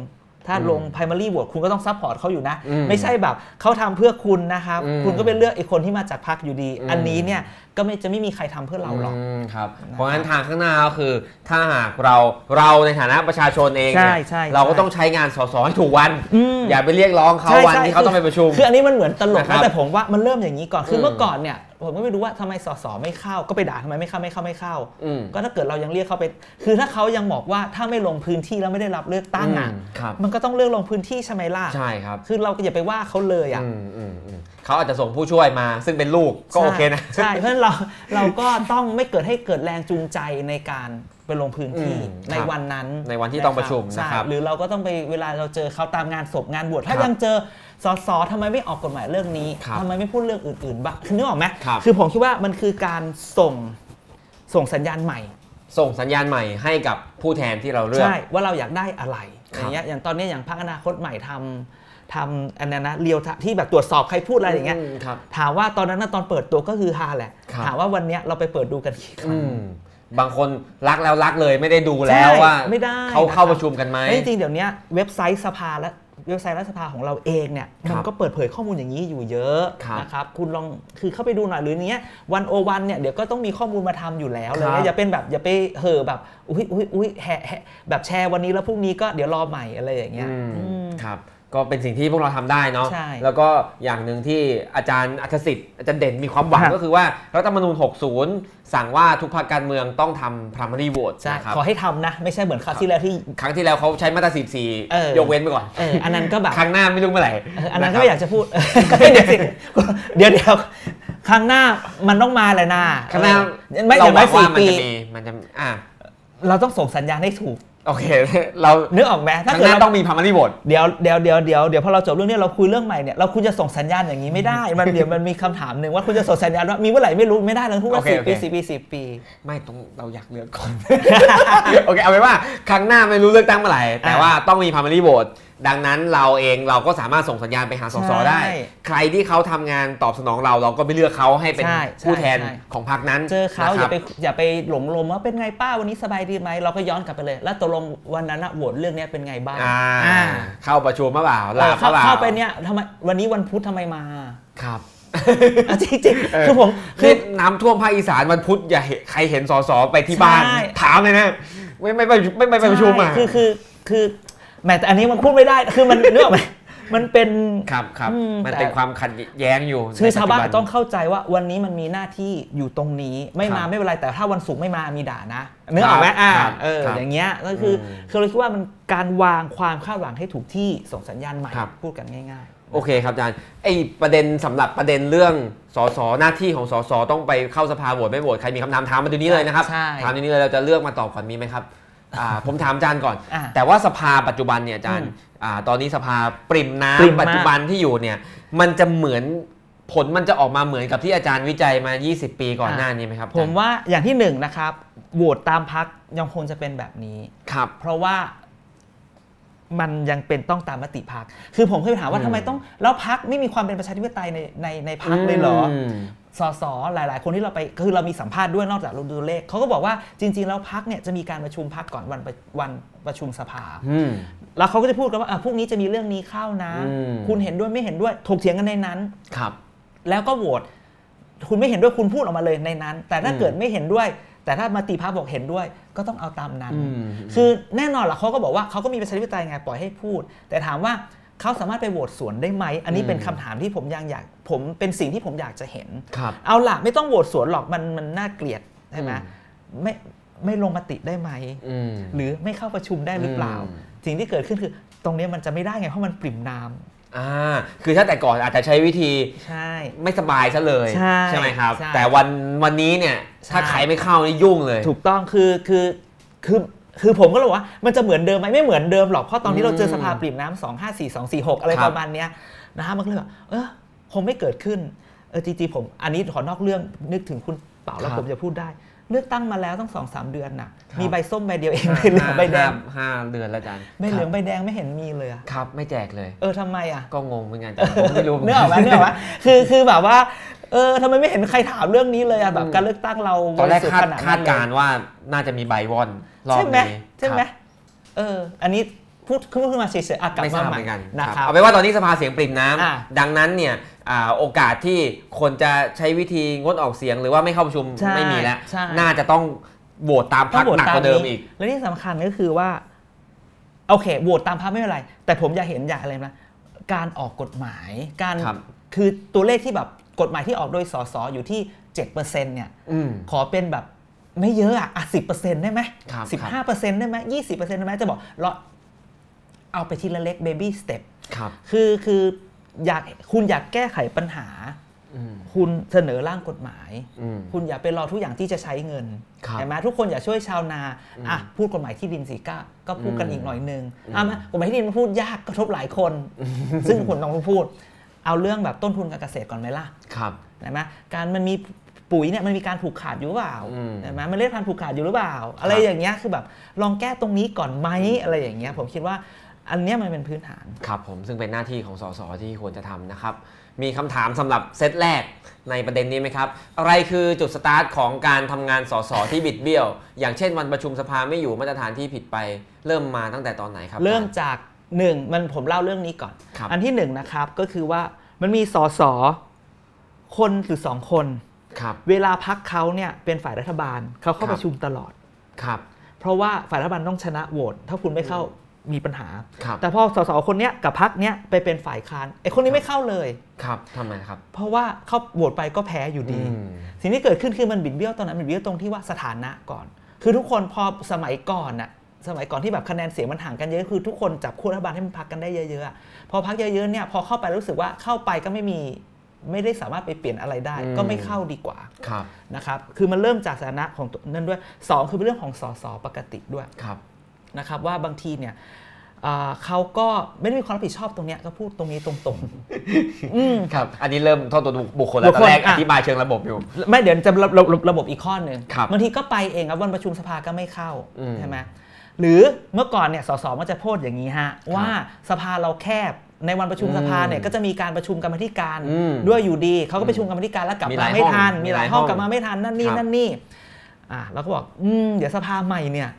ถ้า อืม ลง primary โหวตคุณก็ต้องซัพพอร์ตเขาอยู่นะ อืม ไม่ใช่แบบเขาทำเพื่อคุณนะครับ อืม คุณก็ไปเลือกไอ้คนที่มาจากพักอยู่ดี อืม อันนี้เนี่ยก็ไม่จะไม่มีใครทำเพื่อเราหรอก มครับ นะครับ เพราะงั้นทางข้างหน้าก็คือ ถ้าหากเราเราในฐานะประชาชนเอง ใช่ เนี่ย ใช่ เราก็ ใช่ ต้องใช้งานสสให้ถูกวัน อืม อย่าไปเรียกร้องเขา ใช่ วัน ใช่ ที่เขาต้องไปประชุม คือคืออันนี้มันเหมือนตลก นะครับ นะแต่ผมว่ามันเริ่มอย่างนี้ก่อน คือ ม เมื่อก่อนเนี่ย ผมก็ไม่รู้ว่าทำไมสสไม่เข้า ก็ไปด่าทำไมไม่เข้าไม่เข้าไม่เข้า อืม ก็ถ้าเกิดเรายังเรียกเขาไป คือถ้าเขายังบอกว่าถ้าไม่ลงพื้นที่แล้วไม่ได้รับเลือกตั้งอ่ะ อืมครับ มันก็ต้องเลือกลงพื้นที่ใช่ไหมล่ะ ใช่ครับ คือเราก็อย่าไปว่าเขาเลยอ่ะ อืมอืมอืมเขาอาจจะส่งผู้ช่วยมา ซึ่งเป็นลูกก็โอเคนะ ใช่ใช่ เพราะฉะนั้นเราเราก็ต้องไม่เกิดให้เกิดแรงจูงใจในการไปลงพื้นที่ อืม ใน ครับ วันนั้น ในวันที่ต้องประชุม ใ นะครับ หรือเราก็ต้องไปเวลาเราเจอเขาตามงานศพงานบวชถ้า ครับ ยังเจอสสทำไมไม่ออกกฎหมายเรื่องนี้ ครับ ทำไมไม่พูดเรื่องอื่นๆบ้างคือนึกออกไหม ครับ คือผมคิดว่ามันคือการส่งส่งสัญญาณใหม่ ส่งสัญญาณใหม่ให้กับผู้แทนที่เราเลือก ใช่ ว่าเราอยากได้อะไรอ ครับ ย่างเงี้ยอย่างตอนเนี้ยอย่างพรรคอนาคตใหม่ทำทำอันนั้นนะเรียวที่แบบตรวจสอบใครพูดอะไรอย่างเงี้ย อืมครับ ถามว่าตอนนั้นนะตอนเปิดตัวก็คือฮาแหละ ครับ ถามว่าวันเนี้ยเราไปเปิดดูกันกี่ครั้ อื ง มบางคนรักแล้วรักเลยไม่ได้ดูแล้ว ใช่ ว่า ไม่ได้ เขาเข้า นะคปรับระชุมกันไหม แล้วจริงๆเดี๋ยวเนี้ยเว็บไซต์สภาและเว็บไซต์รัฐสภาของเราเองเนี่ย ครับ มันก็เปิดเผยข้อมูลอย่างนี้อยู่เยอะ ครับ นะครับคุณลองคือเข้าไปดูหน่อยหรือเนี้ยวันโอวันเนี่ยเดี๋ยวก็ต้องมีข้อมูลมาทำอยู่แล้วอะไรคเลรั ย บ อย่าเป็นแบบอย่าไปเห่อะแบบอุ้ยอุ้ยอุ้ยแห่แห่แบบแชร์วันนี้แล้วพรุ่งนี้ก็เดี๋ยวรอใหม่อะไรอย่างเงี้ยอืม ครับก็เป็นสิ่งที่พวกเราทำได้เนาะ ใช่ แล้วก็อย่างหนึ่งที่อาจารย์อัธสิทธิ์อาจารย์เด่นมีความหวัง ครับ ก็คือว่ารัฐธรรมนูญ 60 สั่งว่าทุกพรรคการเมืองต้องทำพร i m a r y vote ใช่ นะครับ ขอให้ทำนะ ไม่ใช่เหมือนคราวที่แล้วที่ ครั้งที่แล้วเขาใช้มาตรา เออ 14 ยกเว้นไปก่อน เอออันนั้นก็แบบ ครั้งหน้าไม่รู้เมื่อไหร่ เอออันนั้นก็ ะคไม่อ รับ ยากจะพู ด เดี๋ยวสิเดี๋ยวเดี๋ยวครั้งหน้ามันต้องมาแหละนะ ครั้งหน้า เออไม่ เรา เดี๋ยว หวังว่าไม่สี่มัน ปี จะมีมันจะอ่ะ เราต้องส่งสัญญาณให้ถูก โอเค เรา นึกออกไหม ค ถ้า รั้งหเกิด น้า เรา ต้องมีพร i m a r y vote เดี๋ยวเดี๋ยวเดี๋ยวเดี๋ยวเดี๋ยวพอเราจบเรื่องเนี้ยเราคุยเรื่องใหม่เนี่ยเราคุณจะส่งสัญญาณอย่างนี้ไม่ได้ มันเดี๋ยวมันมีคำถามหนึ่งว่าคุณจะส่งสัญญาณว่ามีเมื่อไหร่ไม่รู้ไม่ได้เลยทุกว่า โอเค สี่ โอเค ปีสี่ปีสี่ปี ไม่ต้องเราอยากเลือกก่อน โอเคเอาไว้ว่าครั้งหน้าไม่รู้เลือกตั้งเมื่อไหร่ แต่ อ่า ว่าต้องมีพามารีโบดดังนั้นเราเองเราก็สามารถส่งสัญญาณไปหาสส ใช่ ได้ ใครที่เขาทำงานตอบสนองเราเราก็ไปเลือกเขาให้เป็น ใช่ ผู้แทน ใช่ใช่ ของพรรคนั้น เจอเขา นะ อ ครับ ย่าไปอย่าไปหลงลมว่าเป็นไงป้าวันนี้สบายดีไหมเราก็ย้อนกลับไปเลย แล้วตกลงวันนั้นอะโหวตเรื่องเนี้ยเป็นไงบ้าง อ่า อ่า เข้าประชุมมาเปล่าลา เออเข้า เปล่า เข้าไปเนี่ยทำไมวันนี้วันพุธทำไมมา ครับ อ่ะจริงจริงๆ เออ คือผมคื คือ อน้ำท่วมภาคอีสานวันพุธอย่าเห็นใครเห็นสสไปที่บ้าน ใช่ ถามเลยนะไม่ไม่ไปไม่ไม่ไปประชุมอ่ะ ใคือคือคือแหมแต่อันนี้มันพูดไม่ได้คือมันเนื้ออกไหมมันเป็น ครับครับ อืม มัน แต่ เป็นความขัดแย้งอยู่ คือชาวบ้าน ใปัจจุบั ต้องเข้าใจว่าวันนี้มันมีหน้าที่อยู่ตรงนี้ไม่คมารับ ไม่เป็นไรแต่ถ้าวันศุกร์ไม่มามีด่านะนึกออกไหมอ่า ครับ เออ ครับ อย่างเงี้ยก็คืออ ม คือเราคิดว่ามันการวางความคาดหวังให้ถูกที่ส่งสัญญาณใหม่ ครับ พูดกันง่าย โอเคครับอาจารย์ไอประเด็นสำหรับประเด็นเรื่องสสหน้าที่ของสสต้องไปเข้าสภาโหวตไม่โหวตใครมีคำถามถามมาตรงนี้เลยนะครับ ใช่ ถามตรงนี้เลยเราจะเลือกมาตอบก่อนมีไหมครับอ่า ผมถามอาจารย์ก่อน อ่ะ แต่ว่าสภาปัจจุบันเนี่ยอาจารย์ อืม อ่าตอนนี้สภาปริ่ม ปริ่มน้ำมากปัจจุบันที่อยู่เนี่ย มันจะเหมือนผลมันจะออกมาเหมือนกับที่อาจารย์วิจัยมา 20 ปีก่อนหน้านี้ไหมครับ ๆ ผมว่าอย่างที่หนึ่งนะครับโหวตตามพักยังคงจะเป็นแบบนี้ ครับ เพราะว่ามันยังเป็นต้องตามมติพักคือผมเคยถามว่า อืม ทำไมต้องแล้วพักไม่มีความเป็นประชาธิปไตยในในในพักเลยเหรอ ม สสหลาย ๆ คนที่เราไปคือเรามีสัมภาษณ์ด้วยนอกจากเราดูเลขเขาก็บอกว่าจริง ๆ แล้วพักเนี่ยจะมีการประชุมพักก่อนวันประวันประชุมสภา อืม แล้วเขาก็จะพูดกันว่าอ่ะพรุ่งนี้จะมีเรื่องนี้เข้านะ อืม คุณเห็นด้วยไม่เห็นด้วยถกเถียงกันในนั้น ครับ แล้วก็โหวตคุณไม่เห็นด้วยคุณพูดออกมาเลยในนั้น แต่ถ้า อืม เกิดไม่เห็นด้วย แต่ถ้ามาติพักบอกเห็นด้วย ก็ต้องเอาตามนั้น อืม คือแน่นอนล่ะเขาก็บอกว่าเขาก็มีประชาธิปไตยไงปล่อยให้พูด แต่ถามว่าเขาสามารถไปโหวตสวนได้ไหมอันนี้เป็นคำถามที่ผมยังอยากผมเป็นสิ่งที่ผมอยากจะเห็น ครับ เอาล่ะไม่ต้องโหวตสวนหรอกมันมันน่าเกลียดใช่ไหม อืม ไม่ไม่ลงมติได้ไหม อืม หรือไม่เข้าประชุมได้หรือเปล่า อืม สิ่งที่เกิดขึ้นคือ ตรงเนี้ยมันจะไม่ได้ไงเพราะมันปริ่มน้ำ อ่าคือถ้าแต่ก่อนอาจจะใช้วิธี ใช่ ไม่สบายซะเลย ใช่ ไหมครับ ใช่ แต่วันวันนี้เนี่ย ถ้า ใช่ ใครไม่เข้านี่ยุ่งเลย ถูกต้องคือคือคือคือผมก็เลยบอกว่ามันจะเหมือนเดิมไหมไม่เหมือนเดิมหรอกเพราะตอน อื ที่ ม เราเจอสภาปริ่มน้ำสองห้าสี่สองสี่หกอะไร ครับ ประมาณเนี้ยนะฮะมันก็เลยแบบเออคงไม่เกิดขึ้นเออจริงๆผมอันนี้ขอนอกเรื่องนึกถึงคุณเป่าแล้ว ครับ ผมจะพูดได้ เลือกตั้งมาแล้วตั้งสองสามเดือนน่ะมีใบส้มใบเดี ยวเอง ห้า ใบเหลืองใบแดง ห้าห้าเดือนแล้วอาจารย์ ไม่เหคลืองรับ ใบแดงไม่เห็นมีเลยอะ ครับ ไม่แจกเลย เออทำไมอะ ก็งงเหมือนกันอาจารย์ผมไม่รู้ เนื้อออกไหมเนื้อออกไหมคือคือแบบว่า เออทำไมไม่เห็นใครถามเรื่องนี้เลยอะแบบ อืม การเลือกตั้งเรา ตอนแรก บสุท คาด ธิ์ขน คาด นั้น การ เลย ณ์ว่าน่าจะมีใบวอนรอบ ใช่ไหม นี้ ใช่ไหม ครับ เออ อันนี้พูดพูดขึ้นมาเฉยๆอากลับ ไม่ท มา ราบเหใหม่ มือนกัน นะ ค ค รั รั บบ เอาเป็นว่าตอนนี้สภาเสียงปริ่มน้ำ อ่ะ ดังนั้นเนี่ยอ่าโอกาสที่คนจะใช้วิธีงดออกเสียงหรือว่าไม่เข้าประชุม ใช่ ไม่มีแล้ว ใช่ น่าจะต้องโหวตตามพรรคหนักกว่าเดิมอีก และที่สำคัญก็คือว่าโอเคโหวตตามพรรคไม่เป็นไร แต่ผมอยากเห็นอยากอะไรนะการออกกฎหมายการ ครับ คือตัวเลขที่แบบ กฎหมายที่ออกโดยสสอยู่ที่7%เนี่ย อืม ขอเป็นแบบไม่เยอะอะอ่ะสิบเปอร์เซ็นต์ได้ไหม ครับ สิบห้าเปอร์เซ็นต์ได้ไหมยี่สิบเปอร์เซ็นต์ได้ไหมจะบอกเราเอาไปทีละเล็กเบบี้สเต็ป ครับ คือคืออยากคุณอยากแก้ไขปัญหา อืม คุณเสนอร่างกฎหมาย อืม คุณอย่าไปรอทุกอย่างที่จะใช้เงิน ครับ ใช่ไหมทุกคนอย่าช่วยชาวนา อืม อ่ะพูดกฎหมายที่ดินสิก็ก็พูดกัน อืม อีกหน่อยนึง อืม อ่ะมากฎหมายที่ดินมันพูดยากกระทบหลายคน ซึ่งคุณต้องพูด เอาเรื่องแบบต้นทุนการเกษตรก่อนไหมล่ะ ครับ ใช่ไหมการมันมีปุ๋ยเนี่ยมันมีการผูกขาดอยู่หรือเปล่า อืม ใช่ไหมมันเรียกพันธุ์ผูกขาดอยู่หรือเปล่า อะไร ครับ อย่างเงี้ยคือแบบลองแก้ตรงนี้ก่อนไหมอะไรอย่างเงี้ยผมคิดว่าอันเนี้ยมันเป็นพื้นฐาน ครับผมซึ่งเป็นหน้าที่ของสสที่ควรจะทำนะครับ มีคำถามสำหรับเซตแรกในประเด็นนี้ไหมครับ อะไรคือจุดสตาร์ทของการทำงานสสที่บิดเบี้ยว อย่างเช่นวันประชุมสภาไม่อยู่มาตรฐานที่ผิดไป เริ่มมาตั้งแต่ตอนไหนครับ เริ่มจากหนึ่งมันผมเล่าเรื่องนี้ก่อน ครับ อันที่หนึ่งนะครับก็คือว่ามันมีสอสอคนหรือสองคน ครับ เวลาพักเขาเนี่ยเป็นฝ่ายรัฐบาลเขาคเข้ารับ ประชุมตลอด ครับ เพราะว่าฝ่ายรัฐบาลต้องชนะโหวตถ้าคุณไม่เข้ามีปัญหา ครับ แต่พอสสคนเนี้ยกับพักเนี้ยไปเป็นฝ่ายค้านไอคนนี้ไม่เข้าเลย ครับทำไมครับ เพราะว่าเขาโหวตไปก็แพ้อยู่ดี อืม สิ่งที่เกิดขึ้นคือมันบิดเบี้ยวตอนนั้นบิดเบี้ยวตรงที่ว่าสถานะก่อน คือทุกคนพอสมัยก่อนอะสมัยก่อนที่แบบคะแนนเสียงมันห่างกันเยอะคือทุกคนจับคู่รัฐบาลให้มันพักกันได้เยอะๆอะพอพักเยอะๆเนี่ยพอเข้าไปรู้สึกว่าเข้าไปก็ไม่มีไม่ได้สามารถไปเปลี่ยนอะไรได้ อืม ก็ไม่เข้าดีกว่า ครับ นะครับคือมันเริ่มจากสถานะของตัวนั่นด้วยสองคือเป็นเรื่องของสสปกติด้วย ครับ นะครับว่าบางทีเนี่ยอ่าเขาก็ไม่ได้มีความรับผิดชอบตรงเนี้ยก็พูดตรงนี้ตรงๆ อืม ครับ อันนี้เริ่มโทษตัวบุคคลแล้ บุ วตคอ คล นแรก อ่ะ อธิบายเชิงระบบอยู่ ไม่เดี๋ยวจะระระระบบอีกข้อหนึ่ง ครับ บางทีก็ไปเองครับวันประชุมสภาก็ไม่เข้า อืม ใช่ไหมหรือเมื่อก่อนเนี่ยสสมันจะพูดอย่างนี้ฮะว่าสภาเราแคบในวันประชุม อืม สภาเนี่ยก็จะมีการประชุมกรรมาธิการ อืม ด้วยอยู่ดีเขาก็ประชุมกรรมาธิการแล้วกลับ มีห มา ลาย ไม่ทัน ห้อง มีหลามีหลายย ห้อง ห้อง กลับมาไม่ทันนั่นนี่ ครับ นั่นนี่อ่ะเราก็บอกอืมเดี๋ยวสภาใหม่เนี่ย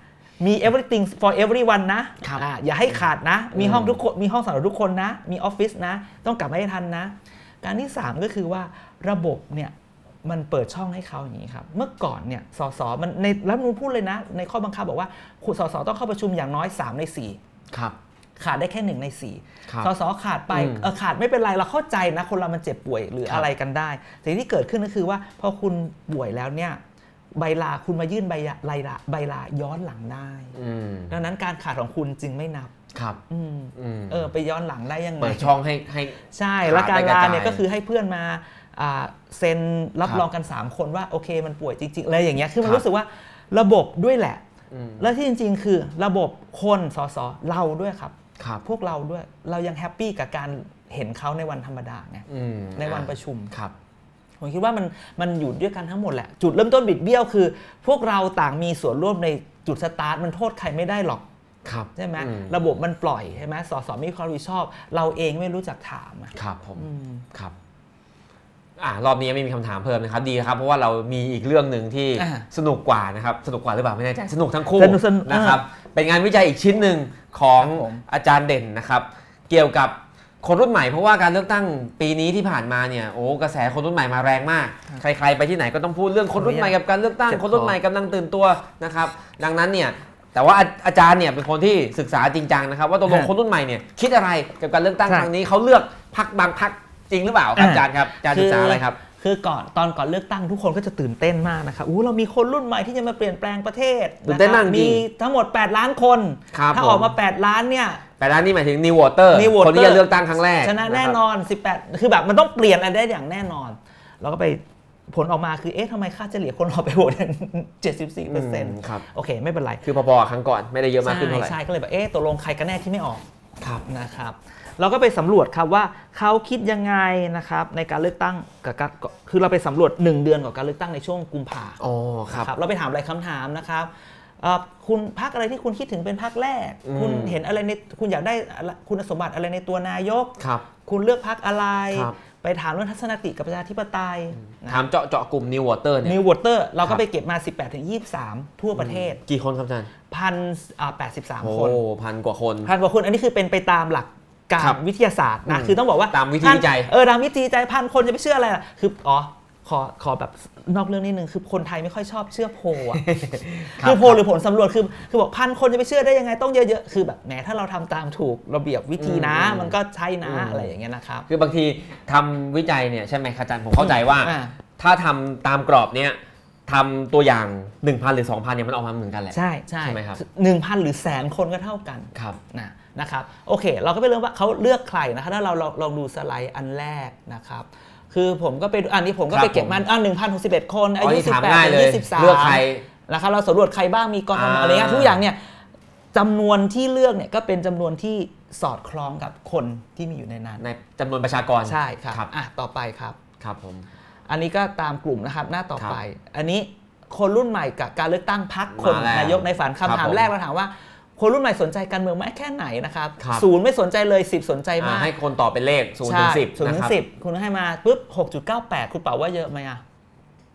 มี everything for everyone นะอ่ะอย่าให้ขาดนะ มีห้องทุกคนมีห้องสำหรับทุกคนนะ มีออฟฟิศนะ ต้องกลับมาให้ทันนะ การที่ 3 ก็คือว่าระบบเนี่ยมันเปิดช่องให้เขาอย่างนี้ครับ เมื่อก่อนเนี่ยสสมันในรัฐธรรมนูญพูดเลยนะ ในข้อบังคับบอกว่าคุณสสต้องเข้าประชุมอย่างน้อย 3 ใน ครับ 4 ขาดได้แค่ 1 ใน ครับ4สสขาดไป อืม เออขาดไม่เป็นไรเราเข้าใจนะคนเรามันเจ็บป่วยหรืคอรับ อะไรกันได้สิ่งที่เกิดขึ้นก็คือว่าพอคุณป่วยแล้วเนี่ยใบลาคุณมายื่นใบลาใบลาใบลาย้อนหลังได้ อืม ดังนั้นการขาดของคุณจึงไม่นับ ครับ อืม อืม เออไปย้อนหลังได้ยังไง เปิดช่องให้ให้ ใช่ แล้วการลาเนี่ขาดได้กระยจาย ก็คือให้เพื่อนมาอ่าเซ็นรับ ครับ รองกัน 3 คนว่าโอเคมันป่วยจริงๆอะไรอย่างเงี้ยคือมัคนรับ รู้สึกว่าระบบด้วยแหละ อืม และที่จริง ๆ คือระบบคนสสเราด้วยครับ ครับ พวกเราด้วยเรายังแฮปปี้กับการเห็นเขาในวันธรรมดาไง อืม ในวันประชุม ครับ ผมคิดว่ามันมันอยู่ด้วยกันทั้งหมดแหละ จุดเริ่มต้นบิดเบี้ยวคือ พวกเราต่างมีส่วนร่วมในจุดสตาร์ทมันโทษใครไม่ได้หรอก ครับ ใช่ไหม อื ระบบมันปล่อยใช่ไหมสสไม่มีความรับผิดชอบ เราเองไม่รู้จักถามอะ ครับผม อืม ครับอ่ารอบนี้ไม่มีคำถามเพิ่มนะครับ ดีครับ เพราะว่าเรามีอีกเรื่องหนึ่งที่ อ่า สนุกกว่านะครับ สนุกกว่าหรือเปล่าไม่แน่ใจสนุกทั้งคู่ สนุกสนุก นะครับ เป็นงานวิจัยอีกชิ้นหนึ่งของ ครับผม อาจารย์เด่นนะครับ เกี่ยวกับคนรุ่นใหม่เพราะว่าการเลือกตั้งปีนี้ที่ผ่านมาเนี่ยโอ้กระแสคนรุ่นใหม่มาแรงมาก ใคร ๆ ไปที่ไหนก็ต้องพูดเรื่องคนรุ่นใหม่กับการเลือกตั้ง เจ็บคอ คนรุ่นใหม่กำลังตื่นตัวนะครับ ดังนั้นเนี่ยแต่ว่าอาอาจารย์เนี่ยเป็นคนที่ศึกษาจริงจังนะครับ ว่าตกลงคนรุ่นใหม่เนี่ยคิดอะไรกับการเลือกตั้งครั้งนี้ นี้เขาเลือกพักบางพักจริงหรือเปล่าครับ อ่ะ อาจารย์ครับอาจารย์ศึกษาอะไรครับ คือก่อนตอนก่อนเลือกตั้งทุกคนก็จะตื่นเต้นมากนะครับอู้เรามีคนรุ่นใหม่ที่จะมาเปลี่ยนแปลงประเทศ ตื่นเต้นมาก ะค จริงรับมีทั้งหมด 8 ล้านคน ครับ ถ้า ผม ออกมา 8 ล้านเนี่ย แต่ร้านนี้หมายถึง New Water New Voter คนที่จะเลือกตั้งครั้งแรก ชนะแน่น ครั อน 18 คือแบบมันต้องเปลี่ยนอะไรได้อย่างแน่นอน เราก็ไปผลออกมาคือเอ๊ะทำไมค่าเฉลี่ยคนออกไปโหวตเจ็ดสิบสี่เปอร์เซ็นต์ ครับ โอเค ไม่เป็นไร บคือพอๆกับครั้งก่อนไม่ได้เยอะมากขึ้นเท่าไหร่ ใช่ใช่ก็เลยแบบเอ๊ะตกลงใครกันแน่ที่ไม่ออก ครับ นะครับเราก็ไปสำรวจครับว่าเขาคิดยังไงนะครับในการเลือกตั้งกับการคือเราไปสำรวจ 1 เดือนกับการเลือกตั้งในช่วงกุมภา อ๋อครับ ครับเราไปถามหลายคำถามนะครับเอ่อคุณพักอะไรที่คุณคิดถึงเป็นพักแรก อืม คุณเห็นอะไรในคุณอยากได้อะไรคุณสมบัติอะไรในตัวนายก ครับ คุณเลือกพักอะไร ครับ ไปถามเรื่องทัศนคติกับประชาธิปไตย ถามเจาะเจาะกลุ่ม New Water เนี่ย นิววอเตอร์เรา ครั ก็ บ ไปเก็บมา 18-23 ทั่วประเทศ กี่คนครับอาจารย์ พันแปดสิบสาม โอ้ คน พันกว่าคน พันกว่าคนอันนี้คือเป็นไปตามหลักกา ครั ร บ วิทยาศาสตร์นะ อืม คือต้องบอกว่า ตามวิธี ท่น วิจัย เออตามวิธีวิจัยพันคนจะไปเชื่ออะไรล่ะคืออ๋อ ขอขอแบบนอกเรื่องนิดนึงคือคนไทยไม่ค่อยชอบเชื่อโพลอะ รับ คือโพลหรือผลสำรวจคือคือบอกพันคนจะไปเชื่อได้ยังไงต้องเยอะๆ คือแบบแหมถ้าเราทำตามถูกระเบียบวิธีนะ อืม มันก็ใช่นะ อืม อะไรอย่างเงี้ยนะครับ คือบางทีทำวิจัยเนี่ยใช่ไหมครับอาจารย์ผมเข้าใจว่า อ่า ถ้าทำตามกรอบเนี่ยทำตัวอย่าง 1,000 หรือ 2,000เนี่ยมันออกมาเหมือนกันแหละ ใช่ใช่ ใช่ไหมครับ หนึ่งพันหรือแสนคนก็เท่ากัน ครับ นะนะครับโอเค เราก็ไปเรื่องว่าเขาเลือกใครนะครับถ้าเราลองลองดูสไลด์อันแรกนะครับคือผมก็ไปดูอันนี้ผมก็ ครับ ไปเก็บ ผม มันอ่ะหนึ่งพันหกสิบเอ็ดคนอา อ๋อ ยุ นี่ สิบ ถาม แปด ง่ายเล ถึยงยี่สิบสาม เลือกใคร นะครับเราสำรวจใครบ้างมีกรทม อ่า อะไรเงี้ยทุกอย่างเนี่ยจำนวนที่เลือกเนี่ยก็เป็นจำนวนที่สอดคล้องกับคนที่มีอยู่ในนั้น ในจำนวนประชากร ใช่ครับ ครับ อ่ะต่อไปครับ ครับผม อันนี้ก็ตามกลุ่มนะครับหน้าต่อไป อันนี้คนรุ่นใหม่กับการเลือกตั้งพักคน มาแล้ว นายกในฝัน ครับ คำถาม ผม แรกเราถามว่า คนรุ่นใหม่สนใจการเมืองมากแค่ไหนนะครับ ครับ ศูนย์ไม่สนใจเลย 10 สนใจมา อ่าก ให้คนตอบเป็นเลข0ถึง ใช่ 10 ถึ นะ ง ครับ สิบคุณให้มาปุ๊บ 6.98 คุณเป่าว่าเยอะไหมอ่ะ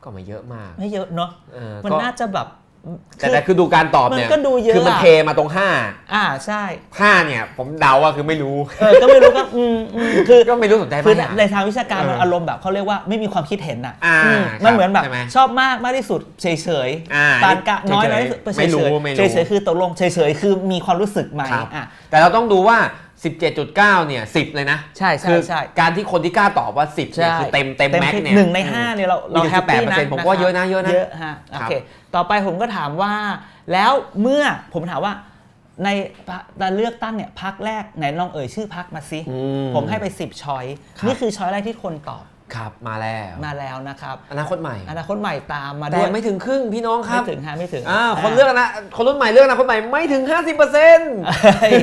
ก็ไม่เยอะมาก ไม่เยอะเนาะ เออ มัน ก็ น่าจะแบบ แต่แต่คือดูการตอบเนี่ย มันก็ดูเยอะ คือมัน อะ เทมาตรง 5 อ่าใช่ 5เนี่ยผมเดาว่าคือไม่รู้ เออก็ไม่รู้ก็อืมอืมคือ ก็ไม่รู้สนใจ คือ ไหม ใน อะ ทางวิชาการมัเออนอ อารมณ์แบบเขาเรียกว่าไม่มีความคิดเห็นน่ะ อ่า อืม ครับ มันเหมือนแบบ ใช่ไหม ชอบมากมากที่สุดเฉย อ่า ๆปานกะน้อย เฉยๆ น้อยที่สุด ไม่รู้ไม่รู้ เฉยๆเฉยๆคือตกลงเฉยๆคือมีความรู้สึกไหม ครับ อ่ะ แต่เราต้องดูว่า 17.9เนี่ย10 เลยนะ ใช่ใช่ คือ ใช่ การที่คนที่กล้าตอบว่า 10เนี่ยคือเต็มเต็มแม็กซ์เนี่ย หนึ่งในห้าเนี่ยเราเราแฮปปี้นะ 78%ผมว่าเยอะนะเยอะนะ เยอะฮะโอเคต่อไปผมก็ถามว่า แล้วเมื่อผมถามว่าในการเลือกตั้งเนี่ยพักแรกไหนลองเอ่ยชื่อพักมาสิ อืม ผมให้ไป 10ช้อย ครับ นี่คือช้อยแรกที่คนตอบ ครับมาแล้ว มาแล้วนะครับ อนาคตใหม่ อนาคตใหม่ตามมาด้ แต่ วย ไม่ถึงครึ่งพี่น้องครับ ไม่ถึงฮะไม่ถึง อ่าคนเลือกนะ คนรุ่นใหม่เลือกอนะคนใหม่ไม่ถึง 50%เปอร์เซ็นต์ เฮ้ย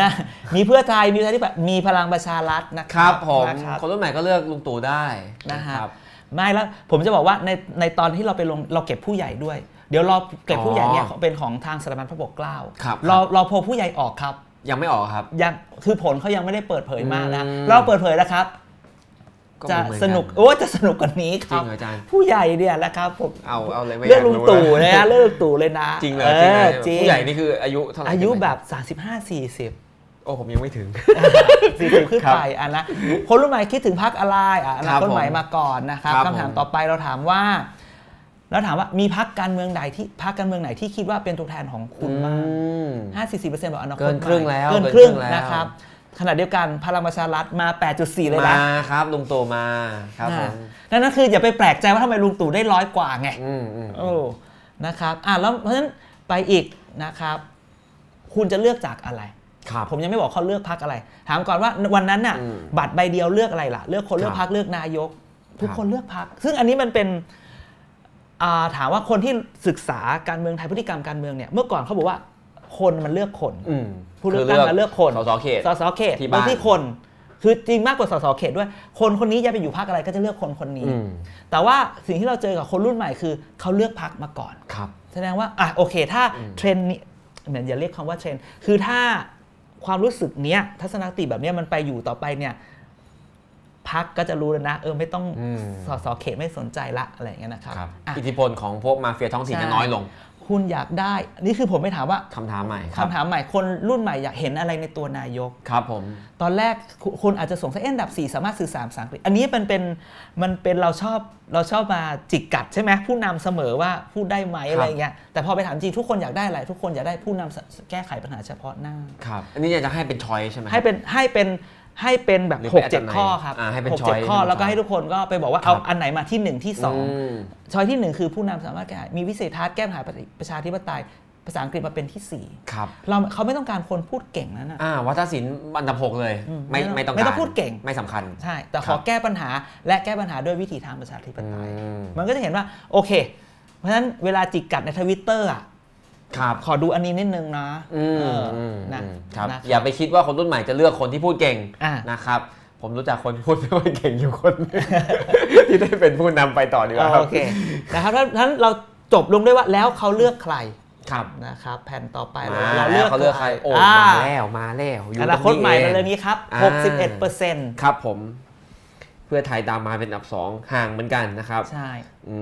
นะมีเพื่อไทยมีประชาธิปัตย์มีพลังประชารัฐนะค ค รั รับผม นะครับ คนรุ่นใหม่ก็เลือกลุงตู่ได้ นะฮะ ครับ ไม่แล้วผมจะบอกว่าในในตอนที่เราไปลงเราเก็บผู้ใหญ่ด้วย เดี๋ยวรอเก็บผู้ใหญ่เนี่ย อ๋อ เป็นของทางสถาบันพระปกเกล้า ครับ รอรอโพลผู้ใหญ่ออกครับ ยังไม่ออกครับ ยังคือผลเขายังไม่ได้เปิดเผยมากนะ อืม เราเปิดเผยแล้วครับ ก็ จะ เหมือ สนุก จ โอ้จะสนุกกว่านี้ค ริ รั ง บ เหรออาจารย์ ผู้ใหญ่เนี่ยแหละครับผม เอาเอาเลยไม่ เรื่องลุง อยากรู้ ตู่ แล้วเลยนะเรื่องลุงตู่เลยนะ จริงเหรอ เอ จริงเหรออจริง ผู้ใหญ่นี่คืออายุเท่าไหร่ อายุแบบ 35 40 โอ้ผมยังไม่ถึง 40 ขึ้นไปอ่ะนะคนรุ่นใหม่คิดถึงพักอะไรอ่ะอ ค นะ รับ คนใหม่ ผม มาก่อนนะครับ ครับ คำถาม ผม ต่อไปเราถามว่า เราถามว่ามีพักการเมืองใดที่พักการเมืองไหนที่คิดว่าเป็นตัวแทนของคุณบ้าง อืม 5 4 4เปอร์เซ็นต์บอกอนาคต เกินครึ่งแล้ว เกิน เกิน ครึ่ง ครึ่งแล้ว นะครับขณะเดียวกันพลังประชารัฐมา 8.4 เลย มา นะครับ ลุงตู่มาครับผ อ่าม นั่นก็คืออย่าไปแปลกใจว่าทำไมลุงตู่ได้ร้อยกว่าไง อืมอืม โอ้ นะครับ อ่ะ แล้วเพราะฉะนั้นไปอีกนะครับ คุณจะเลือกจากอะไร ครับ ผมยังไม่บอกเขาเลือกพักอะไร ถามก่อนว่าวันนั้นน่ะ อืม บัตรใบเดียวเลือกอะไรล่ะ เลือกคนเลือก ครั พั บ กเลือกนายก ทุก ครับ คนเลือกพัก ซึ่งอันนี้มันเป็นอ่าถามว่าคนที่ศึกษาการเมืองไทยพฤติกรรมการเมืองเนี่ย เมื่อก่อนเขาบอกว่าคนมันเลือกคน อืม ผู้เลือกตั้งมาเลือกคน สสเขต สสเขต ที่บ้าน บางที่คน คือจริงมากกว่าสสเขตด้วย คนคนนี้ย้ายไปอยู่พักอะไรก็จะเลือกคนคนนี้ อืม แต่ว่าสิ่งที่เราเจอกับคนรุ่นใหม่คือเขาเลือกพักมาก่อน ครับ แสดงว่า อ่ะ โอเค ถ้าเทรนด์นี้เหมือนอย่าเรียกคำว่าเทรนด์คือถ้าความรู้สึกเนี้ย ทัศนคติแบบเนี้ยมันไปอยู่ต่อไปเนี่ยพักก็จะรู้แล้วนะ เออ ไม่ต้อง อืม สอสอเขตไม่สนใจละ อะไรอย่างเงี้ยนะครับ ครับ อ่ะ อิทธิพลของพวกมาเฟียท้องถิ่นจะ ใช่ น้อยลง คุณอยากได้ นี่คือผมไปถามว่า คำถามใหม่ คำถามใหม่ คนรุ่นใหม่อยากเห็นอะไรในตัวนายก ครับผม ตอนแรกคุคุณอาจจะสงสัยเอ๊ะอันดับ 4 สามารถสื่อสารภาษาอังกฤษ อันนี้มันเป็นมันเป็นเราชอบเราชอบมาจิกกัดใช่ไหมผู้นำเสมอว่าพูดได้ไหม ครับ อะไรอย่างเงี้ยแต่พอไปถามจริงทุกคนอยากได้อะไร ทุกคนอยากได้ผู้นำแก้ไขปัญหาเฉพาะหน้า ครับ อันนี้อยากจะให้เป็นชอยใช่ไหม ให้เป็นให้เป็นให้เป็นแบบ หรือ หก เป็น เจ็ด อันไหน ข้อครับ อ่าให้เป็น หกเจ็ด choice ข้อ ให้เป็น แล้วก็ choice ให้ทุกคนก็ไปบอกว่า ครั เอา บ อันไหนมาที่หนึ่งที่สอง ม ชอยที่หนึ่งคือผู้นำสามารถแก้ไขมีวิสัยทัศน์แก้ปัญหาประชาธิปไตยภาษาอังกฤษมาเป็นที่สี่ ครับ เราเขาไม่ต้องการคนพูดเก่งนั่นน่ะ อ่าวัฒนศิลป์อันดับหกเลย อืม ไม่ ไม่ ไม่ ต้ ต้อ อง ง การ ไม่ต้องพูดเก่ง ไม่สำคัญ ใช่แต่ ค ข รั อบ แก้ปัญหาและแก้ปัญหาด้วยวิธีทางประชาธิปไตย อืม มันก็จะเห็นว่าโอเค เพราะฉะนั้นเวลาจิกกัดในทวิตเตอร์อ่ะ ครับ ขอดูอันนี้นิดนึงนะ อืม เอออ ม นะ อืมครับ นะ อย่าไปคิดว่าคนรุ่นใหม่จะเลือกคนที่พูดเก่ง อ่า นะครับ ผมรู้จักคนพูดไม่ ค่อยเก่งอยู่ คนหนึ่งที่ได้เป็นผู้นำไปต่อดีกว่า โอเคนะครับเพราะฉะนั้นเราจบลงด้วยว่าแล้วเขาเลือกใคร ครับ นะครับ แผ่นต่อไป มา เราเรา แล้ เลื ว อก เขาเลือกใครโอ้ อ่า มาแล้วมาแล้วอยู่ อ ต นาค ร ต ง ใหม่ เอ มาง เลยนี้ครับ อ่า 61เปอร์เซ็นต์ ครับผม เพื่อไทยตามมาเป็นอันดับสองห่างเหมือนกันนะครับ ใช่ อื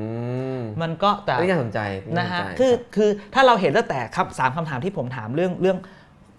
ม มันก็แต่ นี่น่าสนใจา นะ ส ฮะ ใจ คือคือถ้าเราเห็นตั้งแต่ครับสามคำถามที่ผมถามเรื่องเรื่อง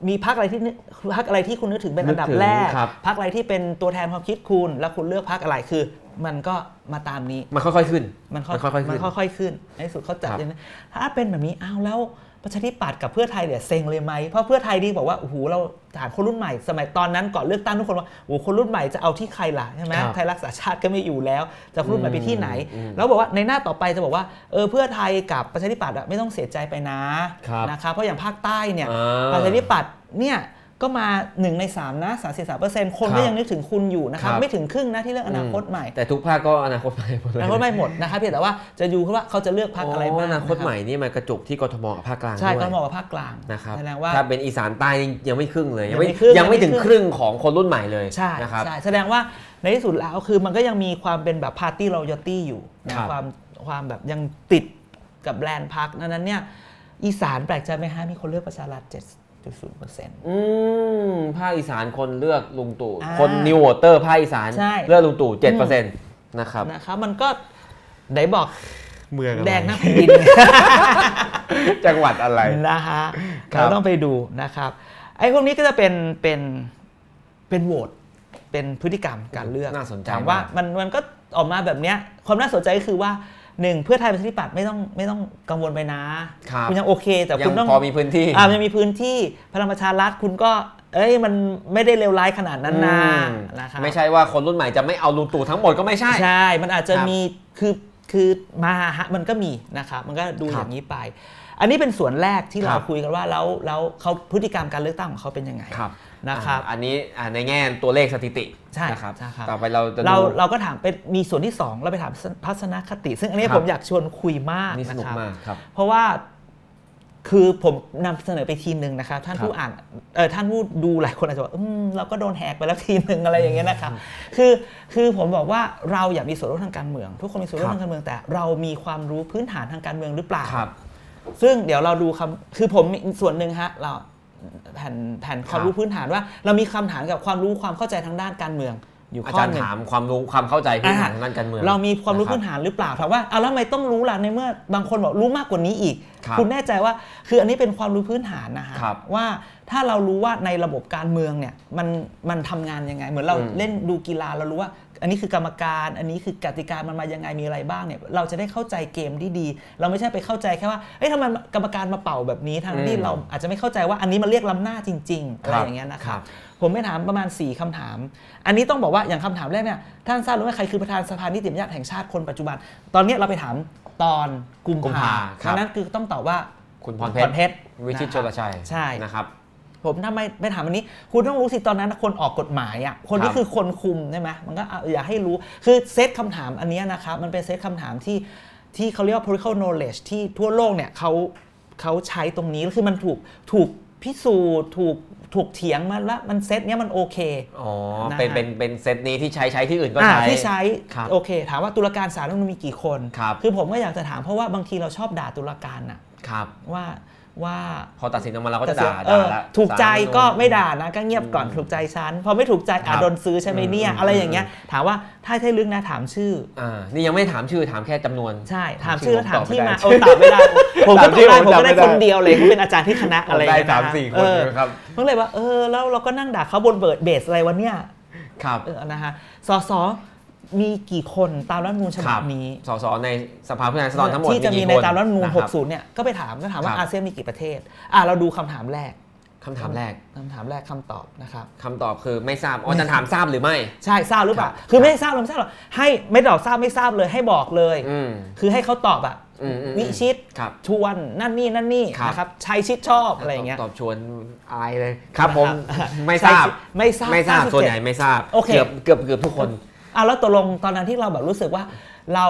มีพักอะไรที่นึกพักอะไรที่คุณนึกถึงเป็นอันดับแรก นึถึงครับ พักอะไรที่เป็นตัวแทนความคิดคุณ แล้วคุณเลือกพักอะไรคือ มันก็มาตามนี้ มันค่อยๆขึ้น มันค่อย มันค่อยๆขึ้น มันค่อยๆขึ้นในที่สุดเขาจัด ครับ อย่างนั้นถ้าเป็นแบบนี้อ้าวแล้วประชาธิปัตย์กับเพื่อไทยเนี่ยเซ็งเลยไหมเพราะเพื่อไทยดีบอกว่าโอ้โหเราหาคนรุ่นใหม่สมัยตอนนั้นก่อนเลือกตั้งทุกคนว่าโอ้โหคนรุ่นใหม่จะเอาที่ใครล่ะใช่ไหม ครับ ไทยรักษาชาติก็ไม่อยู่แล้วจะเอาคนรุ่นใหม่ไปที่ไหน อืม แล้วบอกว่าในหน้าต่อไปจะบอกว่าเออเพื่อไทยกับประชาธิปัตย์อะไม่ต้องเสียใจไปนะครับ นะคะเพราะอย่างภาคใต้เนี่ย อ่า ประชาธิปัตย์เนี่ยก็มาหนึ่งในสามนะสามสิบสามเปอร์เซ็นต์คน ครับ ก็ยังนึกถึงคุณอยู่นะคครัรับ บ ไม่ถึงครึ่งนะที่เรื่องอนาคตใหม่ แต่ทุกภาคก็อนาคตใหม่หมดเลย อนาคตใหม่หมดนะครับเพียงแต่ว่าจะอยู่ว่าเขาจะเลือกพักอะไรบ้าง อนาคต ะรับ ใหม่นี่มันกระจุกที่กทมกับภาคกลางด้วย ใช่ก็เหมาะกับภาคกลาง นะครับ แสดงว่า ถ้าเป็นอีสานใต้นี่ยังไม่ครึ่งเลยยัยัง ง ไม่ ไม่ ครึ่ง ยังไม่ ยังไม่ ถึง ค ค รึ่ รึ่ ง งของคนรุ่นใหม่เลย ใช่ นะครับ ใช่แสดงว่าในที่สุดแล้วคือมันก็ยังมีความเป็นแบบพาร์ตี้รอยตี้อยู่นะครับ ความความแบบยังติดกับแบรนด์พักนั้นเนี่ยอีสานแปลกใจไหมฮะมีคนเลือกประชารัฐ7.0เปอร์เซ็นต์ อืมภาคอีสานคนเลือกลุงตู่ อ่า คนนิวโวเตอร์ภาคอีสาน ใช่ เลือกลุงตู่เจ็ดเปอร์เซ็นต์นะครับ นะครับมันก็ไหนบอก เมือง แดงหน้าแผ่นดิน จังหวัดอะไร นะฮะ ครับ เราต้องไปดูนะครับ ไอ้พวกนี้ก็จะเป็นเป็นเป็นโหวตเป็นพฤติกรรมการเลือก น่าสนใจ ถามว่าม าก มันมันก็ออกมาแบบเนี้ยความน่าสนใจก็คือว่าหนึ่งเพื่อไทยประชาธิปัตย์ไม่ต้องไม่ต้องกังวลไปนะครับ ณยังโอเค แต่ ยั คุณ ง ต้อง พอมีพื้นที่ อ่ายังมีพื้นที่พลังประชารัฐคุณก็ เอ้ยมันไม่ได้เลวร้ายขนาดนั้นนะ อืม นะครับ ไม่ใช่ว่าคนรุ่นใหม่จะไม่เอาลุงตู่ทั้งหมดก็ไม่ใช่ ใช่ มันอาจจะ ครับ มี คือ คือ มาฮะ มันก็มีนะครับ มันก็ดู ค อ รับ ย่างนี้ไป อันนี้เป็นส่วนแรกที่เรา ครับ คุยกันว่า แล้ว แล้วเขาพฤติกรรมการเลือกตั้งของเขาเป็นยังไง ครับ นะครับ อ่าอันนี้อ่าในแง่ตัวเลขสถิติ ใช่ นะครับ ใช่ครับ ต่อไปเราจะ เรา ดู เราก็ถามเป็น มีส่วนที่ 2 เราไปถามทัศนคติ ซึ่งอันนี้ ครับ ผมอยากชวนคุยมาก นี่สนุก ะครับ มากครับ เพราะว่าคือผมนำเสนอไปทีมหนึ่งนะครับท่าน ครับ ผู้อ่านเออท่านผู้ดูหลายคนอาจจะบอกอืมเราก็โดนแหกไปแล้วทีหนึ่งอะไรอย่างเงี้ยนะครับคือคือผมบอกว่าเราอยากมีส่วนร่วมทางการเมือง ทุกคนมีส่วนร่วม ครับ ทางการเมืองแต่ เรามีความรู้พื้นฐานทางการเมืองหรือเปล่า ครับ ซึ่งเดี๋ยวเราดูคำคือผมมีส่วนหนึ่งฮะเราแผ่นแผ่นคครัวามบ รู้พื้นฐานว่า เรามีคำถามกับความรู้ความเข้าใจทางด้านการเมือง อยู่ อา ข้อ จารย์ หนึ่ง ถามความรู้ความเข้าใจพื้นฐาน อ่ะ ทางด้านการเมือง เรามีความรู้พื้นฐานหรือเปล่าถามว่าเอาแล้วทำไมต้องรู้ล่ะในเมื่อบางคนบอกรู้มากกว่านี้อีก ครับ ณแน่ใจว่าคืออันนี้เป็นความรู้พื้นฐานนะฮะ ครับ ว่าถ้าเรารู้ว่าในระบบการเมืองเนี่ยมันมันทำงานยังไง เหมือนเรา อืม เล่นดูกีฬาเรารู้ว่า อันนี้คือกรรมการ อันนี้คือกติกามันมายังไงมีอะไรบ้างเนี่ยเราจะได้เข้าใจเกมที่ดี เราไม่ใช่ไปเข้าใจแค่ว่าเอ้ยทำไมกรรมการมาเป่าแบบนี้ทางที่ อืม เราอาจจะไม่เข้าใจว่าอันนี้มันเรียกล้ำหน้าจริงๆอะคไรรับ อย่างเงี้ยนะค ครั รับ บ ผมไปถามประมาณ 4คำถาม อันนี้ต้องบอกว่าอย่างคำถามแรกเนี่ยท่านทราบหรือไม่ใครคือประธานสภานิติบัญญัติแห่งชาติคนปัจจุบัน ตอนเนี้ยเราไปถามตอนกุม กุม ภา ภาครั ดั บ งนั้นคือต้องตอบว่า คุณพรเพชรวิชิตชล นะครับ ชัย ใช่ นะครับ ผมถ้าไม่ไม่ถามอันนี้ คุณต้องรู้สิตอนนั้นคนออกกฎหมายอ่ะคนที่ ครับ คือคนคุมใช่ไหมมันก็เอาอย่าให้รู้คือเซตคำถามอันเนี้ยนะครับมันเป็นเซตคำถามที่ที่เขาเรียกว่า political knowledge ที่ทั่วโลกเนี่ยเขาเขาใช้ตรงนี้แล้วคือมันถูกถูกพิสูจน์ถูกถูกเถียงมาแล้วมันเซตเนี้ยมันโอเค ๋อ นะฮะ เป็นเป็นเป็นเซตนี้ที่ใช้ใช้ที่อื่นก็ อ่า ใช้ ที่ใช้ ครับ โอเค ถามว่าตุลาการสารรัฐธรรมนูญมีกี่คน ครับ อผมก็อยากจะถามเพราะว่าบางทีเราชอบด่าตุลาการน่ะ ครับ ว่าว่า พอตัดสินออกมาเราก็จะ เสื ด่า อกเอ ด่า อ ละ ถูกใจ สารรัฐธรรนูญ ก็ไม่ด่านะก็เงียบก่อนถูกใจฉันพอไม่ถูกใจ ครั อา บ โดนซื้อใช่ไหมเนี่ย อืม อะไรอย่างเงี้ยถามว่าถ้าให้ลึกนะถามชื่อ อ่านี่ยังไม่ถามชื่อถามแค่จำนวน ใช่ ถามชื่อแล้วถามที่มา ผ โอ้ ม ตอบไม่ได้ผม ก็ถาม ต ชื่ ออบได้ผม ผม ก็ได้ จำไม่ได้ คนเดียวเลยเขาเป็นอาจารย์ที่คณะ ผ อะ ม ไรอย่ง ได้ เงี้ย สาม นะ สี่ค เอน อ ครับ ผมก็เลยว่าเออแล้วเราก็นั่งด่าเขาบนเบิร์ดเบสอะไรวะเนี่ย ครับ เออนะฮะสสมีกี่คนตามรัฐธรรมนูญฉ ค บั รั บบนี้ สสในสภาผู้แทนราษฎรทั้งหมด ที่จะมี กี่ ใน ค ตามรัฐธรรมนูญ ะคบ 60 เนี่ย ก็ไปถามก็ถามว่า ครับ อาเซียนมีกี่ประเทศ อ่ะ เราดูคำถามแรก คำถามแรก คำถามแรกคำตอบนะครับ คำตอบคือไม่ทราบอ๋อจะถามทราบหรือไม่ ใช่ทราบหรือเปคล่ารับ คือไม่ให้ทราบหรือไม่ทราบหรอกให้ไม่ตอบทราบไม่ทราบเลยให้บอกเลย อืม คือให้เขาตอบอ่ะ อืมอืม วิชิต ครับ ชวน นั่นนี่ นั่นนี่ ครับ นะครับชัยชิดชอบอะไรอย่างเงี้ย ตอบชวนอายเลยครับผม นะครับ ไม่ทราบ ไม่ทราบ ไม่ทราบ 97 ส่วนใหญ่ไม่ทราบ โอเค กือบเกือบเกือบทุกคน อ่ะแล้วตกลงตอนนั้นที่เราแบบรู้สึกว่า เรา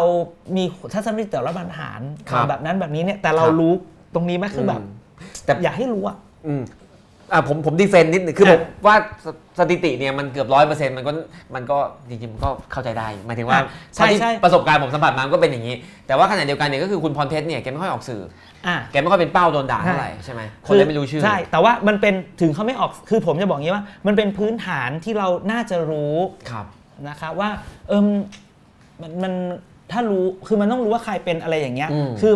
มีทัศนคติต่อรัฐประหาร ครับ แบบนั้นแบบนี้เนี่ย แต่เรา ครับ รู้ตรงนี้ไหมคือแบบ มแต่ อยากให้รู้อ่ะ อืมอ่ะผมผมดีเฟนนิดนึงคือ อ่ะ ผมว่าสสถิติเนี่ยมันเกือบร้อยเปอร์เซ็นต์มันก็มันก็จริงๆมันก็เข้าใจได้หมายถึงว่า อ่ะใช่ เท่าที่ ใช่ ประสบการณ์ผมสัมผัสมามันก็เป็นอย่างนี้ แต่ว่าขณะเดียวกันเนี่ยก็คือคุณพรเพชรเนี่ยแกไม่ค่อยออกสื่อ อ่ะ แกไม่ค่อยเป็นเป้าโดนด่าเท่าไหร่ใช่ไหมคนเลยไม่รู้ชื่อ ใช่ แต่ว่ามันเป็นถึงเขาไม่ออกคือผมจะบอกอย่างนี้ว่า มันเป็นพื้นฐานที่เราน่าจะรู้ ครับ นะคะว่าเอมมันมันถ้ารู้คือมันต้องรู้ว่าใครเป็นอะไรอย่างเงี้ย อืม คือ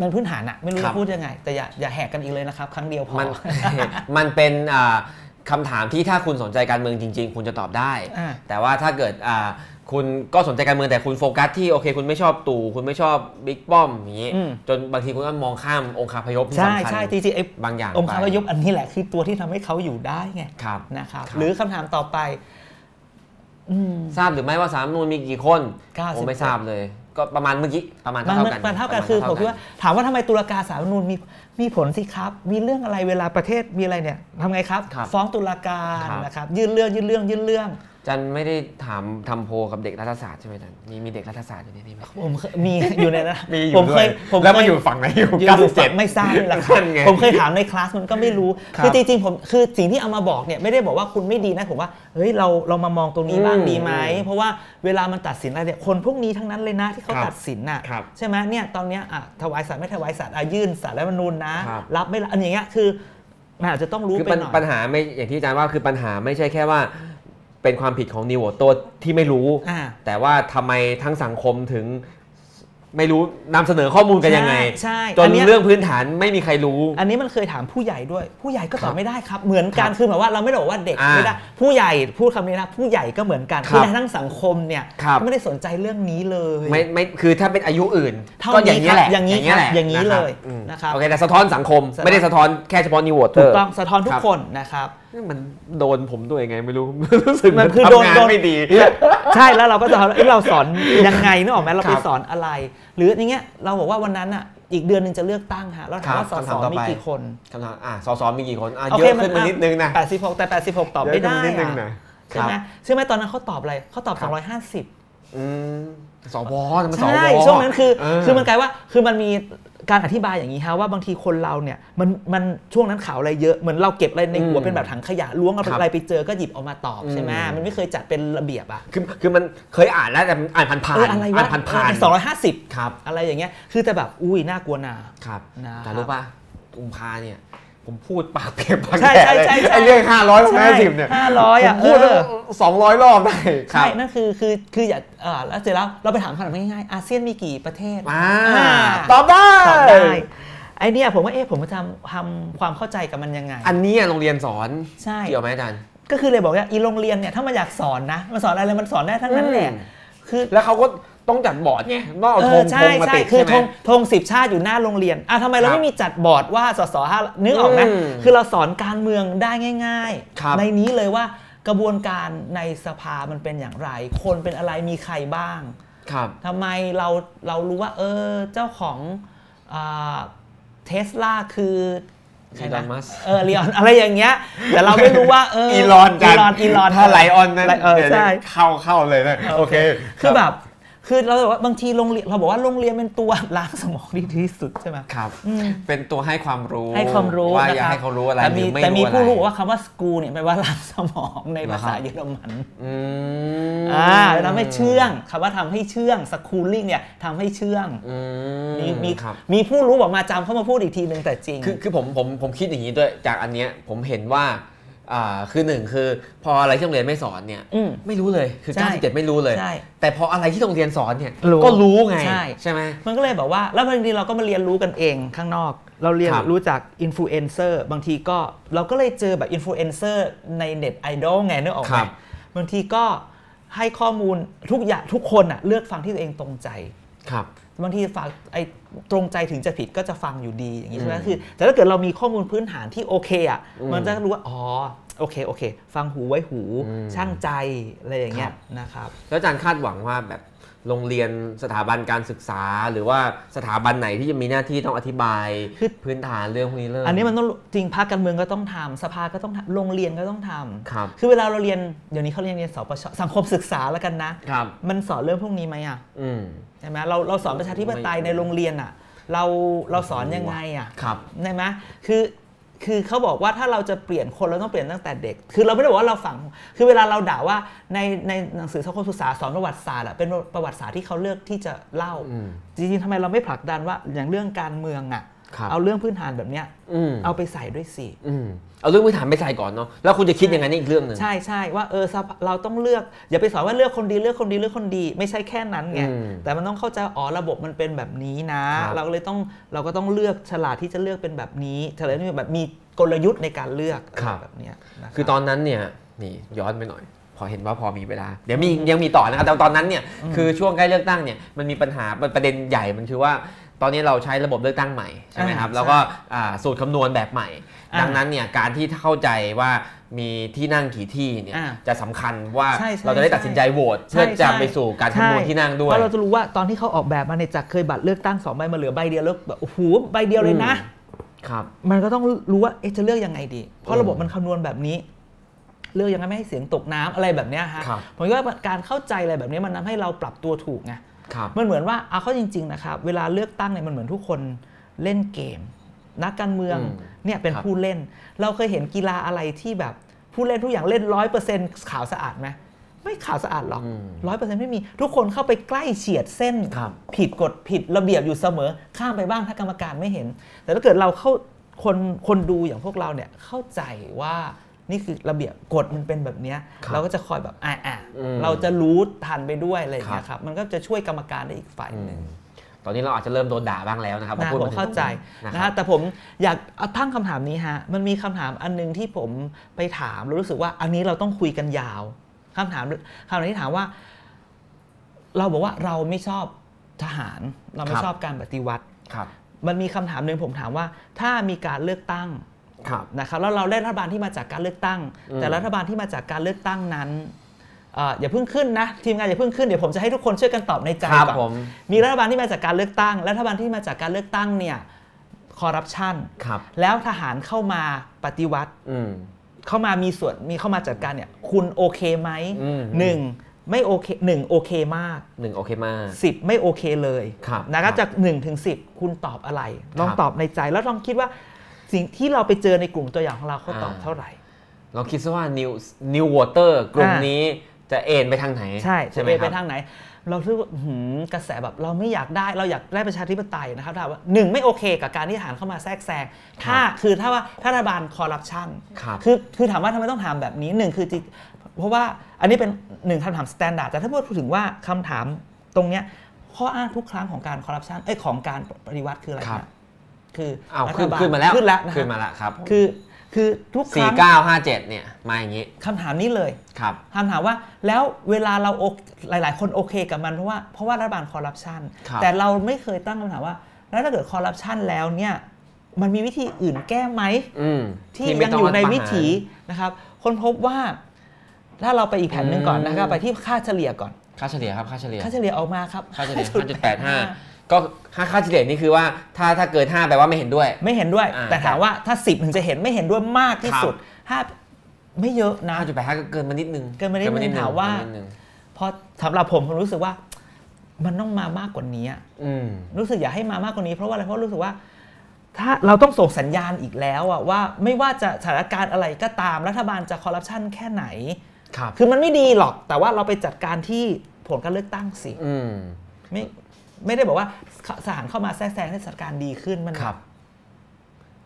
มันพื้นฐานอะไม่รู้ ครั จะ บ พูดยังไง แต่อย่าอย่าแหกกันอีกเลยนะครับ ครั้งเดียวพอ มัน มันเป็นอ่าคำถามที่ถ้าคุณสนใจการเมืองจริง ๆ คุณจะตอบได้ อ่า แต่ว่าถ้าเกิดอ่า คุณก็สนใจการเมืองแต่คุณโฟกัสที่โอเค คุณไม่ชอบตู่คุณไม่ชอบบิ๊กป้อมอย่างนี้ อืม จนบางทีคุณก็มองข้ามองคาพยพที่ ใช่ สำคัญ ใช่จริงๆไอ้ บางอย่าง องค์คาพยพ ไป อันนี้แหละคือตัวที่ทำให้เขาอยู่ได้ไง ครับ นะครับ ครับ หรือคำถามต่อไป อืม ทราบหรือไม่ว่าสามนูนมีกี่คน เก้าสิบ ผมไม่ทราบเลย ก็ประมาณเมื่อกี้ประมาณ มัน เท่าๆ มัน กัน มันเท่ากั ป น ระณ คือผม เท่ๆ คิดว่าถามว่าทำไมตุลาการสาลรฐธรรมนูญมีมีผลสิครับ มีเรื่องอะไรเวลาประเทศมีอะไรเนี่ยทำไงครับ ครับ ฟ้องตุลาการ ครับ นะครับยื่นเรื่องยื่นเรื่องยื่นเรื่อง จันไม่ได้ถามทำโพลกับเด็กรัฐศาสตร์ใช่ไหมจันมีมีเด็กรัฐศาสตร์อยู่ในนี้ไหม ผมเคยมี อยู่ในนั้น มีอ ผ ยู่ ม ด้ เค วย ย ผม แล้ว เค มัน ย อยู่ฝั่งไหนอยู่ อยู่ เก้า อยู่ เจ็ด ไม่ทราบนี่แหละครับ นั่นไง ผมเคยถามในคลาสมันก็ไม่รู้ ครับ คือจริงๆผมคือสิ่งที่เอามาบอกเนี่ยไม่ได้บอกว่าคุณไม่ดีนะผมว่าเฮ้ยเราเรามามองตรงนี้บ้าง อืม ดีไหม อืม เพราะว่าเวลามันตัดสินอะไรเนี่ยคนพวกนี้ทั้งนั้นเลยนะที่เขา ครับ ตัดสินน่ะ ครับ ใช่ไหมเนี่ยตอนเนี้ยอ่ะถวายสัตย์ไม่ถวายสัตย์อ่ะยื่นสารรัฐธรรมนูญนะ ครับ รับไม่รับอันอย่างเงี้ยคือมันอาจจะต้องรู้ คือ ไป ปัญ หน่อย ปัญหาไม่อย่างที่อาจารย์ว่าคือปัญหาไม่ใช่แค่ว่า เป็นความผิดของนิวโวตัวที่ไม่รู้ อ่า แต่ว่าทำไมทั้งสังคมถึงไม่รู้นำเสนอข้อมูลกันยังไง ใช่ใช่ จ อั น นเนี้ย เรื่องพื้นฐานไม่มีใครรู้ อันนี้มันเคยถามผู้ใหญ่ด้วย ผู้ใหญ่ก็ต ค อ รั บบ ไม่ได้ครับ เหมือนกัน ครับ คือหมายว่าเราไม่ได้บอกว่าเด็ก อ่า ไม่ได้ผู้ใหญ่พูดคำนี้นะผู้ใหญ่ก็เหมือนกัน ครับ ผู้ใหญ่ทั้งสังคมเนี่ย ครับ ไม่ได้สนใจเรื่องนี้เลย ไม่ไม่คือถ้าเป็นอายุอื่น เท่า ก็อ นี้ ย่างนี้คยรับ แหละ อย่างนี้ครับอย่างนี้ นี้ เลย นะ นะ ค ค รั รั บบ โอเคแต่สะท้อนสังคม สะท้อน ไม่ได้สะท้อนแค่เฉพาะนิวโวเตอ ถูก ร์ ต้องสะท้อนทุ ค ก รับ คนนะครับ มันโดนผมด้วยไงไม่รู้ รู้สึก มันคือ ทำ โดน งาน โดน ไม่ดี ใช่แล้วเราก็จะถามว่าเอ๊ะเราสอนยังไงนึกออกไหมเรา ครับ ไปสอนอะไร หรืออย่างเงี้ยเราบอกว่าวันนั้นอ่ะอีกเดือนหนึงจะเลือกตั้งฮะเราถามว่า ค ส รับคำสถามต่อ มี ไป กี่คน คำถามอ่ะสอสอมีกี่คนอ่ะ โอ เย เค อะ มัน ขึ้นมานิดนึงนะ 86 แต่ 86 ตอบไม่ได้ เยอะขึ้นนิดนึง อะ นะ ใช่ไหม ครับ ใช่ไหมตอนนั้นเขาตอบอะไรเขาตอบ ครับ 250 อืมสวนะมันสว ใช่ช่วงนั้นคือ เ คือมันกลายว่าคือมันมีการอธิบายอย่างนี้ฮะว่าบางทีคนเราเนี่ยมันมันช่วงนั้นข่าวอะไรเยอะเหมือนเราเก็บอะไรในหั อื ว ม เป็นแบบถังขยะล้วงเอา ครับ อะไรไปเจอก็หยิบเออกมาตอบใช่ไหม อืม มันไม่เคยจัดเป็นระเบียบอะ คือคือมันเคยอ่านแล้วแต่อ่านผ่านผ่าน เอออะไรวะ ผ่านผ่าน สองร้อยห้าสิบ ครับ อะไรอย่างเงี้ยคือแต่แบบอุ้ยน่ากลัวนา ครับ นะ แต่รู้ป่ะกุมภาเนี่ย ผมพูดปากเปียกปาก ใช่ แฉะ ใช่ เลย ใช่ใช่ ไอ้เรื่องห้าร้อยห้าสิบเนี่ย ห้าร้อย ผ อ่ะ มพูด เออ สองร้อยรอบได้ครั ใช่ บ นั่นคือคือคืออย่าเออแล้วเสร็จแล้วเราไปถามคำถามง่ายๆอาเซียนมีกี่ประเทศ อ่า อ่า ตอบได้ ตอบได้ไอเนี่ยผมว่าเอ๊ะผมจะทำทำความเข้าใจกับมันยังไง อันเนี้ยโรงเรียนสอน ใช่ เกี่ยวไหมอาจารย์ ก็คือเลยบอกว่าอีโรงเรียนเนี่ยถ้ามันอยากสอนนะมันสอนอะไรมันสอนได้ทั้งนั้นแหละ อืม คือ แล้วเขาก็ต้องจัดบอร์ดไงต้องเอาธงธ ใช่ งมา ใช่ ติด คือ ใช่ไห ธ ม งธงสิบชาติอยู่หน้าโรงเรียนอ่ะทำไมเรา ครับ ไม่มีจัดบอร์ดว่าสสห้านึกออกไหม อืม คือเราสอนการเมืองได้ง่าย ครับ ในนี้เลยว่ากระบวนการในสภามันเป็นอย่างไร คนเป็นอะไรมีใครบ้าง ครับ ทำไมเราเรารู้ว่า เออเจ้าของเทสลา Tesla คือใครนะ Elon Musk เออลีออนอะไรอย่างเงี้ย แต่เราไม่รู้ว่าเออ อีลอน อี จัน ลอนอีลอน ถ้าไลออนนั้น เออใช่ เข้าเข้าเลยนะโอเค คือแบบ คือเราบอกว่าบางทีโรงเรียนเราบอกว่าโรงเรียนเป็นตัว ล้างสมองดีที่สุดใช่ไหม ครับ อืม เป็นตัวให้ความรู้ ให้ความรู้ ว่า นะ อยาก ครับ ให้เขารู้อะไร แต่ ห มี รือไม่ แต่มี รู้อะไร ผู้รู้บอกว่าคำว่าสกูเนี่ยแปลว่าล้างสมองใน เหรอครัภาบ ษาเยอรมัน อืม อ่าทำให้เชื่องคำว่าทำให้เชื่องสกูลิ่งเนี่ยทำให้เชื่อง อืม มีมี ครับ มีผู้รู้บอกมาจำเข้ามาพูดอีกทีหนึ่งแต่จริง คือคือผมผมผมคิดอย่างนี้ด้วยจากอันเนี้ยผมเห็นว่าอ่าคือหนึ่งคือพออะไรที่โรงเรียนไม่สอนเนี่ย อืม ไม่รู้เลยคือ ใช่ 97ไม่รู้เลย ใช่ แต่พออะไรที่โรงเรียนสอนเนี่ย รู้ ก็รู้ไง ใช่ ไหม มันก็เลยแบบว่า แล้วบางทีเราก็มาเรียนรู้กันเองข้างนอก เราเรียน ครับ รู้จากอินฟลูเอนเซอร์บางทีก็เราก็เลยเจอแบบอินฟลูเอนเซอร์ในเน็ตไอดอลไงนึกออกไห ค ม รับ บางทีก็ให้ข้อมูลทุกอย่างทุกคนอะเลือกฟังที่ตัวเองตรงใจ ครับ บางทีฝากไอ้ตรงใจถึงจะผิดก็จะฟังอยู่ดีอย่างนี้ใช่ไหม อืม คือ แต่ถ้าเกิดเรามีข้อมูลพื้นฐานที่โอเคอ่ะ อืม มันจะรู้ว่าอ๋อโอเคโอเค ฟังหูไว้หู อืม ช่างใจอะไรอย่างเงี้ ครั ย บ นะครับ แล้วอาจารย์คาดหวังว่าแบบโรงเรียนสถาบันการศึกษา หรือว่าสถาบันไหนที่จะมีหน้าที่ต้องอธิบาย คือ พื้นฐานเรื่องพวกนี้เริ่ม อั อั นนี้มันต้องจริงภาคการเมืองก็ต้องทำสภาก็ต้องทำโรงเรียนก็ต้องทำ ครับ คือเวลาเราเรียนเดี๋ยวนี้เขาเรียนเรียนสปชสังคมศึกษาแล้วกันนะครับ มันสอนเรื่องพวกนี้ไหมอ่ะ อืม ใช่ไหมเราเราสอนประชาธิปไตยในโรงเรียนอ่ะ เราเราสอนยังไงอ่ะ ครับ ใช่ไหมคือ คือเขาบอกว่าถ้าเราจะเปลี่ยนคนเราต้องเปลี่ยนตั้งแต่เด็ก คือเราไม่ได้บอกว่าเราฝัง คือเวลาเราด่าว่าในในหนังสือสังคมศึกษาสอนประวัติศาสตร์อะเป็นประวัติศาสตร์ที่เขาเลือกที่จะเล่า อืม จริงๆทำไมเราไม่ผลักดันว่าอย่างเรื่องการเมืองอะ ครับ เอาเรื่องพื้นฐานแบบเนี้ย อืม เอาไปใส่ด้วยสิ อืมเอาเรื่องพื้นฐานไปใส่ก่อนเนาะแล้วคุณจะคิดอย่างนั้นนี่อีกเรื่องหนึ่ง ใช่ใช่ว่าเออสภาเราต้องเลือก อย่าไปสอนว่าเลือกคนดีเลือกคนดีเลือกคนดี ไม่ใช่แค่นั้นไง อืม แต่มันต้องเข้าใจอ๋อระบบมันเป็นแบบนี้นะ ครับ เราก็เลยต้องเราก็ต้องเลือกฉลาดที่จะเลือกเป็นแบบนี้ฉลาดที่แบบมีกลยุทธ์ในการเลือก ครับ แบบเนี้ยนะรับ คือตอนนั้นเนี่ยนี่ย้อนไปหน่อย พอเห็นว่าพอมีเวลา เดี๋ยวมียังมีต่อนะครับแต่ตอนนั้นเนี่ยคือช่วงใกล้เลือกตั้งเนี่ยมันมีปัญหามันประเด็นใหญ่มันคือว่า ตอนนี้เราใช้ระบบเลือกตั้งใหม่ใช่ไหมครับ อ่า แล้วก็อ่าสูตรคำนวณแบบใหม่ อ่า ดังนั้นเนี่ยการที่เข้าใจว่ามีที่นั่งกี่ที่เนี่ย อ่า จะสำคัญว่า ใช่ใช่ เราจะได้ตัดสินใจโหวต ใช่ เพื่อจะ ใช่ ไปสู่การคำนวณที่นั่งด้วย เพราะเราจะรู้ว่าตอนที่เขาออกแบบมาเนี่ยจากเคยบัตรเลือกตั้งสองใบมาเหลือใบเดียวแล้วแบบโอ้โหใบเดียวเลยนะ อื ครับ มันก็ต้องรู้ว่าเอ๊ะจะเลือกยังไงดี เพ อื ราะ ม ระบบมันคำนวณแบบนี้ เลือกยังไงไม่ให้เสียงตกน้ำอะไรแบบเนี้ยฮะ ครับ ผมว่าการเข้าใจอะไรแบบนี้มันทำให้เราปรับตัวถูกไง ครับ มันเหมือนว่าเอาเข้าจริง ๆ นะครับ เวลาเลือกตั้งเนี่ยมันเหมือนทุกคนเล่นเกม นักการเมือง อืม เนี่ยเป็น ครับ ผู้เล่น เราเคยเห็นกีฬาอะไรที่แบบผู้เล่นทุกอย่างเล่นร้อยเปอร์เซ็นต์ขาวสะอาดไหมไม่ขาวสะอาดหรอก อืม ร้อยเปอร์เซ็นต์ไม่มีทุกคนเข้าไปใกล้เฉียดเส้น ครับ ผิดกฎผิดระเบียบอยู่เสมอข้ามไปบ้างถ้ากรรมการไม่เห็น แต่ถ้าเกิดเราเข้าคนคนดูอย่างพวกเราเนี่ยเข้าใจว่านี่คือระเบียบกฎมันเป็นแบบเนี้ย ครับ เราก็จะคอยแบบอ่าอ่า อืม เราจะรู้ทันไปด้วยอะไรอย่างเงี้ย ค ครับ รับมันก็จะช่วยกรรมการได้อีกฝ่าย อื หนึ่ง มตอนนี้เราอาจจะเริ่มโดนด่าบ้างแล้วนะครับพอ นะ พูด ผมเข้าใจ นะ นะ ครั ฮะ บ แต่ผมอยากเอาตั้งคำถามนี้ฮะมันมีคำถามอันหนึงที่ผมไปถามแล้วรู้สึกว่าอันนี้เราต้องคุยกันยาวคำถามคำถามที่ถามว่า เราบอกว่าเราไม่ชอบทหาร เราไม่ ครับ ชอบการปฏิวัติ ครับ มันมีคำถามหนึ่งผมถามว่า ถ้ามีการเลือกตั้ง ครับ นะครับแล้วเราได้รัฐบาลที่มาจากการเลือกตั้ง อืม แต่รัฐบาลที่มาจากการเลือกตั้งนั้นเอ่ออย่าเพิ่งขึ้นนะทีมงานอย่าเพิ่งขึ้นเดี๋ยวผมจะให้ทุกคนช่วยกันตอบในใจ ครับ ก่อน ผม มีรัฐบาลที่มาจากการเลือกตั้งและรัฐบาลที่มาจากการเลือกตั้งเนี่ยคอร์รัปชัน ครับ แล้วทหารเข้ามาปฏิวัติ อืม เข้ามามีส่วนมีเข้ามาจัดการเนี่ยคุณโอเคไหม อืม หนึ่งไม่โอเคหนึ่งโอเคมาก หนึ่งโอเคมาก สิบไม่โอเคเลย ครับ นะคครัรับบ จาก1ถึง10 คุณตอบอะไร ลอง ครับ ตอบในใจแล้วลองคิดว่าสิ่งที่เราไปเจอในกลุ่มตัวอย่างของเราเขาตอบ อ่า เท่าไหร่ เราคิดซะว่า New New Water กลุ่ม อ่านี้ นี้จะเอ็นไปทางไหน ใช่จะ ใช่ไหม ไป ค ไป รับ ทางไหน เราคิดว่าอื้อหือกระแสแบบเราไม่อยากได้เราอยากได้ประชาธิปไตยนะครับถามว่าหนึ่งไม่โอเคกับการที่ทหารเข้ามาแทรกแซงถ้าคือถ้าว่าถ้ารัฐบาลคอร์รัปชัน ครับ คือคือถามว่าทำไมต้องถามแบบนี้หนึ่งคือจริเพราะว่าอันนี้เป็นหนึ่งคำถามสแตนดาร์ดแต่ถ้าพูดถึงว่าคำถามตรงเนี้ยข้ออ้างทุกครั้งของการคอร์รัปชันเอ้ยของการปฏิวัติคืออะไร ครับ นะ คือ อ้าว รัฐ ขึ้น บ ขึ้นมาแล้ว ขึ้นแล้วนะ ขึ้นมาแล้วครับ คือคือทุกค สี่ รั้ง เก้าห้าเจ็ดเนี่ยมาอย่างนี้ คำถามนี้เลย ครับ คำถามว่าแล้วเวลาเราโอเคหลาย ๆ คนโอเคกับมันเพราะว่าเพราะว่ารัฐบาลคอร์รัปชัน ครับ แต่เราไม่เคยตั้งคำถามว่า แล้วถ้าเกิดคอร์รัปชันแล้วเนี่ยมันมีวิธีอื่นแก้ไหม อืม ที่ ไม่ ยัง ต้ อยู่ใน รัฐประหาร วิถีนะครับคนพบว่าถ้าเราไปอีกแผนหนึ่งก่อนนะครับ อืม ไปที่ค่าเฉลี่ยก่อน ค่าเฉลี่ยครับค่าเฉลี่ย ค่าเฉลี่ยออกมาครับ ค่าเฉลี่ยห้าจุดแปดห้าก็ค่าค่าเฉลี่ยนี่คือว่าถ้าถ้าเกินห้าแปลว่าไม่เห็นด้วย ไม่เห็นด้วย อ่า แต่ถามว่าถ้า 10ถึงจะเห็นไม่เห็นด้วยมากที่ ครับ สุดห้าไม่เยอะนะ ห้าจุดแปดห้าก็เกินมานิดนึง เกินมานิดนึงถามว่า เกินนิดนึง เพราะสำหรับผมผมรู้สึกว่ามันต้องมามากกว่านี้อะ อืม รู้สึกอยากให้มามากกว่านี้เพราะว่าอะไรเพราะรู้สึกว่า ถ้าเราต้องส่งสัญญาณอีกแล้วอะว่าไม่ว่าจะสถานการณ์อะไรก็ตามรัฐบาลจะคอร์รัปชันแค่ไหน ครับ คือมันไม่ดีหรอกแต่ว่าเราไปจัดการที่ผลการเลือกตั้งสิ อืม ไม่ไม่ได้บอกว่าสถานเข้ามาแทรกแซงให้สถานการณ์ดีขึ้นมัน ครับ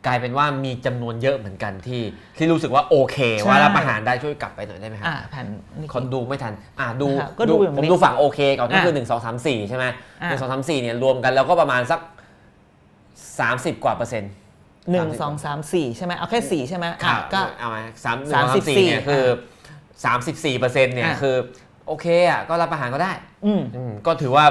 กลายเป็นว่ามีจำนวนเยอะเหมือนกันที่ที่รู้สึกว่าโอเค ใช่ ว่ารับประหารได้ช่วยกลับไปหน่อยได้ไหมครับ อ่าแผ่นนี่ คนดูไม่ทัน อ่าดู นะครับก็ดูอย่างนี้ ผมดูฝั่งโอเคก่อนก็คือ อ่ะ 1 2 3 4 ใช่ไหมหอ่ะนึ่งสองสามสี่เนี่ยรวมกันแล้วก็ประมาณสัก 30 กว่าเปอร์เซ็นต์ หนึ่งสองสามสี่ใช่ไหมเอาแค่สี่ใช่ไหมอ่ะ ค่ะ ก็ เอาไหมสามหนึ่งส สาม อง สิ สา บ ม สี่ สี่เนี่ยคือ 34เปอร์เซ็นต์เนี่ย อ่ะ คือ โอเคอ่ะก็รับประหารก็ได้ อืม อืมก็ถือว่า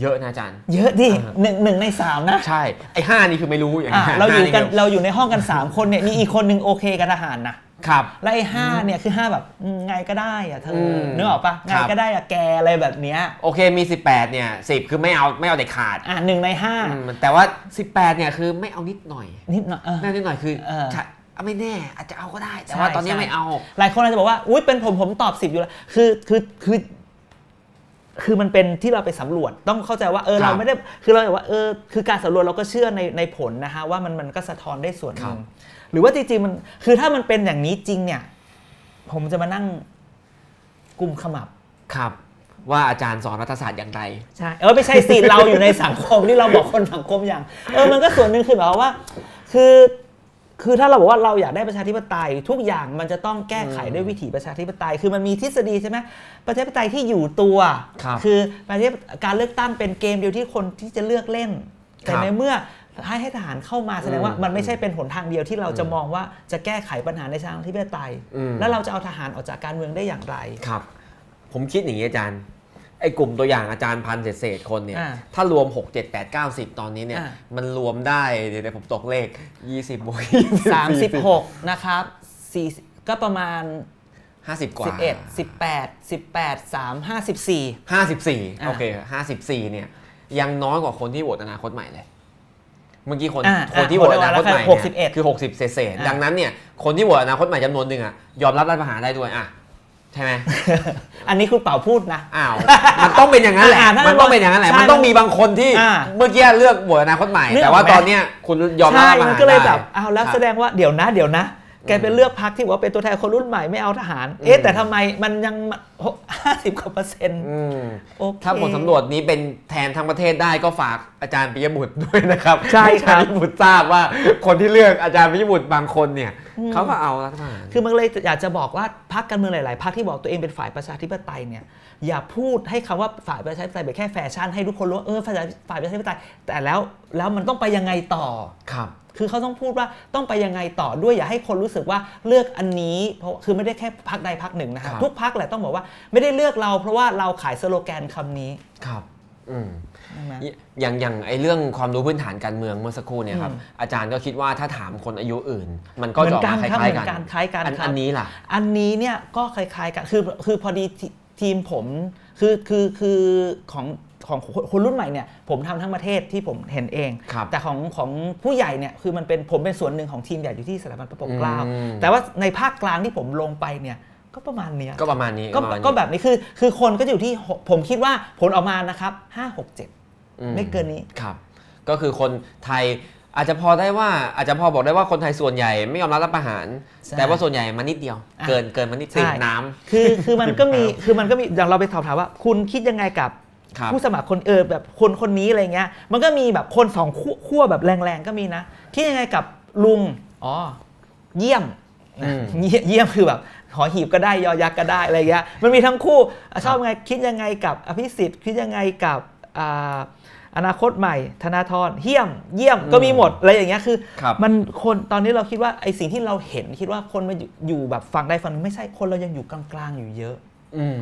เยอะนะอาจารย์ เยอะดิ อ่า หนึ่งหนึ่งในสามนะ ใช่ ไอ้ห้านี่คือไม่รู้อย่าง อ่ะ ห้ เราอยู่กัน ห้ เราอยู่ในห้องกัน 3 คนเนี่ยมีอีกคนหนึ่งโอเคกับทหารนะครับ และไอ้ห้าเนี่ยคือ 5 แบบอืมไงก็ได้อะเธออ ม นึกออกปะ ครั ไง บ ก็ได้อะแกอะไรแบบเนี้ย โอเคมี 18 เนี่ย 10 คือไม่เอาไม่เอาเด็ดขาด อ่ะหนึ่งใน อืมแต่ว่า 18 เนี่ยคือไม่เอานิดหน่อย 5 นิดหน่อยเออ แน่นิดหน่อยคือ เออ จะไม่แน่ อาจจะเอาก็ได้ แต่ ใช่ ว่าตอนนี้ ใช่ ไม่เอา หลายคนอาจจะบอกว่า อุ้ยเป็นผมผมตอบ 10 อยู่แล้ว คือคือคือ คือมันเป็นที่เราไปสำรวจต้องเข้าใจว่าเออ ครับ เราไม่ได้คือเราแบบว่าเออคือการสำรวจเราก็เชื่อในในผลนะฮะว่ามันมันก็สะท้อนได้ส่วนห ครับนึ่งหรือว่าจริงๆมันคือถ้ามันเป็นอย่างนี้จริงเนี่ย ผมจะมานั่งกุมขมับ ครับ ว่าอาจารย์สอนรัฐศาสตร์อย่างไร ใช่เออไม่ใช่สิ เราอยู่ในสังคมที่เราบอกคนสังคมอย่าง เออมันก็ส่วนหนึ่งคือแบบว่า คือ คือถ้าเราบอกว่าเราอยากได้ประชาธิปไตย ทุกอย่างมันจะต้องแก้ไขด้วยวิถีประชาธิปไตย คือมันมีทฤษฎีใช่ไหมประชาธิปไตยที่อยู่ตัว ครับ อประชาธิปการเลือกตั้งเป็นเกมเดียวที่คนที่จะเลือกเล่น แต่ ครับ ในเมื่อ ให้ให้ทหารเข้ามาแสดงว่า อืม มันไม่ใช่เป็นหนทางเดียวที่เราจะมองว่าจะแก้ไขปัญหาในทางที่ไม่ไตย อืม แล้วเราจะเอาทหารออกจากการเมืองได้ อย่างไร ครับ ผมคิดอย่างนี้อาจารย์ ไอ้กลุ่มตัวอย่างอาจารย์พันเศษๆคนเนี่ย อ่า ถ้ารวม 6 7 8 9 10 ตอนนี้เนี่ย อ่า มันรวมได้ เดี๋ยวผมตกเลข 20บวก 36 นะครับสี่ก็ประมาณ 50 กว่า 11 18 18 3 54 54 อ่า โอเค 54 เนี่ย ยังน้อยกว่าคนที่โหวตอนาคตใหม่เลย เมื่อกี้คน อ่า คนที่โหวตอนาคตใหม่ อ่าคนที่โหวต เนี่ย 61 คือ 60 เศษๆ อ่า ดังนั้นเนี่ย คนที่โหวตอนาคตใหม่จำนวนหนึ่งอะยอมรับรัฐประหารได้ด้วยอะใช่ไหม อันนี้คุณเป่าพูดนะ อ้าว มันต้องเป็นอย่างนั้นแหละ อ่าถ้า มันต้องเป็นอย่างนั้นแหละ ใช่ มันต้องมีบางคนที่ อ่า เมื่อกี้เลือกบวชอนาคตใหม่ นึกออกแต่ไหมว่าตอนเนี้ยคุณยอมรับ ใช่ รัฐประหาร มันก็เลย ได้ แบบอ้าวแล้ว ครับ แสดงว่าเดี๋ยวนะเดี๋ยวนะ แกไปเลือกพักที่บอกว่าเป็นตัวแทนคนรุ่นใหม่ไม่เอาทหาร เอ๊ะ อืม แต่ทำไมมันยังห้าสิบกว่าเปอร์เซ็นต์ อืม โอเค ถ้าผลสำรวจนี้เป็นแทนทั้งประเทศได้ก็ฝากอาจารย์ปิยบุตร ด้วยนะครับ ใช่ครัอาจาบย์ปิยบุตรทราบว่าคนที่เลือกอาจารย์ปิยบุตรบางคนเนี่ยเขาก็เอารัฐประหาร คือมันเลยอยากจะบอกว่าพรรคการเมืองหลาย ๆพรรคที่บอกตัวเองเป็นฝ่ายประชาธิปไตยเนี่ยอย่าพูดให้คำว่าฝ่ายประชาธิปไตยเป็นแค่แฟชั่นให้ทุกคนรู้ว่าเออฝ่ายฝ่ายประชาธิปไตย แต่แล้วแล้วมันต้องไปยังไงต่อ ครับ คือเขาต้องพูดว่าต้องไปยังไงต่อด้วยอย่าให้คนรู้สึกว่าเลือกอันนี้ เพราะคือไม่ได้แค่พักใดพักหนึ่งนะครั ครับบ ทุกพักแหละต้องบอกว่าไม่ได้เลือกเราเพราะว่าเราขายสโลแกนคำนี้ ครับ อืม ใช่ไหม อย่างอย่างไอเรื่องความรู้พื้นฐานการเมืองเมื่อสักครู่เนี่ยครับ อืม อาจารย์ก็คิดว่าถ้าถามคนอายุอื่น มันก็ เหมื จะอออน ก กัมาคนครับ ล้ายๆกัน เหมือนกันคล้ายกัน อัน ครับ อันนี้ล่ะ อันนี้เนี่ยก็คล้ายๆกัน คือคือพอดีทีทีมผมคือคือคือของของคนรุ่นใหม่เนี่ยผมทำทั้งประเทศที่ผมเห็นเอง ครับ แต่ของของผู้ใหญ่เนี่ยคือมันเป็นผมเป็นส่วนหนึ่งของทีมใหญ่อยู่ที่สถาบันพระปกเกล้า อืม แต่ว่าในภาคกลางที่ผมลงไปเนี่ยก็ประมาณเนี้ย ก็ประมาณนี้ ก็ ประมาณนี้ ก็แบบนี้คือคือคนก็จะอยู่ที่หกผมคิดว่าผลออกมานะครับ 5 6 7 อื ไม่เกินนี้ ครับ ก็คือคนไทยอาจจะพอได้ว่าอาจจะพอบอกได้ว่าคนไทยส่วนใหญ่ไม่ยอมรับรับประหาร ใช่ แต่ว่าส่วนใหญ่มานิดเดียว อ่ะ เกินเกินมานิด ใช่ ติดน้ำ คือคือมันก็มี ครับ คือมันก็มีอย่างเราไปสอบถามว่า คุณคิดยังไงกับ ครับ ผู้สมัครคนเออแบบคนคนนี้อะไรเงี้ย มันก็มีแบบคนสองขั้วขั้วแบบแรงๆก็มีนะ คิดยังไงกับลุงอ๋อเยี่ยม อืม เยี่ยมเยี่ยมคือแบบหอหีบก็ได้ยอยักษ์ก็ได้อะไรเงี้ยมันมีทั้งคู่อ่ะชอบยังไงคิดยังไงกับอภิสิทธิ์คิดยังไงกับอ่าอนาคตใหม่ ธนาธรเยี่ยม เยี่ยมก็มีหมดอะไรอย่างเงี้ยคือ ครับ มันคนตอนนี้เราคิดว่าไอสิ่งที่เราเห็นคิดว่าคนมาอยู่อยู่แบบฝั่งใดฝั่งหนึ่งไม่ใช่คนเรายังอยู่กลางๆอยู่เยอะ อืม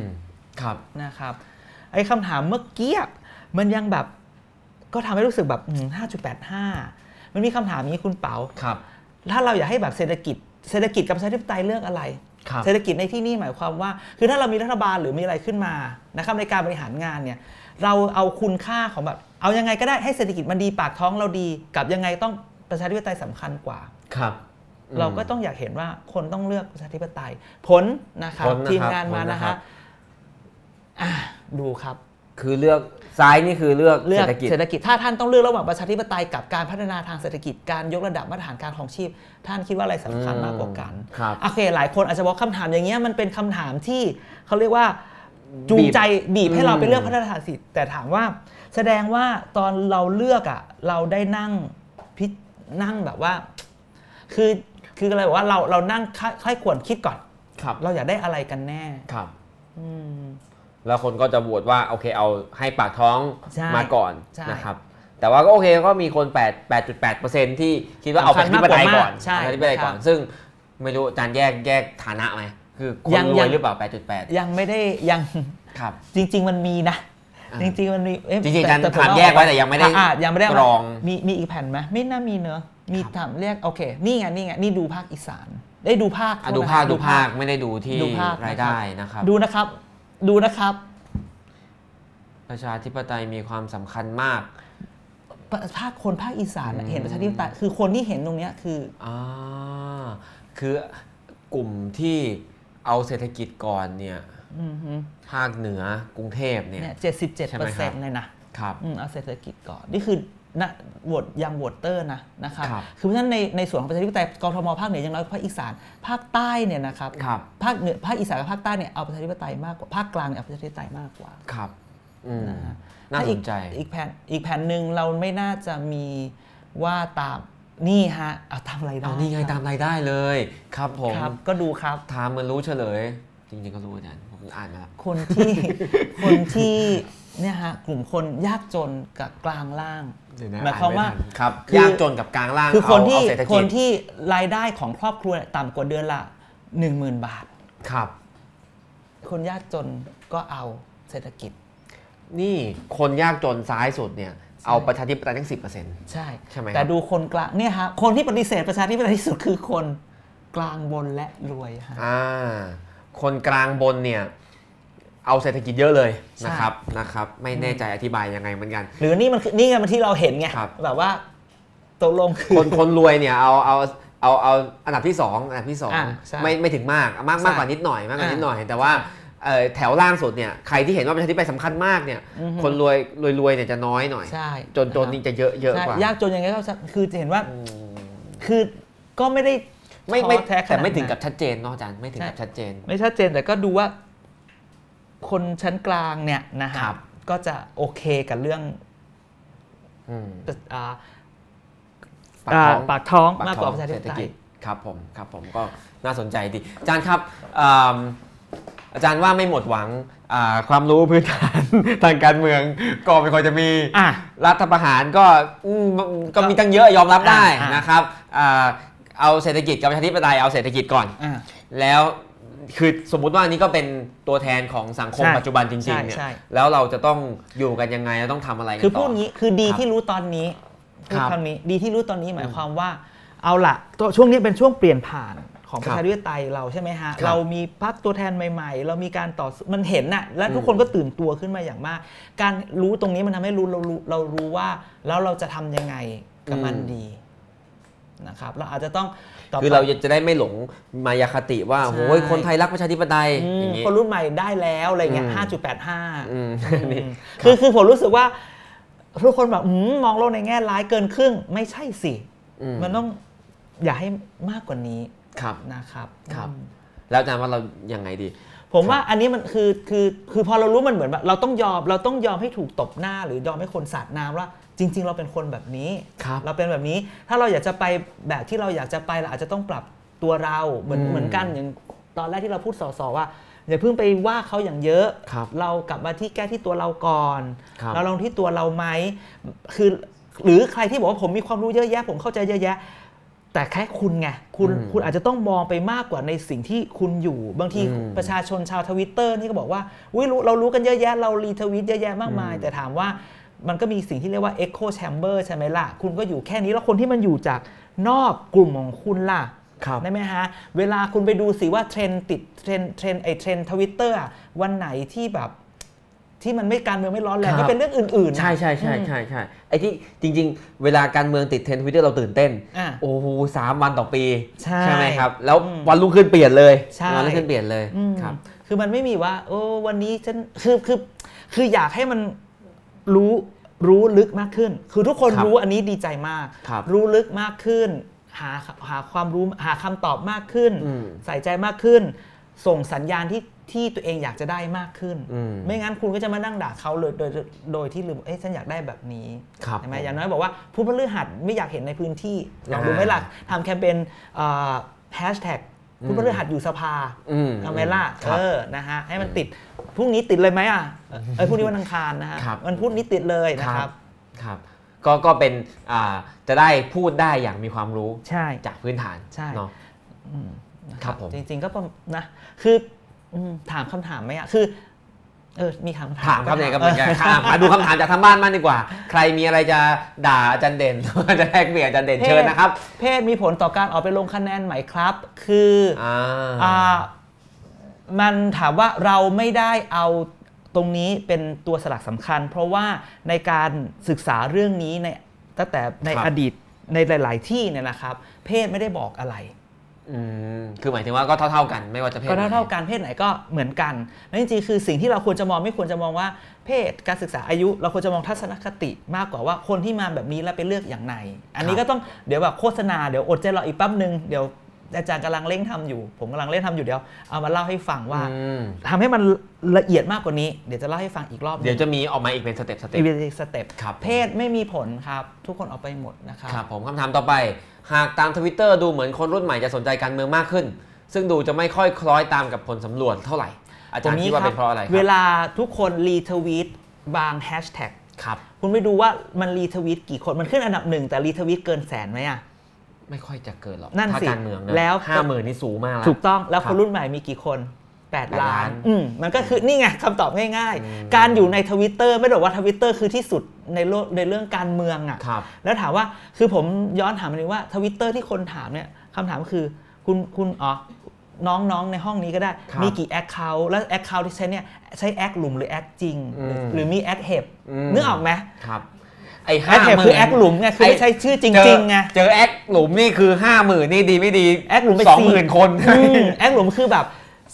ครับ นะครับไอคำถามเมื่อกี้มันยังแบบก็ทำให้รู้สึกแบบอืม5.85 มันมีคำถามอย่างนี้คุณเปา ครับ ถ้าเราอยากให้แบบเศรษฐกิจ เศรษฐกิจกับประชาธิปไตยเลือกอะไร ครับ เศรษฐกิจในที่นี่หมายความว่า คือถ้าเรามีรัฐบาลหรือมีอะไรขึ้นมานะครับในการบริหารงานเนี่ยเราเอาคุณค่าของแบบเอายังไงก็ได้ให้เศรษฐกิจมันดีปากท้องเราดี กับยังไงต้องประชาธิปไตยสำคัญกว่า ครับอืม เราก็ต้องอยากเห็นว่าคนต้องเลือกประชาธิปไตย ผลนะครับ ผลนะครับ ทีมงานมา ผล นะ นะ ค ครั รับ บอ่ะดูครับ คือเลือกซ้ายนี่คือเลือก เลือก เศรษฐกิจ เศรษฐกิจถ้าท่านต้องเลือกระหว่างประชาธิปไตยกับการพัฒนาทางเศรษฐกิจการยกระดับมาตรฐานการของชีพ ท่านคิดว่าอะไรสำคัญ อืม มากกว่ากัน ครับ โอเค หลายคนอาจจะบอกคำถามอย่างเงี้ยมันเป็นคำถามที่เขาเรียกว่าจูงใจบีบให้เราไปเลือก อืม พัฒนาทางเศรษฐกิจแต่ถามว่า แสดงว่าตอนเราเลือกอ่ะเราได้นั่งพิจนั่งแบบว่า คือคืออะไรบอกว่าเราเรานั่งค่อยค่อยควรคิดก่อน ครับ เราอยากได้อะไรกันแน่ ครับ อืม แล้วคนก็จะโหวตว่าโอเคเอาให้ปากท้อง ใช่ มาก่อน ใช่ นะครับ แต่ว่าก็โอเคก็มีคน8 8.8%ที่คิดว่าเอาประชาธิปไตยก่อน สำคัญมากกว่าใช่ ประชาธิปไตยก่อน นะครับ ซึ่งไม่รู้อาจารย์แยกแยกฐานะไหมคือคน ยัง รว ยั ย ง หรือเปล่า 8.8 ยังไม่ได้ยัง ครับ จริง ๆ มันมีนะ อ่า จริง ๆ มันมีเอ๊ะ จริงๆอาจารย์ แต่ผม ถามแยกไว้แต่ยังไม่ได้ อ่ะยังไม่ได้เา ตรอง มีมีอีกแผ่นไหมไม่น่ามีเนอะมีถามเรียกโอเค นี่ไงนี่ไงนี่ดูภาคอีสานได้ดูภาค อ่ะ โทษ ดู นะ ภาค ครับ ดูภาคไม่ได้ดูที่ ดูภาค รายได้นะครับ ดูนะครับ ดูนะครับ ประชาธิปไตยมีความสำคัญมาก ปะภาคคนภาคอีสานน่ะ อืม เห็นประชาธิปไตยคือคนที่เห็นตรงเนี้ยคือ อ่าคือกลุ่มที่เอาเศรษฐกิจก่อนเนี่ย อืมฮึ ภาคเหนือกรุงเทพเนี่ย เนี่ยเจ็ดสิบเจ็ด ใช่ไห เปอ มครัร์เซ็น บ ต์เลยนะ ครับ อืมเอาเศรษฐกิจก่อน นี่คือนะโหวตยังโหวตเตอร์นะนะครับ ครับ คือเพราะฉะนั้นในในส่วนของประชาธิปไตยกรทมภาคเหนือยังน้อยกว่าภาคอีสานภาคใต้เนี่ยนะครับ ครับ ภาคเหนือภาคอีสานกับภาคใต้เนี่ยเอาประชาธิปไตยมากกว่าภาคกลางเนี่ยเอาประชาธิปไตยมากกว่า ครับอืม นะฮะ น่า ถ้ ส อีนกใจ อีกแผ่นอีกแผ่นหนึ่งเราไม่น่าจะมีว่าตามนี่ฮะเอาตามอะไรได้ เอานี่ไงตามรายได้เลย ครับผม ครับ ก็ดูครับ ถ ามเหมันรู้เฉลย จริงๆก็รู้อาจารย์ผมอ่านมาแล้ว คนที่ คนที่ เนี่ยฮะกลุ่มคนยากจนกับกลางล่าง เดี๋นะ หมายความว่า อ่นไทันครับ คือ ยากจนกับกลางล่าง คือคน เอา ที่ เอาเศรษฐ ค กิจ นที่รายได้ของครอบครัวต่ำกว่าเดือนละ 10,000 บาท ครับ คนยากจนก็เอาเศรษฐกิจ นี่คนยากจนซ้ายสุดเนี่ยเอาประชาธิปไตยทั้ง 10% ใช่ ใช่ไหมครับ แต่ดูคนกลางเนี่ยฮะคนที่ปฏิเสธประชาธิปไตยที่สุดคือคนกลางบนและรวยฮะ อ่าคนกลางบนเนี่ยเอาเศรษฐกิจเยอะเลย ใช่ นะครับนะครับ ไม่แน่ใจอธิบายยังไงเหมือนกัน หรือนี่มันคือนี่ไงมันที่เราเห็นไง ครับ แบบว่าตกลงคือ คน คนรวยเนี่ยเอาเอาเอาเอาอันดับที่สองอันดับที่สอง อ่าใช่ ไม่ไม่ถึงมากมาก ใช่ มากกว่านิดหน่อยมากกว่า อ่านิ นิดหน่อย แต่ว่าเอ่อแถวล่างสุดเนี่ยใครที่เห็นว่าประชาธิปไตยสำคัญมากเนี่ย อือฮึ คนรวยรวยรวยเนี่ยจะน้อยหน่อย ใช่ จนจนนี่จะเยอะเยอะ ใช่ กว่าย ากจนยังไงก็คือจะเห็นว่าคือก็ไม่ได้ ไม่ไม่ ท้อท้ขนาด แต่ไม่ถึง นั้น กับชัดเจนเนาะอาจารย์ไม่ถึงกับ ใช่ ชัดเจน ไม่ชัดเจนแต่ก็ดูว่าคนชั้นกลางเนี่ยนะฮะ ครับ ก็จะโอเคกับเรื่อง อืม อ่า ปากท้อง ปากปท้องมากกว่าประชาธิ เศร ป ษฐ ไต กิ ย จครับผมครับผมก็น่าสนใจดีอาจารย์ครับเอิ่มอาจารย์ว่าไม่หมดหวังอ่าความรู้พื้นฐาน ทางการเมืองก็ไม่ค่อยจะมี อ่ะ รัฐประหารก็อืมก็มีตั้งเยอะยอมรับได้ อ่ะอ่ะ นะครับอ่าเอาเศรษฐกิจกับประชาธิปไตยเอาเศรษฐกิจก่อน อ่า แล้วคือสมมุติว่านี่ก็เป็นตัวแทนของสังคม ใช่ ปัจจุบันจริงๆเนี่ย ใช่ใช่ แล้วเราจะต้องอยู่กันยังไงเราต้องทำอะไรกัน คือ ต่ พูดงี้คือดี ครับ ที่รู้ตอนนี้พูด ครับ คำนี้ดีที่รู้ตอนนี้หมายความว่าเอาละตัวช่วงนี้เป็นช่วงเปลี่ยนผ่านของ ค ป รับ ระชาธิปไตยเราใช่ไหมฮะ ครับ เรามีพรรคตัวแทนใหม่ ๆ เรามีการต่อสู้มันเห็นน่ะและทุกคนก็ตื่นตัวขึ้นมาอย่างมาก การรู้ตรงนี้มันทำให้รู้เรารู้เรารู้ว่าแล้วเราจะทำยังไงกับมัน อืม ดีนะครับเราอาจจะต้องต่ คือ ไป เราจะได้ไม่หลงมายาคติว่า ใช่ โอ้ยคนไทยรักประชาธิปไตย อื อ ม ย่างงี้ คนรุ่นใหม่ได้แล้วอะไรเงี้ย อืม ห้าจุดแปดห้า อืมนี่ คือคือผมรู้สึกว่า ทุกคนแบบอืมมองโลกในแง่ร้ายเกินครึ่ง ไม่ใช่สิ อืม มันต้องอย่าให้มากกว่านี้ ครับ นะครับ ครับ อืม แล้วอาจารย์ว่าเรายังไงดี ผมว่าอันนี้มันคือคือคือพอเรารู้มันเหมือนแบบเราต้องยอมเราต้องยอมให้ถูกตบหน้า หรือยอมให้คนสาดน้ำว่า จริง ๆ เราเป็นคนแบบนี้ ครับ เราเป็นแบบนี้ ถ้าเราอยากจะไปแบบที่เราอยากจะไปเราอาจจะต้องปรับตัวเราเหมือน อืม เหมือนกันอย่างตอนแรกที่เราพูดสอสอว่าอย่าเพิ่งไปว่าเขาอย่างเยอะ ครับ เรากลับมาที่แก้ที่ตัวเราก่อน ครับ เราลองที่ตัวเราไหมคือหรือใครที่บอกว่าผมมีความรู้เยอะแยะ ผมเข้าใจเยอะแยะ แต่แค่คุณไงคุณ อืม คุณอาจจะต้องมองไปมากกว่าในสิ่งที่คุณอยู่ บางที อืม ประชาชนชาวทวิตเตอร์นี่ก็บอกว่าอุ๊ยรู้เรารู้กันเยอะแยะ เรารีทวิตเยอะแยะมากมาย อืม แต่ถามว่ามันก็มีสิ่งที่เรียกว่า Echo Chamber ใช่ไหมล่ะ คุณก็อยู่แค่นี้แล้วคนที่มันอยู่จากนอกกลุ่มของคุณล่ะ ครับ ได้ไหมฮะ เวลาคุณไปดูสิว่าเทรนด์ติดเทรนด์เทรนด์ไอเทรนทวิตเตอร์วันไหนที่แบบที่มันไม่การเมืองไม่ร้อนแรง ครับ ก็เป็นเรื่องอื่นๆนะ ใช่ใช่ใช่ใช่ใช่ไอ้ที่จริง ๆ เวลาการเมืองติดเทรนด์ทวิตเตอร์เราตื่นเต้น อ่ะ โอ้โหสามวันต่อปี ใช่ ไหมครับ แล้ว อืม วันรุ่งขึ้นเปลี่ยนเลย ใช่ วันรุ่งขึ้นเปลี่ยนเลย อืม ครับ คือมันไม่มีว่า โอ้วันนี้ฉันคือคือคืออยากให้มันรู้รู้ลึกมากขึ้น คือทุกคน ครับ รู้อันนี้ดีใจมาก ครับ รู้ลึกมากขึ้น หาหาความรู้หาคำตอบมากขึ้น อืม ใส่ใจมากขึ้น ส่งสัญญาณที่ที่ตัวเองอยากจะได้มากขึ้น อืม ไม่งั้นคุณก็จะมานั่งด่าเขาเลยโดยโดยโดยที่ลืมเอ้ยฉันอยากได้แบบนี้ ครับ ใช่ไหมอย่างน้อยบอกว่าผู้พฤหัสไม่อยากเห็นในพื้นที่ลองดู อ่า ไหมล่ะทำแคมเปญแฮชแท็กผู้พฤหัสอยู่สภา อืม เอาไหมล่ะ ครับ เออนะฮะให้มันติดพรุ่งนี้ติดเลยไหมอ่ะเอ้ยพรุ่งนี้วันอังคารนะฮะ ครับ วันพุธนี้ติดเลยนะ ค ค รั รั บบ ครับ ก็ก็เป็นอ่าจะได้พูดได้อย่างมีความรู้ ใช่ จากพื้นฐาน ใช่ เนาะ อืมนะครับ ผม จริง ๆ ก็ประมาณนะคืออืมถามคำถามไหมอ่ะคือเออมีคำถาม ถามครับเนี่ยกำลังจะ เออ ถามมาดูคำถามจากทางบ้านมากดีกว่า ใครมีอะไรจะด่าอาจารย์เด่น หรือว่าจะแลกเปลี่ยนอาจารย์เด่นเชิญนะครับ เพศมีผลต่อการออกไปลงคะแนนไหมครับ คืออ อ่า อ่ามันถามว่าเราไม่ได้เอาตรงนี้เป็นตัวสลักสำคัญ เพราะว่าในการศึกษาเรื่องนี้ในตั้งแต่ใน ครับ อดีตในหลาย ๆ ที่เนี่ยนะครับ เพศไม่ได้บอกอะไร อืมคือหมายถึงว่าก็เท่า ๆกันไม่ว่าจะเพศ ก็เท่าเท่า ไหน กันเพศไหนก็เหมือนกันแล้วจริงๆคือสิ่งที่เราควรจะมองไม่ควรจะมองว่าเพศการศึกษาอายุ เราควรจะมองทัศนคติมากกว่าว่าคนที่มาแบบนี้แล้วไปเลือกอย่างไหน อันนี้ก็ต้องเดี๋ยวแบบโฆษณาเดี๋ยวอดใจรออีกแป๊บนึงเดี๋ยวอาจารย์กำลังเร่งทำอยู่ ผมกำลังเร่งทำอยู่เดี๋ยวเอามาเล่าให้ฟังว่า อืม ทำให้มันละเอียดมากกว่านี้เดี๋ยวจะเล่าให้ฟังอีกรอบหนึ่ง เดี๋ยวจะมีออกมาอีกเป็นสเต็ปสเต็ อี ป กเป็นสเต็ป ครับ เพศไม่มีผลครับทุกคนเอาไปหมดนะครับ ครับผมคำถามต่อไป หากตามทวิตเตอร์ดูเหมือนคนรุ่นใหม่จะสนใจการเมืองมากขึ้น ซึ่งดูจะไม่ค่อยคล้อยตามกับผลสำรวจเท่าไหร่ อาจารย์คิดว่าเป็นเพราะอะไรค เว รับ ลาทุกคนรีทวีต บางแฮชแท็ก ครับ คุณไปดูว่ามันรีทวิตกี่คนมันขึ้นอันดับหนึ่งแต่รีทวิตเกินแสนไหมอ่ะ ไม่ค่อยจะเกิดหรอก นั่น ถ้า สิ การเมืองนะ แล้ว ห้าหมื่นนี่สูงมากแล้ว ถูกต้องแล้ว ครับคนรุ่นใหม่มีกี่คน แปด 8 ล้า ล้าน นอืมมันก็คือนี่ไงคำตอบง่าย อืม ๆ การอยู่ในทวิตเตอร์ไม่ได้บอกว่าทวิตเตอร์คือที่สุดในโลกในเรื่องการเมืองอ่ะ ครับ แล้วถามว่าคือผมย้อนถามไปว่าทวิตเตอร์ที่คนถามเนี่ยคำถามคือคุณคุณอ๋อน้องๆในห้องนี้ก็ได้ ครับ มีกี่แอคเคาท์แล้วแอคเคาท์ที่ใช้เนี่ยใช้แอคหลุมหรือแอคจริง อืม หรือมีแอคเห็บ อืม นึกออกไหม ครับ ไอ้ แอ ห้า คเห็บ หมื่น คือแอคหลุมไงคือไม่ใช่ชื่อจริงๆไง เจอแอคหลุมนี่คือห้าหมื่นนี่ดีไม่ดี แอคหลุมไป สองหมื่น 4 คน อืมแอคหลุมคือแบบ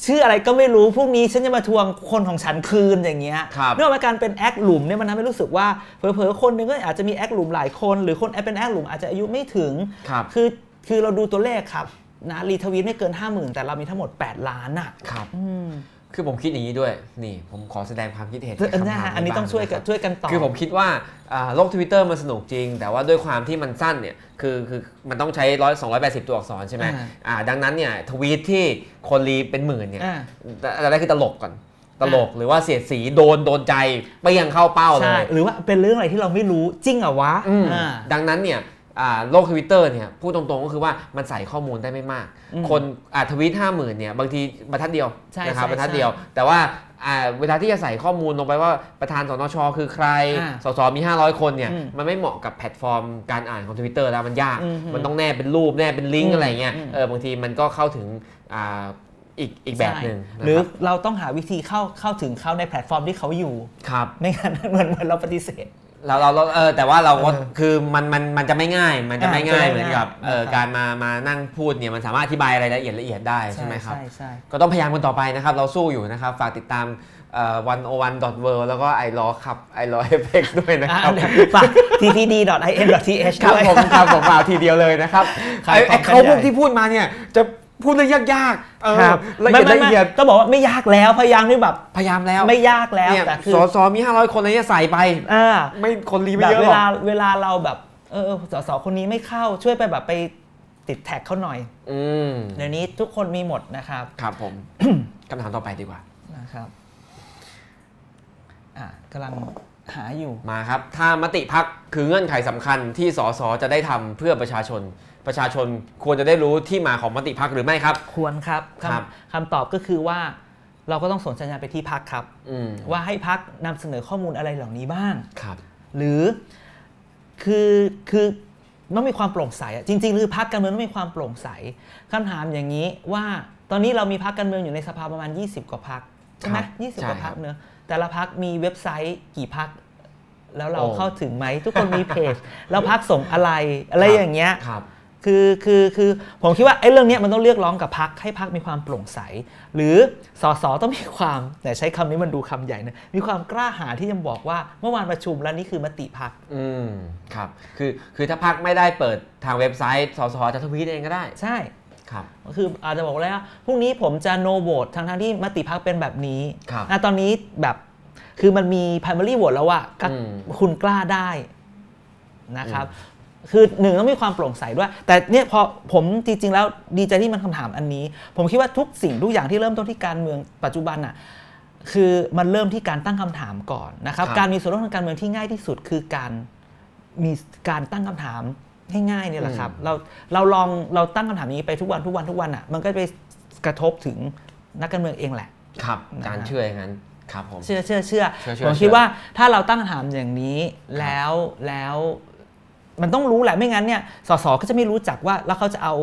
ชื่ออะไรก็ไม่รู้พรุ่งนี้ฉันจะมาทวงคนของฉันคืนอย่างเงี้ย ครับ เนื่องจากการเป็นแอคหลุมเนี่ยมันทำให้รู้สึกว่าเผลอๆคนหนึงก็อาจจะมีแอคหลุมหลายคน หรือคนแอคเป็นแอคหลุมอาจจะอายุไม่ถึง ครับ คือคือเราดูตัวเลขครับนะรีทวีตไม่เกิน 5 0,000 แต่เรามีทั้งหมด 8 ล้านอ่ะ ครับ อืม คือผมคิดอย่างนี้ด้วย นี่ผมขอแสดงความคิดเห็น ซึ่ง กับคำ นะ ถาม ฮะอันนี้ บ้า ต้องช่วยะคกันรับ ช่วยกันต่อ คือผมคิดว่าอ่าโลกทวิตเตอร์มันสนุกจริง แต่ว่าด้วยความที่มันสั้นเนี่ยคือคือมันต้องใช้ร้อยสองร้อยแปดสิบตัวอักษรใช่ไหม อ่า อ่าดังนั้นเนี่ยทวีตที่คนรีเป็นหมื่นเนี่ย อ่า อะไรกคือตลกก่อน ตลกหรือว่าเสียดสีโดนโดนใจเปรี้ยงเข้าเป้าเล ใช่ ย หรือว่าเป็นเรื่องอะไรที่เราไม่รู้จริงเหรอวะ อืม อ่า ดังนั้นเนี่ยอ่าโลกทวิตเตอร์เนี่ยพูดตรงๆก็คือว่ามันใส่ข้อมูลได้ไม่มาก อืม คนอ่าทวีตห้าหมื่นเนี่ยบางทีบรรทัดเดียว ใช่ นะครับ ใช่ บรรทัด ใช่ เดียว แต่ว่าอ่าเวลาที่จะใส่ข้อมูลลงไปว่าประธานสนชคือใคร อ่า สสมี 500 คนเนี่ย อืม มันไม่เหมาะกับแพลตฟอร์มการอ่านของ Twitter แล้วมันยาก อืม มันต้องแนบเป็นรูปแนบเป็นลิง อื ก์ ม อะไรเงี้ย อืม เออบางทีมันก็เข้าถึงอ่าอีกอีกแบบหนึ่ง ใช่ นะ หรือ ครับ เราต้องหาวิธีเข้าเข้าถึงเขาในแพลตฟอร์มที่เขาอยู่ ครับ ไม่งั้น เหมือนเหมือนเราปฏิเสธ เราเราเราเออแต่ว่าเราก็ เออ คือมันมันมันจะไม่ง่าย มันจะ อ่า ไม่ง่าย จะไม่ เหมือนกับ ง่าย เออ นะครับ การมามานั่งพูดเนี่ยมันสามารถอธิบายรายละเอียดละเอียดได้ใช่ไหมครับ ใช่ใช่ ก็ต้องพยายามกันต่อไปนะครับ เราสู้อยู่นะครับ ฝากติดตามวันโอวันดอทเวแล้วก็ไอรอครับไอรอเอฟเด้วยนะครับ อ่ะเดี๋ยวฝาก tpd.in.th ครับ ด้วย ผมครับผมเปล่าทีเดียวเลยนะครับ ครับ ไอ้ไอ้ ขอบคุณ เขาพวก ใหญ่ ที่พูดมาเนี่ย จะพูดเรื่องยากๆเออ ครับ ละเอียด ไม่ ละ ไม่ เอียด ไม่ต้องบอกว่าไม่ยากแล้วพยายามที่แบบ พยายามแล้ว ไม่ยากแล้ว เนี่ย แต่คือ สอสอมี 500 คนอะไรเนี่ยใส่ไป อ่า ไม่คนรีไม่ แบบ เยอะ เว หรอ ลาก เวลาเราแบบเออเออสสคนนี้ไม่เข้าช่วยไปแบบไปติดแท็กเขาหน่อย อืม เดี๋ยวนี้ทุกคนมีหมดนะครับ ครับ ผม คำถามต่อไปดีกว่า นะครับอ่ะกำลังหาอยู่ มาครับ ถ้ามติพักคือเงื่อนไขสำคัญที่สสจะได้ทำเพื่อประชาชน ประชาชนควรจะได้รู้ที่มาของมติพักหรือไม่ครับ ควรครับค ครับ ำคำตอบก็คือว่าเราก็ต้องส่งสัญญาณไปที่พักครับ อืม ว่าให้พักนำเสนอข้อมูลอะไรเหล่านี้บ้าง ครับ หรือคือคือต้องมีความโปร่งใสอะจริงๆคือพักการเมืองต้องมีความโปร่งใสคำถามอย่างนี้ว่าตอนนี้เรามีพักการเมืองอยู่ในสภาประมาณ 20 กว่าพักใช่ไหคมรับ ยี่สิบ ใช่ กว่าพัก ครับ เนอะแต่ละพักมีเว็บไซต์กี่พัก แล้วเรา โอ้ เข้าถึงไหม ทุกคนมีเพจ แล้วพักส่งอะไรอะไรอย่างเงี้ย ครับ คือคือคือผมคิดว่าไอ้เรื่องเนี้ยมันต้องเรียกร้องกับพักให้พักมีความโปร่งใส หรือสสต้องมีความแต่ใช้คำนี้มันดูคำใหญ่นะมีความกล้าหาญที่จะบอกว่าเมื่อวานประชุมแล้วนี่คือมติพัก อืมครับ คือคือถ้าพักไม่ได้เปิดทางเว็บไซต์สสจะทวีตเองก็ได้ ใช่ ครับ ก็คืออาจจะบอกแล้วาพรุ่งนี้ผมจะโนโหวตทั้งทั้งๆที่มติพักเป็นแบบนี้ ครับ อ่ะตอนนี้แบบคือมันมี primary โหวตแล้วอะก็ อืม คุณกล้าได้นะครับ คือหนึ่งต้องมีความโปร่งใสด้วย แต่เนี่ยพอผมจริง ๆ แล้วดีใจที่มันคำถามอันนี้ ผมคิดว่าทุกสิ่งทุกอย่างที่เริ่มต้นที่การเมืองปัจจุบันน่ะคือมันเริ่มที่การตั้งคำถามก่อนนะครับ ครับ การมีส่วนร่วมทางการเมืองที่ง่ายที่สุดคือการมีการตั้งคำถามง่ายๆเนี่ยแหละครับ เราเราลองเราตั้งคำถามนี้ไปทุกวันทุกวันทุกวันอ่ะมันก็ไปกระทบถึงนักการเมืองเองแหละ ครับอาจาร นะ ย์ ฮะ เชื่ออย่างนั้นครับผม เชื่อเชื่อเชื่อ เชื่อเชื่อ ผม เชื่ คิด อ ว่าถ้าเราตั้งคำถามอย่างนี้แล้วแล้วมันต้องรู้แหละไม่งั้นเนี่ยสสก็จะไม่รู้จักว่าแล้วเขาจะเอา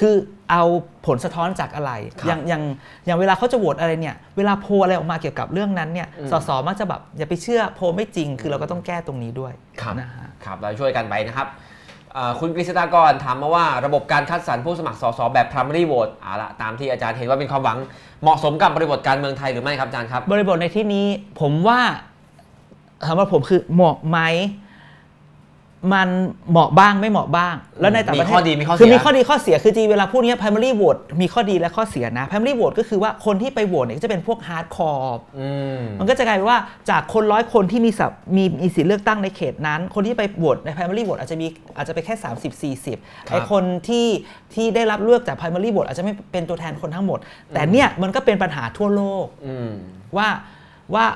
คือเอาผลสะท้อนจากอะไร ครับ อย่างอย่างอย่างเวลาเขาจะโหวตอะไรเนี่ย เวลาโพลอะไรออกมาเกี่ยวกับเรื่องนั้นเนี่ย อืม สสมักจะแบบอย่าไปเชื่อโพลไม่จริง คือเราก็ต้องแก้ตรงนี้ด้วย ครับ นะฮะ ครับเราช่วยกันไปนะครับเอ่อคุณกฤษฎากรถามมาว่าระบบการคัดสรรผู้สมัครสสแบบ primary vote เอาละตามที่อาจารย์เห็นว่าเป็นความหวังเหมาะสมกับบริบทการเมืองไทยหรือไม่ครับอาจารย์ครับ บริบทในที่นี้ผมว่าสำหรับผมคือเหมาะไหมมันเหมาะบ้างไม่เหมาะบ้าง แล้วในต่างประเทศ มีข้อดีมีข้อเสีย คือมีข้อดีข้อเสียคือจริงเวลาพูดเนี้ย primary vote มีข้อดีและข้อเสียนะ primary vote ก็คือว่าคนที่ไปโหวตเนี่ยก็จะเป็นพวก hard core อืม มันก็จะกลายเป็นว่าจากคนร้อยคนที่มีสับมีมีสิทธิ์เลือกตั้งในเขตนั้น คนที่ไปโหวตใน primary vote อาจจะมีอาจจะไปแค่ 30 40 ไอคนที่ที่ได้รับเลือกจาก primary vote อาจจะไม่เป็นตัวแทนคนทั้งหมด แต่เนี่ยมันก็เป็นปัญหาทั่วโลก อืม ว่าว่า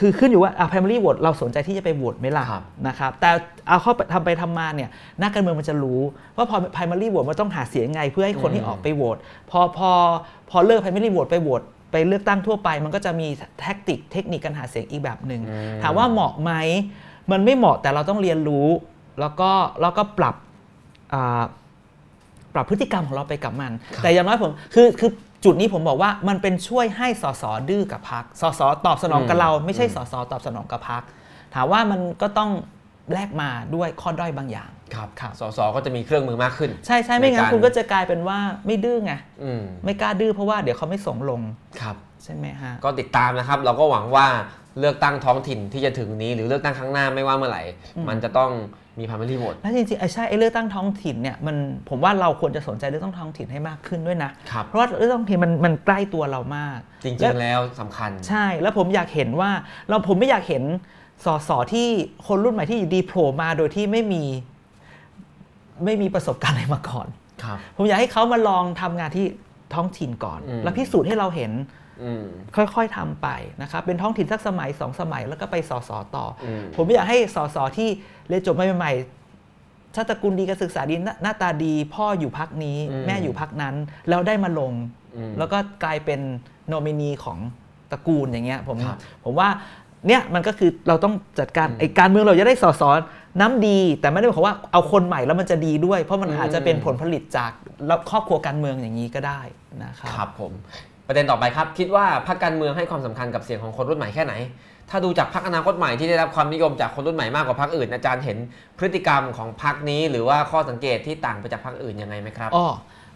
คือขึ้นอยู่ว่าอ่ะ primary vote เราสนใจที่จะไปโหวตไหมล่ะ ครับ นะครับ แต่เอาเข้าไปทำไปทำมาเนี่ยนักการเมืองมันจะรู้ว่าพอ primary vote มันต้องหาเสียงไงเพื่อให้คน อืม ที่ออกไปโหวตพอพอพอเลิก primary vote ไปโหวตไปเลือกตั้งทั่วไป มันก็จะมีแท็กติกเทคนิคการหาเสียงอีกแบบหนึ่ง อืม ถามว่าเหมาะไหม มันไม่เหมาะแต่เราต้องเรียนรู้ แล้วก็แล้วก็ปรับอ่าปรับพฤติกรรมของเราไปกับมัน แต่อย่างน้อยผมคือคือจุดนี้ผมบอกว่ามันเป็นช่วยให้สสดื้อกับพักสสตอบสนองกับเรา ไม่ใช่สสตอบสนองกับพัก ถามว่ามันก็ต้องแลกมาด้วยข้อด้อยบางอย่าง ครับ ครับ สสก็จะมีเครื่องมือมากขึ้น ใช่ใช่ไม่งั้น ในการ คุณก็จะกลายเป็นว่าไม่ดื้อไง อืม ไม่กล้าดื้อเพราะว่าเดี๋ยวเขาไม่ส่งลง ครับ ใช่ไหมฮะ ก็ติดตามนะครับ เราก็หวังว่าเลือกตั้งท้องถิ่นที่จะถึงนี้ หรือเลือกตั้งครั้งหน้าไม่ว่าเมื่อไหร่ มันจะต้องมีพามิลี่โหวต แล้วจริงๆไอ้ใช่ไอ้เลือกตั้งท้องถิ่นเนี่ยมันผมว่าเราควรจะสนใจเลือกตั้งท้องถิ่นให้มากขึ้นด้วยนะ ครับ เพราะว่าเรื่องท้องถิ่นมันมันใกล้ตัวเรามาก จริ และ งๆแล้วสำคัญ ใช่แล้วผมอยากเห็นว่าเราผมไม่อยากเห็นสสที่คนรุ่นใหม่ที่อยู่ดีโผล่มาโดยที่ไม่มีไม่มีประสบการณ์อะไรมาก่อน ครับ ผมอยากให้เขามาลองทำงานที่ท้องถิ่นก่อน อืม แล้วพิสูจน์ให้เราเห็น อืม ค่อยๆทำไปนะครับเป็นท้องถิ่นสักสมัยสองสมัยแล้วก็ไปสสต่ออ ม ผมไม่อยากให้สสที่เรียนจบมาใหม่ๆชาติตระกูลดีการศึกษาดีหน้าหน้าตาดีพ่ออยู่พักนี้ แม่อยู่พักนั้นแล้วได้มาลง อืม แล้วก็กลายเป็นโนมินีของตระกูลอย่างเงี้ยผม ครับ ผมว่าเนี่ยมันก็คือเราต้องจัดการ อืม ไอ้การเมืองเราจะได้สอสอนน้ำดี แต่ไม่ได้หมายความว่าเอาคนใหม่แล้วมันจะดีด้วย เพราะมัน อืม อาจจะเป็นผลผลิตจากแล้วครอบครัวการเมืองอย่างนี้ก็ได้นะค ค รั รับ บผม ประเด็นต่อไปครับ คิดว่าพรรคการเมืองให้ความสำคัญกับเสียงของคนรุ่นใหม่แค่ไหน ถ้าดูจากพรรคอนาคตใหม่ที่ได้รับความนิยมจากคนรุ่นใหม่มากกว่าพรรคอื่น อาจารย์เห็นพฤติกรรมของพรรคนี้ หรือว่าข้อสังเกตที่ต่างไปจากพรรคอื่นยังไงไหมครับ อ๋อ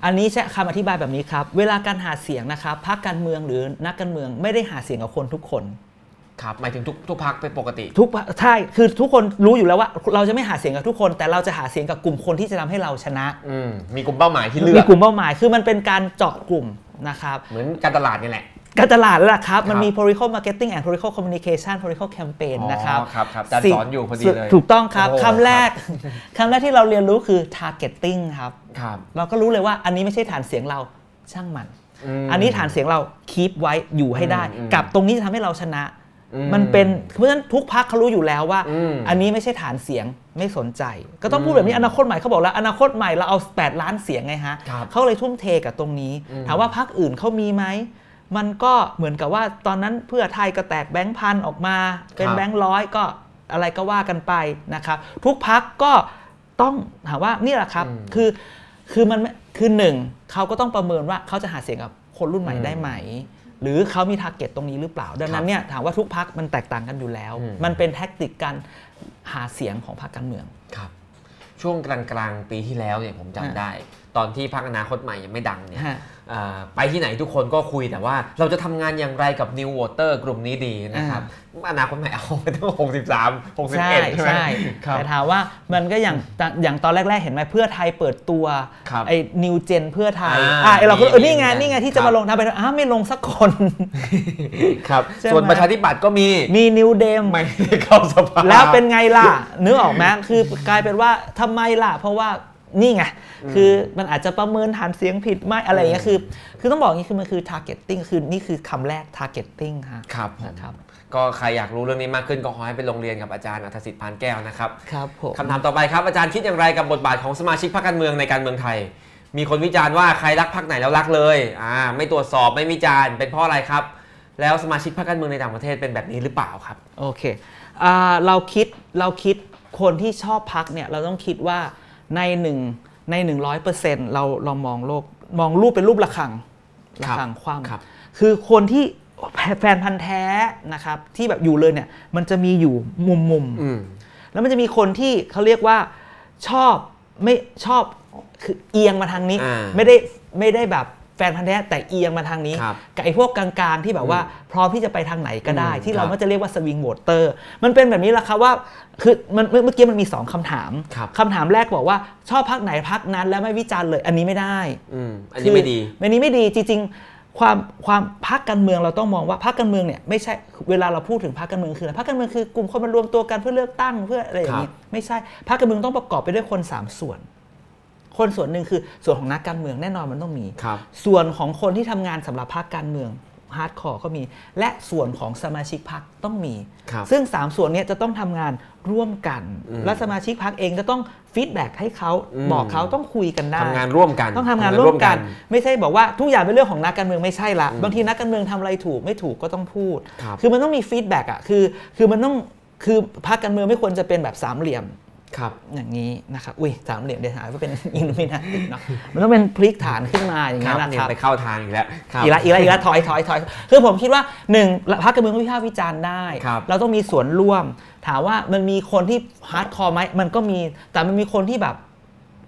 อันนี้ใช้คำอธิบายแบบนี้ครับ เวลาการหาเสียงนะครับพรรคการเมืองหรือนักการเมืองไม่ได้หาเสียงกับคนทุกคน ครับ หมายถึงทุกทุกพรรคเป็นปกติ ทุกพรรคใช่คือทุกคนรู้อยู่แล้วว่า เราจะไม่หาเสียงกับทุกคน แต่เราจะหาเสียงกับกลุ่มคนที่จะทำให้เราชนะ อืม มีกลุ่มเป้าหมายที่เลือ มี ก กลุ่มเป้าหมายคือมันเป็นการเจาะกลุ่มนะครับ เหมือนการตลาดนี่แหละ การตลาดแล้วล่ะครับ มัน ครับ มี political marketing and political communication political campaign นะครับ อ๋อครับครับอาจารย์สอนอยู่พอดีเลย ถูกต้องครับ โโห คำแรก คำแรกที่เราเรียนรู้คือ targeting ครับ ครับ เราก็รู้เลยว่าอันนี้ไม่ใช่ฐานเสียงเราช่างมัน ม อันนี้ฐานเสียงเราคีปไว้อยู่ให้ได้ อืมอืม กับตรงนี้จะทำให้เราชนะ อืม มันเป็นเพราะฉะนั้นทุกพักเขารู้อยู่แล้วว่า อืม อันนี้ไม่ใช่ฐานเสียงไม่สนใจ ก็ต้องพูดแบบนี้อนาคตใหม่เขาบอกแล้วอนาคตใหม่เราเอา 8 ล้านเสียงไงฮะ ครับ เขาเลยทุ่มเทกับตรงนี้ อืม ถามว่าพักอื่นเขามีไหมมันก็เหมือนกับว่าตอนนั้นเพื่อไทยก็แตกแบงค์พันออกมา เป็คนรับ แบงค์ร้อยก็อะไรก็ว่ากันไปนะครับทุกพักก็ต้องถามว่านี่แหละครับ อืม คือคือมันไม่คือหนึ่งเขาก็ต้องประเมินว่าเขาจะหาเสียงกับคนรุ่นใหม่ได้ไหม หรือเขามีทาร์เก็ตตรงนี้หรือเปล่า ดังนั้นเนี่ยถามว่าทุกพักมันแตกต่างกันอยู่แล้ว อืม มันเป็นแท็กติกการหาเสียงของพรรคการเมือง ครับ ช่วงกลางๆปีที่แล้วเนี่ยผมจำ ฮะ ได้ ตอนที่พรรคอนาคตใหม่ยังไม่ดังเนี่ย ฮะ อ่าไปที่ไหนทุกคนก็คุยแต่ว่าเราจะทำงานอย่างไรกับ New Water กลุ่มนี้ดีนะครับอนาคตใหม่เอาไปตั้ง63 61 ใช่ ใช่ไหม ใช่ ครับ แต่ถามว่ามันก็อย่างอย่างตอนแรก ๆ เห็นไหมเพื่อไทยเปิดตัว ครับ ไอ้นิวเจนเพื่อไทย อ่า อ่ะไอ้เราก็เออนี่ไง มี นี่ไงที่ ครั จะ บ มาลงทำไปอ้าวไม่ลงสักคน ครับ ใช่ไหม ส่วนประชาธิปัตย์ก็มี มีนิวเดม ไม่ได้เข้าสภา แล้วเป็นไงล่ะ นึกออกไหมคือกลายเป็นว่าทำไมล่ะ เพราะว่านี่ไง คือมันอาจจะประเมินฐานเสียงผิดไหมอะไรอย่างเงี้ยคือ คือต้องบอกอย่างนี้คือมันคือ targeting คือนี่คือคำแรก targeting ฮะ ครับผม นะครับ ก็ใครอยากรู้เรื่องนี้มากขึ้นก็ขอให้ไปโรงเรียนกับอาจารย์อัธสิทธิ์พานแก้วนะครับ ครับผม คำถามต่อไปครับ อาจารย์คิดอย่างไรกับบทบาทของสมาชิกพรรคการเมืองในการเมืองไทย มีคนวิจารณ์ว่าใครรักพรรคไหนแล้วรักเลยอ่าไม่ตรวจสอบไม่วิจารณ์เป็นเพราะอะไรครับ แล้วสมาชิกพรรคการเมืองในต่างประเทศเป็นแบบนี้หรือเปล่าครับ โอเคอ่าเราคิด เราคิดคนที่ชอบพักเนี่ย เราต้องคิดว่าในหนึ่งในหนึ่งร้อยเปอร์เซ็นต์เราเรามองโลก มองรูปเป็นรูประฆัง ค ระ รับ ฆังความ ครับ คือคนที่แฟนพันธ์แท้นะครับ ที่แบบอยู่เลยเนี่ย มันจะมีอยู่มุมมุมๆ อืม แล้วมันจะมีคนที่เขาเรียกว่าชอบไม่ชอบคือเอียงมาทางนี้ อ่า ไม่ได้ไม่ได้แบบแฟนพันธ์แท้แต่เอียงมาทางนี้ ครับ กับไอ้พวกกลางๆที่แบบว่าพร้อมที่จะไปทางไหนก็ได้ อืม ที่คเรารับ มักจะเรียกว่าสวิงโหวตเตอร์มันเป็นแบบนี้แหละครับว่าคือมันเมื่อเมื่อกี้มันมี 2คำถาม ครับ คำถามแรกบอกว่าชอบพักไหนพักนั้นแล้วไม่วิจารณ์เลยอันนี้ไม่ได้ อืมอันนี้ไม่ดี คืออันนี้ไม่ดีจริงๆ ความความพักการเมืองเราต้องมองว่าพักการเมืองเนี่ยไม่ใช่เวลาเราพูดถึงพักการเมืองคืออะไรพักการเมืองคือกลุ่มคนมารวมตัวกันเพื่อเลือกตั้งเพื่ออะไรอย่างนี้ไม่ใช่พักการเมืองต้องประกอบไปด้วยคนสามส่วน คนส่วนหนึ่งคือส่วนของนักการเมืองแน่นอนมันต้องมี ครับ ส่วนของคนที่ทำงานสำหรับพรรคการเมือง ฮาร์ดคอร์ก็มี และส่วนของสมาชิกพักต้องมี ครับ ซึ่ง 3 ส่วนเนี้จะต้องทำงานร่วมกัน อืม และสมาชิกพักเองก็ต้องฟีดแบ็กให้เขา อืม บอกเขาต้องคุยกันได้ ทำงานร่วมกัน ต้องทำงานร่วมกัน ทำงา ไม่ใช่บอกว่าทุกอย่างเป็นเรื่องของนักการเมืองไม่ใช่ละ อืม บางทีนักการเมืองทำอะไรถูกไม่ถูกก็ต้องพูด ครับ อมันต้องมีฟีดแบ็กอะคือคือมันต้องคือพรรคการเมืองไม่ควรจะเป็นแบบสามเหลี่ยม ครับ อย่างนี้นะครับอุ้ยสามเหลี่ยมเดี๋ยวหาว่าเป็น อินโนมินาติเนาะมันต้องเป็นพลิกฐานขึ้นมาอย่าง ค นี้ รับ ยนะ เนี่ยครับ ไปเข้าทางอีกแล้วครับ อีกละอีกละอีกละถอยถอยถอยคือผมคิดว่าหนึ่งพรรคการเมืองก็วิพากษ์วิจารณ์ได้ ครับ เราต้องมีส่วนร่วม ถามว่ามันมีคนที่ฮาร์ดคอร์ไหมมันก็มีแต่มันมีคนที่แบบ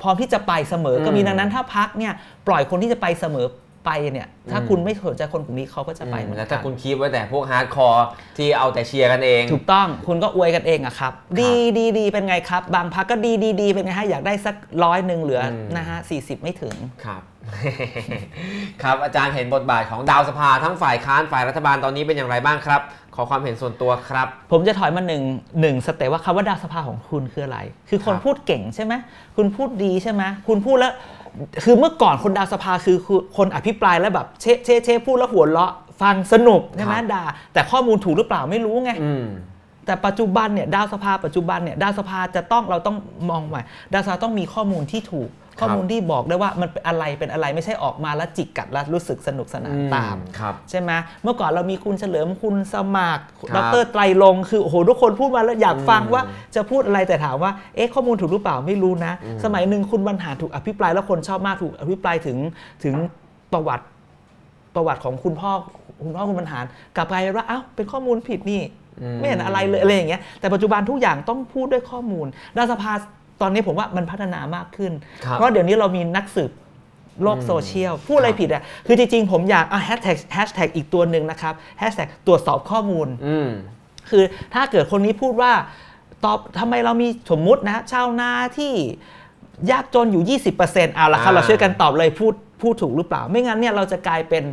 พร้อมที่จะไปเสมอ ก็มี อืม ดังนั้นถ้าพักเนี่ยปล่อยคนที่จะไปเสมอไปเนี่ย ถ้า อืม คุณไม่สนใจคนกลุ่มนี้เขาก็จะไป อืมเหมือน แล้ว กั ถ้าน คุณคีบไว้แต่พวกฮาร์ดคอร์ที่เอาแต่เชียร์กันเอง ถูกต้องคุณก็อวยกันเองอะครับ ดีดีดีเป็นไงครับ บางพักก็ดีดีดีเป็นไงฮะอยากได้สักร้อยหนึ่งเหลืออ ม นะฮะสี่สิบไม่ถึง ครับ ครับอาจารย์เห็นบทบาทของดาวสภาทั้งฝ่ายค้านฝ่ายรัฐบาลตอนนี้เป็นอย่างไรบ้างครับ ขอความเห็นส่วนตัวครับ ผมจะถอยมาหนึ่งหนึ่งสเต็ปว่าคำว่าดาวสภาของคุณคืออะไร คือคน ครับ พูดเก่งใช่ไหมคุณพูดดีใช่ไหมคุณพูดแล้ว คือเมื่อก่อนคนดาวสภาคือคือคนอภิปรายแล้วแบบเชะเชะเชะพูดแล้วหัวเราะฟังสนุกใช่ไหม ครับ ด่าแต่ข้อมูลถูกหรือเปล่าไม่รู้ไง อืม แต่ปัจจุบันเนี่ยดาวสภาปัจจุบันเนี่ยดาวสภาจะต้องเราต้องมองใหม่ดาวสภาต้องมีข้อมูลที่ถูก ข้อมูลที่บอกได้ว่ามันเป็นอะไรเป็นอะไรไม่ใช่ออกมาแล้วจิกกัดแล้วรู้สึกสนุกสนานตาม ครับ ใช่ไหมเมื่อก่อนเรามีคุณเฉลิมคุณสมัคร ค ด รับ รไตรลงค์คือโอ้โหทุกคนพูดมาแล้วอยาก อืม ฟังว่าจะพูดอะไรแต่ถามว่าเอ๊ะข้อมูลถูกหรือเปล่าไม่รู้นะ อืม สมัยหนึ่งคุณบรรหารถูกอภิปรายแล้วคนชอบมากถูกอภิปรายถึงถึงประวัติประวัติของคุณพ่อคุณพ่อคุณบรรหารกลับไปว่าอ้าวเป็นข้อมูลผิดนี่ อืม ไม่เห็นอะไรเลยอะไรอย่างเงี้ยแต่ปัจจุบันทุกอย่างต้องพูดด้วยข้อมูลรัฐสภาตอนนี้ผมว่ามันพัฒนามากขึ้น ครับ เพราะเดี๋ยวนี้เรามีนักสืบ โลก อืม โซเชียล พูดอะไร ครับ ผิดอ่ะ คือจริง ๆ ผมอยากอ่ะแฮชแท็กแฮชแท็กอีกตัวหนึ่งนะครับแฮชแท็กตรวจสอบข้อมูล อืม คือถ้าเกิดคนนี้พูดว่าตอบทำไมเรามีสมมุตินะ ชาวนาที่ยากจนอยู่ 20%เอาละครับ อ่า เราช่วยกันตอบเลยพูดพูดถูกหรือเปล่า ไม่งั้นเนี่ยเราจะกลายเป็น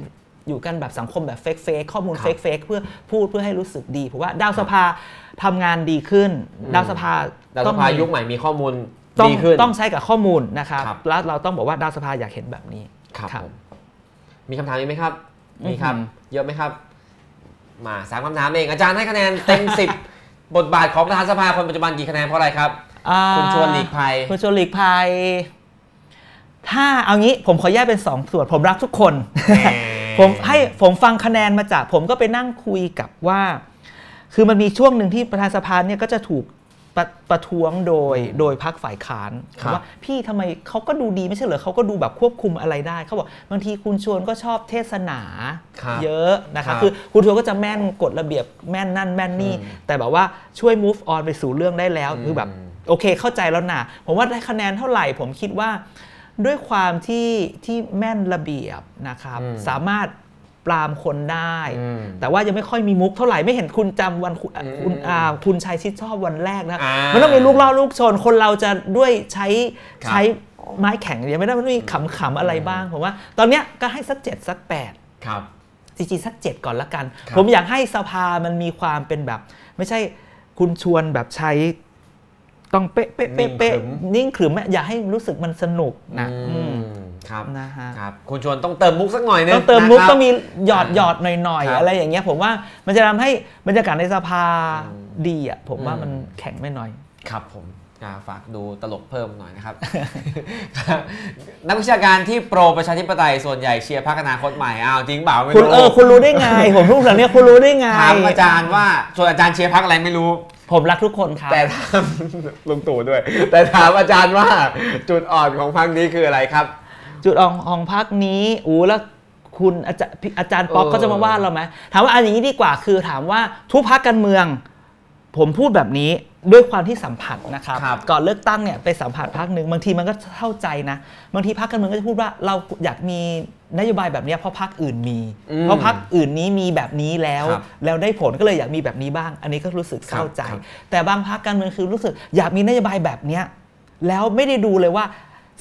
อยู่กันแบบสังคมแบบเฟกเฟกข้อมูล ครับ เฟกเฟกเพื่อพูดเพื่อให้รู้สึกดีผมว่าดาวสภาทำงานดีขึ้น อืม ดาวสภา ดาวส ต้อง ภา มี ยุคใหม่มีข้อมูล ต้อง ดีขึ้น ต้องใช้กับข้อมูลนะครับ ครับ แล้วเราต้องบอกว่าดาวสภาอยากเห็นแบบนี้ ครับ ครับ ผมมีคำถามอีกไหมครับ อืม มีครับ เยอะไหมครับ มาสามคำถามเอง อาจารย์ให้คะแนนเต็ม สิบบทบาทของประธานสภาคนปัจจุบันกี่คะแนนเพราะอะไรครับ อ่า คุณชวนหลีกภัย คุณชวนหลีกภัย ถ้าเอางี้ผมขอแยกเป็น 2 ส่วน ผมรักทุกคน ผมให้ผมฟังคะแนนมาจาก ผมก็ไปนั่งคุยกับว่า คือมันมีช่วงหนึ่งที่ประธานสภาเนี่ยก็จะถูกประประท้วงโดยโดยพักฝ่ายค้าน ครับ ว่าพี่ทำไมเขาก็ดูดีไม่ใช่เหรอเขาก็ดูแบบควบคุมอะไรได้เขาบอกบางทีคุณชวนก็ชอบเทศนา ครับ เยอะนะ ครั คะ บ คือคุณชวนก็จะแม่นกฎระเบียบแม่นนั่นแม่นนี่ อืม แต่แบบว่าช่วย move on ไปสู่เรื่องได้แล้วคือแบบ อืม โอเคเข้าใจแล้วนะผมว่าได้คะแนนเท่าไหร่ ผมคิดว่าด้วยความที่ที่แม่นระเบียบนะครับ อืม สามารถปรามคนได้ อืม แต่ว่ายังไม่ค่อยมีมุกเท่าไหร่ไม่เห็นคุณจำวันคุณ อืม คุณอ่าคุณชัยชิดชอบวันแรกนะ อ่ามั มันต้องมีลูกล่อลูกชนคนเราจะด้วยใช้ ครับ ใช้ไม้แข็งยังไม่ได้มันมีขำๆอะไรบ้างผมว่า ตอนเนี้ยก็ให้สักเจ็ดสักแปด ครับ จริงๆสักเจ็ดก่อนละกัน ครับ ผมอยากให้สภามันมีความเป็นแบบ ไม่ใช่คุณชวนแบบใช้ต้องเป๊ะเป๊ะเป๊ะเป๊ะ นิ่งขรึม นิ่งขรึมอะอยากให้รู้สึกมันสนุกนะ อื อืม มครับ นะฮะ ครับ คุณชวนต้องเติมมุกสักหน่อยนึง ต้องเติมมุก นะครับ ต้องมีหยอดหยอดหน่อย ครับๆอะไรอย่างเงี้ยผมว่ามันจะทำให้บรรยากาศในสภา อืม ดีอ่ะผมว่า อืม มันแข็งไม่น้อย ครับผมอ่าฝากดูตลกเพิ่มหน่อย นะครับ ครับนักวิชาการที่โปรประชาธิปไตยส่วนใหญ่เชียร์พรรคอนาคตใหม่อ้าวจริงเปล่าไม่ คุณ รู้ เออคุณรู้ได้ไง ผมรู้แบบเนี้ยคุณรู้ได้ไง ถามอาจารย์ว่าส่วนอาจารย์เชียร์พรรคอะไรไม่รู้ ผมรักทุกคนครับ แต่ถาม ลุงตู่ด้วย แต่ถามอาจารย์ว่าจุดอ่อนของพรรคนี้คืออะไรครับ จุดอ่อนของพักนี้อูแล้วคุณอาจารย์พี่อาจารย์ป๊อก เออ ก็จะมาว่าเราไหมถามว่าอันอย่างนี้ดีกว่าคือถามว่าทุกพักการเมือง ผมพูดแบบนี้ด้วยความที่สัมผัสนะครับ ครับ ก่อนเลือกตั้งเนี่ยไปสัมผัสพักหนึ่งบางทีมันก็เข้าใจนะบางทีพักการเมืองก็จะพูดว่าเราอยากมีนโยบายแบบเนี้ยเพราะพักอื่นมี อืม เพราะพักอื่นนี้มีแบบนี้แล้ว ครับ แล้วได้ผลก็เลยอยากมีแบบนี้บ้าง อันนี้ก็รู้สึกเข้าใจ ครับ แต่บางพักการเมืองคือรู้สึกอยากมีนโยบายแบบเนี้ยแล้วไม่ได้ดูเลยว่า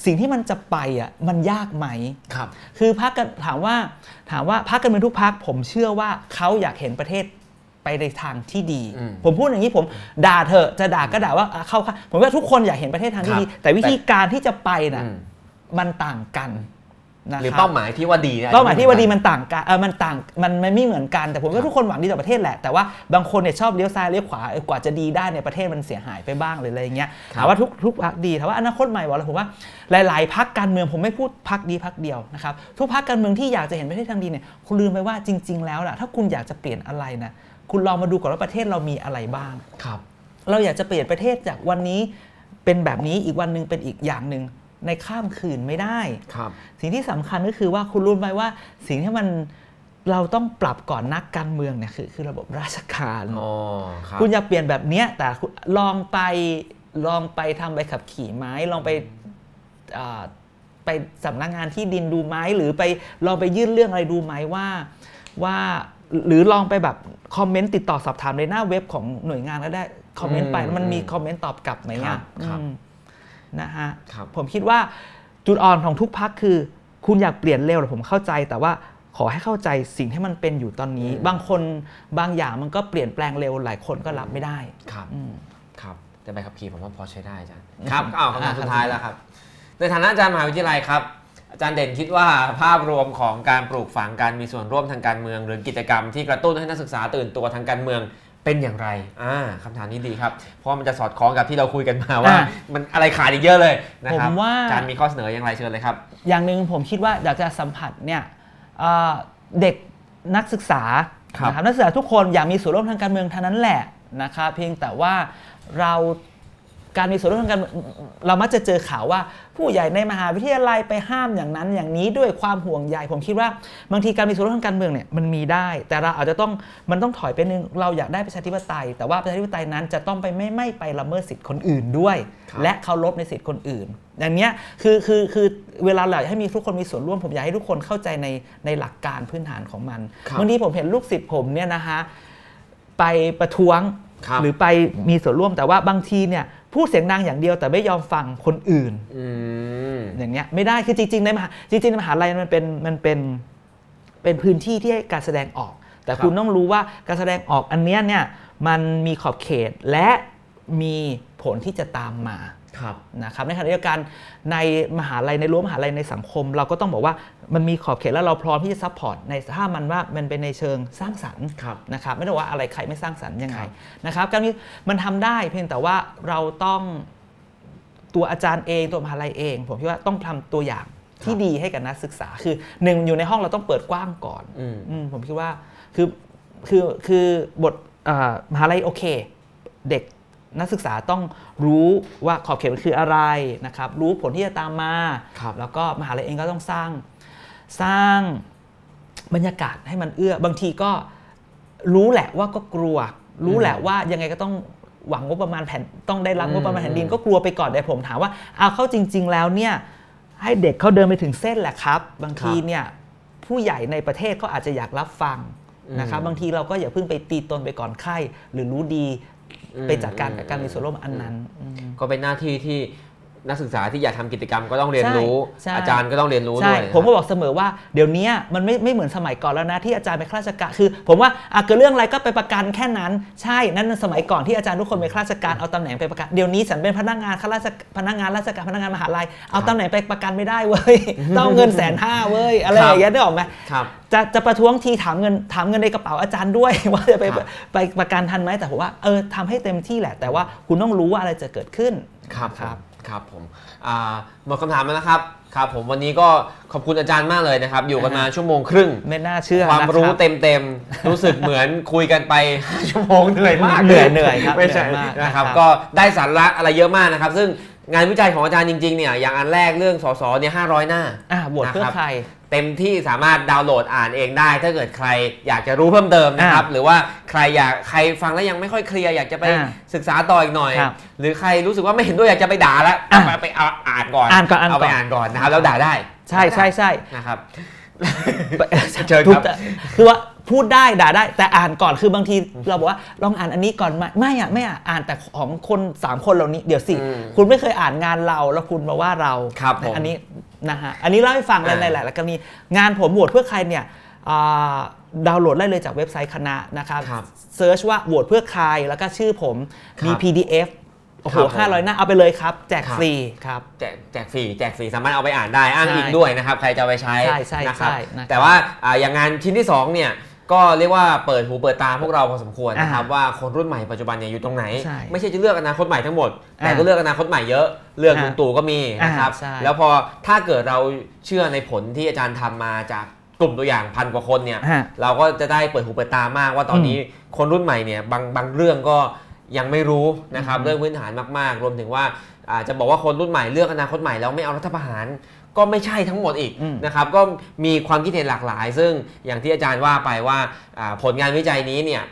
สิ่งที่มันจะไปอ่ะมันยากไหม ครับ คือพักกันถามว่าถามว่าพักกันเป็นทุกพักผมเชื่อว่าเขาอยากเห็นประเทศไปในทางที่ดี อืม ผมพูดอย่างนี้ผมด่าเถอะจะด่าก็ด่าว่าอ่ะเข้าข้างผมว่าทุกคนอยากเห็นประเทศทางที่ดี ครับ แต่วิธี แต่ การที่จะไปนะ อืม มันต่างกัน นะ หรือ ครั เป้า บ หมายที่ว่าดีเนี่ย เป้าหมายที่ว่าดีมันต่างกันเออมันต่างมันมันไม่เหมือนกันแต่ผมว่าทุกคนหวังดีต่อประเทศแหละแต่ว่าบางคนเนี่ยชอบเลี้ยวซ้ายเลี้ยวขวาเออกว่าจะดีได้เนี่ยประเทศมันเสียหายไปบ้างหรืออะไรอย่างเงี้ยถามว่าทุกทุกพักดีถามว่าอนาคตใหม่บอกแล้วผมว่าหลาย ๆพักการเมืองผมไม่พูดพักดีพักเดียวนะครับทุกพักการเมืองที่อยากจะเห็นประเทศทางดีเนี่ยคุณลืมไปว่าจริง ๆ แล้วล่ะถ้าคุณอยากจะเปลี่ยนอะไรนะคุณลองมาดูก่อนว่าประเทศเรามีอะไรบ้าง ครับ เราอยากจะเปลี่ยนประเทศจากวันนี้เป็นแบบนี้อีกวันหนึ่งเป็นอีกอย่างหนึ่งในข้ามคืนไม่ได้ ครับ สิ่งที่สำคัญก็คือว่าคุณรู้ไหมว่าสิ่งที่มันเราต้องปรับก่อนนักการเมืองเนี่ยคือคือระบบราชการ อ๋อ ครับ คุณอยากเปลี่ยนแบบเนี้ยแต่คุณลองไปลองไปทำใบขับขี่ไหมลองไปอ่าไปสำนักงานที่ดินดูไหมหรือไปลองไปยื่นเรื่องอะไรดูไหมว่าว่าหรือลองไปแบบคอมเมนต์ติดต่อสอบถามในหน้าเว็บของหน่วยงานก็ได้คอมเมนต์ไป อืม แล้วมันมี อืม คอมเมนต์ตอบกลับไหม ครั อ่ะ บครับ อืมนะฮะ ครับ ผมคิดว่าจุดอ่อนของทุกพักคือ คุณอยากเปลี่ยนเร็วหรือผมเข้าใจ แต่ว่าขอให้เข้าใจสิ่งที่มันเป็นอยู่ตอนนี้ บางคนบางอย่างมันก็เปลี่ยนแปลงเร็วหลายคนก็รับไม่ได้ ครับ อืม ครับ แต่ใบขับขี่ผมว่าพอใช้ได้อาจารย์ ครับอ้าวคำถามสุดท้ายแล้วครับ ในฐานะอาจารย์มหาวิทยาลัยครับ อาจารย์เด่นคิดว่าภาพรวมของการปลูกฝังการมีส่วนร่วมทางการเมือง หรือกิจกรรมที่กระตุ้นให้นักศึกษาตื่นตัวทางการเมืองเป็นอย่างไร อ่าคำถามนี้ดีครับ เพราะมันจะสอดคล้องกับที่เราคุยกันมาว่า อ่ะ มันอะไรขาดอีกเยอะเลยนะครับ ผมว่า อาจารย์มีข้อเสนออย่างไรเชิญเลยครับ อย่างหนึ่งผมคิดว่าอยากจะสัมผัสเนี่ยเอ่อเด็กนักศึกษา ครับ นะนักศึกษาทุกคนอยากมีส่วนร่วมทางการเมืองเท่านั้นแหละนะครับเพียงแต่ว่าเราการมีส่วนร่วมทางการเมืองเรามักจะเจอข่าวว่า ผู้ใหญ่ในมหาวิทยาลัยไปห้ามอย่างนั้นอย่างนี้ด้วยความห่วงใยผมคิดว่าบางทีการมีส่วนร่วมทางการเมืองเนี่ยมันมีได้ แต่เราอาจจะต้องมันต้องถอยไปนึงเราอยากได้ประชาธิปไตย แต่ว่าประชาธิปไตยนั้นจะต้องไปไม่ไม่ไปละเมิดสิทธิคนอื่นด้วย ครับ และเคารพในสิทธิคนอื่น อย่างเนี้ยคือคือคือเวลาเราอยากให้มีทุกคนมีส่วนร่วมผมอยากให้ทุกคนเข้าใจในในหลักการพื้นฐานของมัน ครับ บางทีผมเห็นลูกศิษย์ผมเนี่ยนะฮะไปประท้วง ครับ หรือไปมีส่วนร่วมแต่ว่าบางทีเนี่ยพูดเสียงดังอย่างเดียวแต่ไม่ยอมฟังคนอื่น อืม อย่างเนี้ยไม่ได้คือจริงๆในมหาจริงๆในมหาลัยมันเป็นมันเป็นเป็นพื้นที่ที่ให้การแสดงออก แต่ ครับ คุณต้องรู้ว่าการแสดงออกอันเนี้ยเนี่ยมันมีขอบเขตและมีผลที่จะตามมา ครับ นะครับในขณะเดียวกันในมหาลัยในรั้วมหาลัยในสังคม เราก็ต้องบอกว่ามันมีขอบเขตแล้วเราพร้อมที่จะซัพพอร์ตในถ้ามันว่ามันเป็นในเชิงสร้างสรรค์ ครับ นะครับไม่ได้ว่าอะไรใครไม่สร้างสรรค์ยังไง ครับ นะครับการนี้มันทำได้เพียงแต่ว่าเราต้อง ตัวอาจารย์เองตัวมหาลัยเอง ผมคิดว่าต้องทำตัวอย่างที่ดีให้กับนักศึกษา คือหนึ่งอยู่ในห้องเราต้องเปิดกว้างก่อน อืม อืมผมคิดว่าคือคือคือบทอ่ามหาลัยโอเค เด็กนักศึกษาต้องรู้ว่าขอบเขตมันคืออะไรนะครับ รู้ผลที่จะตามมา ครับ แล้วก็มหาลัยเองก็ต้องสร้างสร้างบรรยากาศให้มันเอื้อ บางทีก็รู้แหละว่าก็กลัว รู้แหละว่ายังไงก็ต้องหวังงบประมาณแผ่นต้องได้รับ อืม งบประมาณแผ่นดินก็กลัวไปก่อนแต่ผมถามว่าเอาเข้าจริง ๆ แล้วเนี่ยให้เด็กเขาเดินไปถึงเส้นแหละครับ บางทีเนี่ยผู้ใหญ่ในประเทศเขาอาจจะอยากรับฟังนะครับบางทีเราก็อย่าเพิ่งไปตีตนไปก่อนไข้หรือรู้ดี อืม ไปจัดการกับการ อื มีส่วนร่วมอันนั้นอืม ก็เป็นหน้าที่ที่นักศึกษาที่อยากทำกิจกรรมก็ต้องเรียนรู้ ใช่ใช่ อาจารย์ก็ต้องเรียนรู้ ใช่ ด้วย ผมก็บอกเสมอว่าเดี๋ยวนี้มันไม่ไม่เหมือนสมัยก่อนแล้วนะที่อาจารย์เป็นข้าราชการคือ ผมว่าอาเกิดเรื่องอะไรก็ไปประกันแค่นั้น ใช่นั่นนะสมัยก่อนที่อาจารย์ทุกคนเป็นข้าราชการเอาตำแหน่งไปประกันเดี๋ยวนี้ฉันเป็นพนักงานข้าราชพนักงานราชการพนักงานมหาลัยเอาตำแหน่งไปประกันไม่ได้เว้ย ต้องเงินแสนห้าเว้ยอะไรอย่างเงี้ยได้ออกไหม ครับ จะจะประท้วงทีถามเงินถามเงินในกระเป๋าอาจารย์ ด้วย ว่าจะไป ครับ ไปประกันทันไหมแต่ผมว่าเออทำให้เต็มที่แหละ แต่ว่าคุณต้องรู้ว่าอะไรจะเกิดขึ้น ครับผมครับผมอ่าหมดคำถามแล้วนะครับครับ ผมวันนี้ก็ขอบคุณอาจารย์มากเลยนะครับ อยู่กันมาชั่วโมงครึ่ง ไม่น่าเชื่อ ความ นะบ รู้เต็มเต็มๆ รู้สึกเหมือนคุยกันไป 5ชั่วโมงเหนื่อยมาก เหนื่อยเหนื่อยครับ ไม่ใช่ เหนื่อยมาก นะ นะ ค ครั รับ บ ก็ได้สาระอะไรเยอะมากนะครับ ซึ่งงานวิจัยของอาจารย์จริงๆเนี่ยอย่างอันแรกเรื่องสสเนี่ย500 หน้า อ่ะโหวตเพื่อ นะครับ ใคร เต็มที่สามารถดาวน์โหลดอ่านเองได้ ถ้าเกิดใครอยากจะรู้เพิ่มเติมนะครับ หรือว่าใครอยากใครฟังแล้วยังไม่ค่อยเคลียร์อยากจะไป อ่า ศึกษาต่ออีกหน่อย ครับ หรือใครรู้สึกว่าไม่เห็นด้วยอยากจะไปด่าละ อ่ะ ไปไปเอาอ่านก่อน อ่านก่อนอ่านก่อน เอาไปอ่านก่อนนะครับแล้วด่าได้ ใช่ใช่ใช่ นะครับ เชิ เชิ ญ ญ ค ค รั รับ บคือว่าพูดได้ด่าได้แต่อ่านก่อนคือบางทีเราบอกว่าลองอ่านอันนี้ก่อนไหมไม่อ่ะไม่อ่ะอ่านแต่ของคนสามคนเหล่านี้เดี๋ยวสิ อืม คุณไม่เคยอ่านงานเราแล้วคุณมาว่าเรา ครับผม อันนี้นะฮะอันนี้เล่าให้ฟัง อ่า ในหลายๆกรณีงานผมโหวตเพื่อใครเนี่ยอ่าดาวน์โหลดได้เลยจากเว็บไซต์คณะนะครับ ครับ เซิร์ชว่าโหวตเพื่อใครแล้วก็ชื่อผมมี ครับ PDF โอ้คโหรับผม ห้าร้อยหน้าเอาไปเลยครับ แจก ครับ ฟรีครับ แจกแจกฟรีแจกฟรีสามารถเอาไปอ่านได้อ้าง ใช่ อิงด้วยนะครับ ใครจะเอาไปใช้ ใช่ใช่ นะครับ ใช่นะครับ แต่ว่าอ่าอย่างงานชิ้นที่สองเนี่ยก็เรียกว่าเปิดหูเปิดตาพวกเราพอสมควรนะครับ อ่า ว่าคนรุ่นใหม่ปัจจุบันเนี่ยอยู่ตรงไหน ใช่ ไม่ใช่จะเลือกอนาคตใหม่ทั้งหมด แต่ อ่า ก็เลือกอนาคตใหม่เยอะ เลือก อ่า ลุงตู่ก็มีนะครับ อ่าใช่ แล้วพอถ้าเกิดเราเชื่อในผลที่อาจารย์ทำมาจากกลุ่มตัวอย่างพันกว่าคนเนี่ย ฮะ เราก็จะได้เปิดหูเปิดตามากว่าตอนนี้คนรุ่นใหม่เนี่ยบางบางเรื่องก็ยังไม่รู้นะครับ อืม เรื่องพื้นฐานมากๆ รวมถึงว่าอาจจะบอกว่าคนรุ่นใหม่เลือกอนาคตใหม่แล้วไม่เอารัฐประหาร ก็ไม่ใช่ทั้งหมดอีก อืม นะครับก็มีความคิดเห็นหลากหลาย ซึ่งอย่างที่อาจารย์ว่าไปว่าอ่าผลงานวิจัยนี้เนี่ย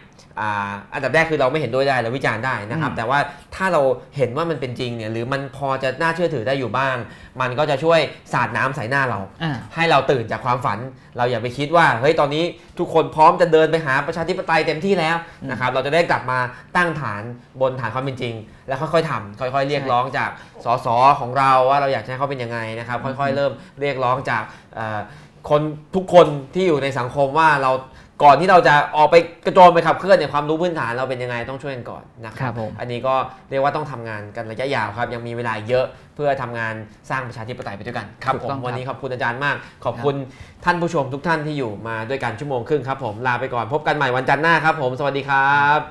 อ่าอันดับแรกคือเราไม่เห็นด้วยได้เราวิจารณ์ได้นะครับ อืม แต่ว่าถ้าเราเห็นว่ามันเป็นจริงเนี่ยหรือมันพอจะน่าเชื่อถือได้อยู่บ้าง มันก็จะช่วยสาดน้ำใส่หน้าเรา อ่า ให้เราตื่นจากความฝัน เราอย่าไปคิดว่าเฮ้ยตอนนี้ทุกคนพร้อมจะเดินไปหาประชาธิปไตยเต็มที่แล้ว อืม นะครับเราจะได้กลับมาตั้งฐานบนฐานความเป็นจริง แล้วค่อยๆทำค่อยๆ เรียกร้องจากสสของเราว่าเราอยากจะให้เขาเป็นยังไงนะครับค่อยๆ เริ่มเรียกร้องจากเอ่อคนทุกคนที่อยู่ในสังคมว่าเราก่อนที่เราจะออกไปกระโจนไปขับเคลื่อนเนี่ยความรู้พื้นฐานเราเป็นยังไงต้องช่วยกันก่อนนะค ครั รับบ ผม อันนี้ก็เรียกว่าต้องทำงานกันระยะยาวครับยังมีเวลาเยอะเพื่อทำงานสร้างประชาธิปไตยไปด้วยกันครับ ถูก ผม ต้องครับ วันนี้ ขอบคุณอาจารย์มาก ขอบคุณท่านผู้ชมทุกท่านที่อยู่มาด้วยกันชั่วโมงครึ่งครับผม ลาไปก่อนพบกันใหม่วันจันทร์หน้าครับผม สวัสดีครับ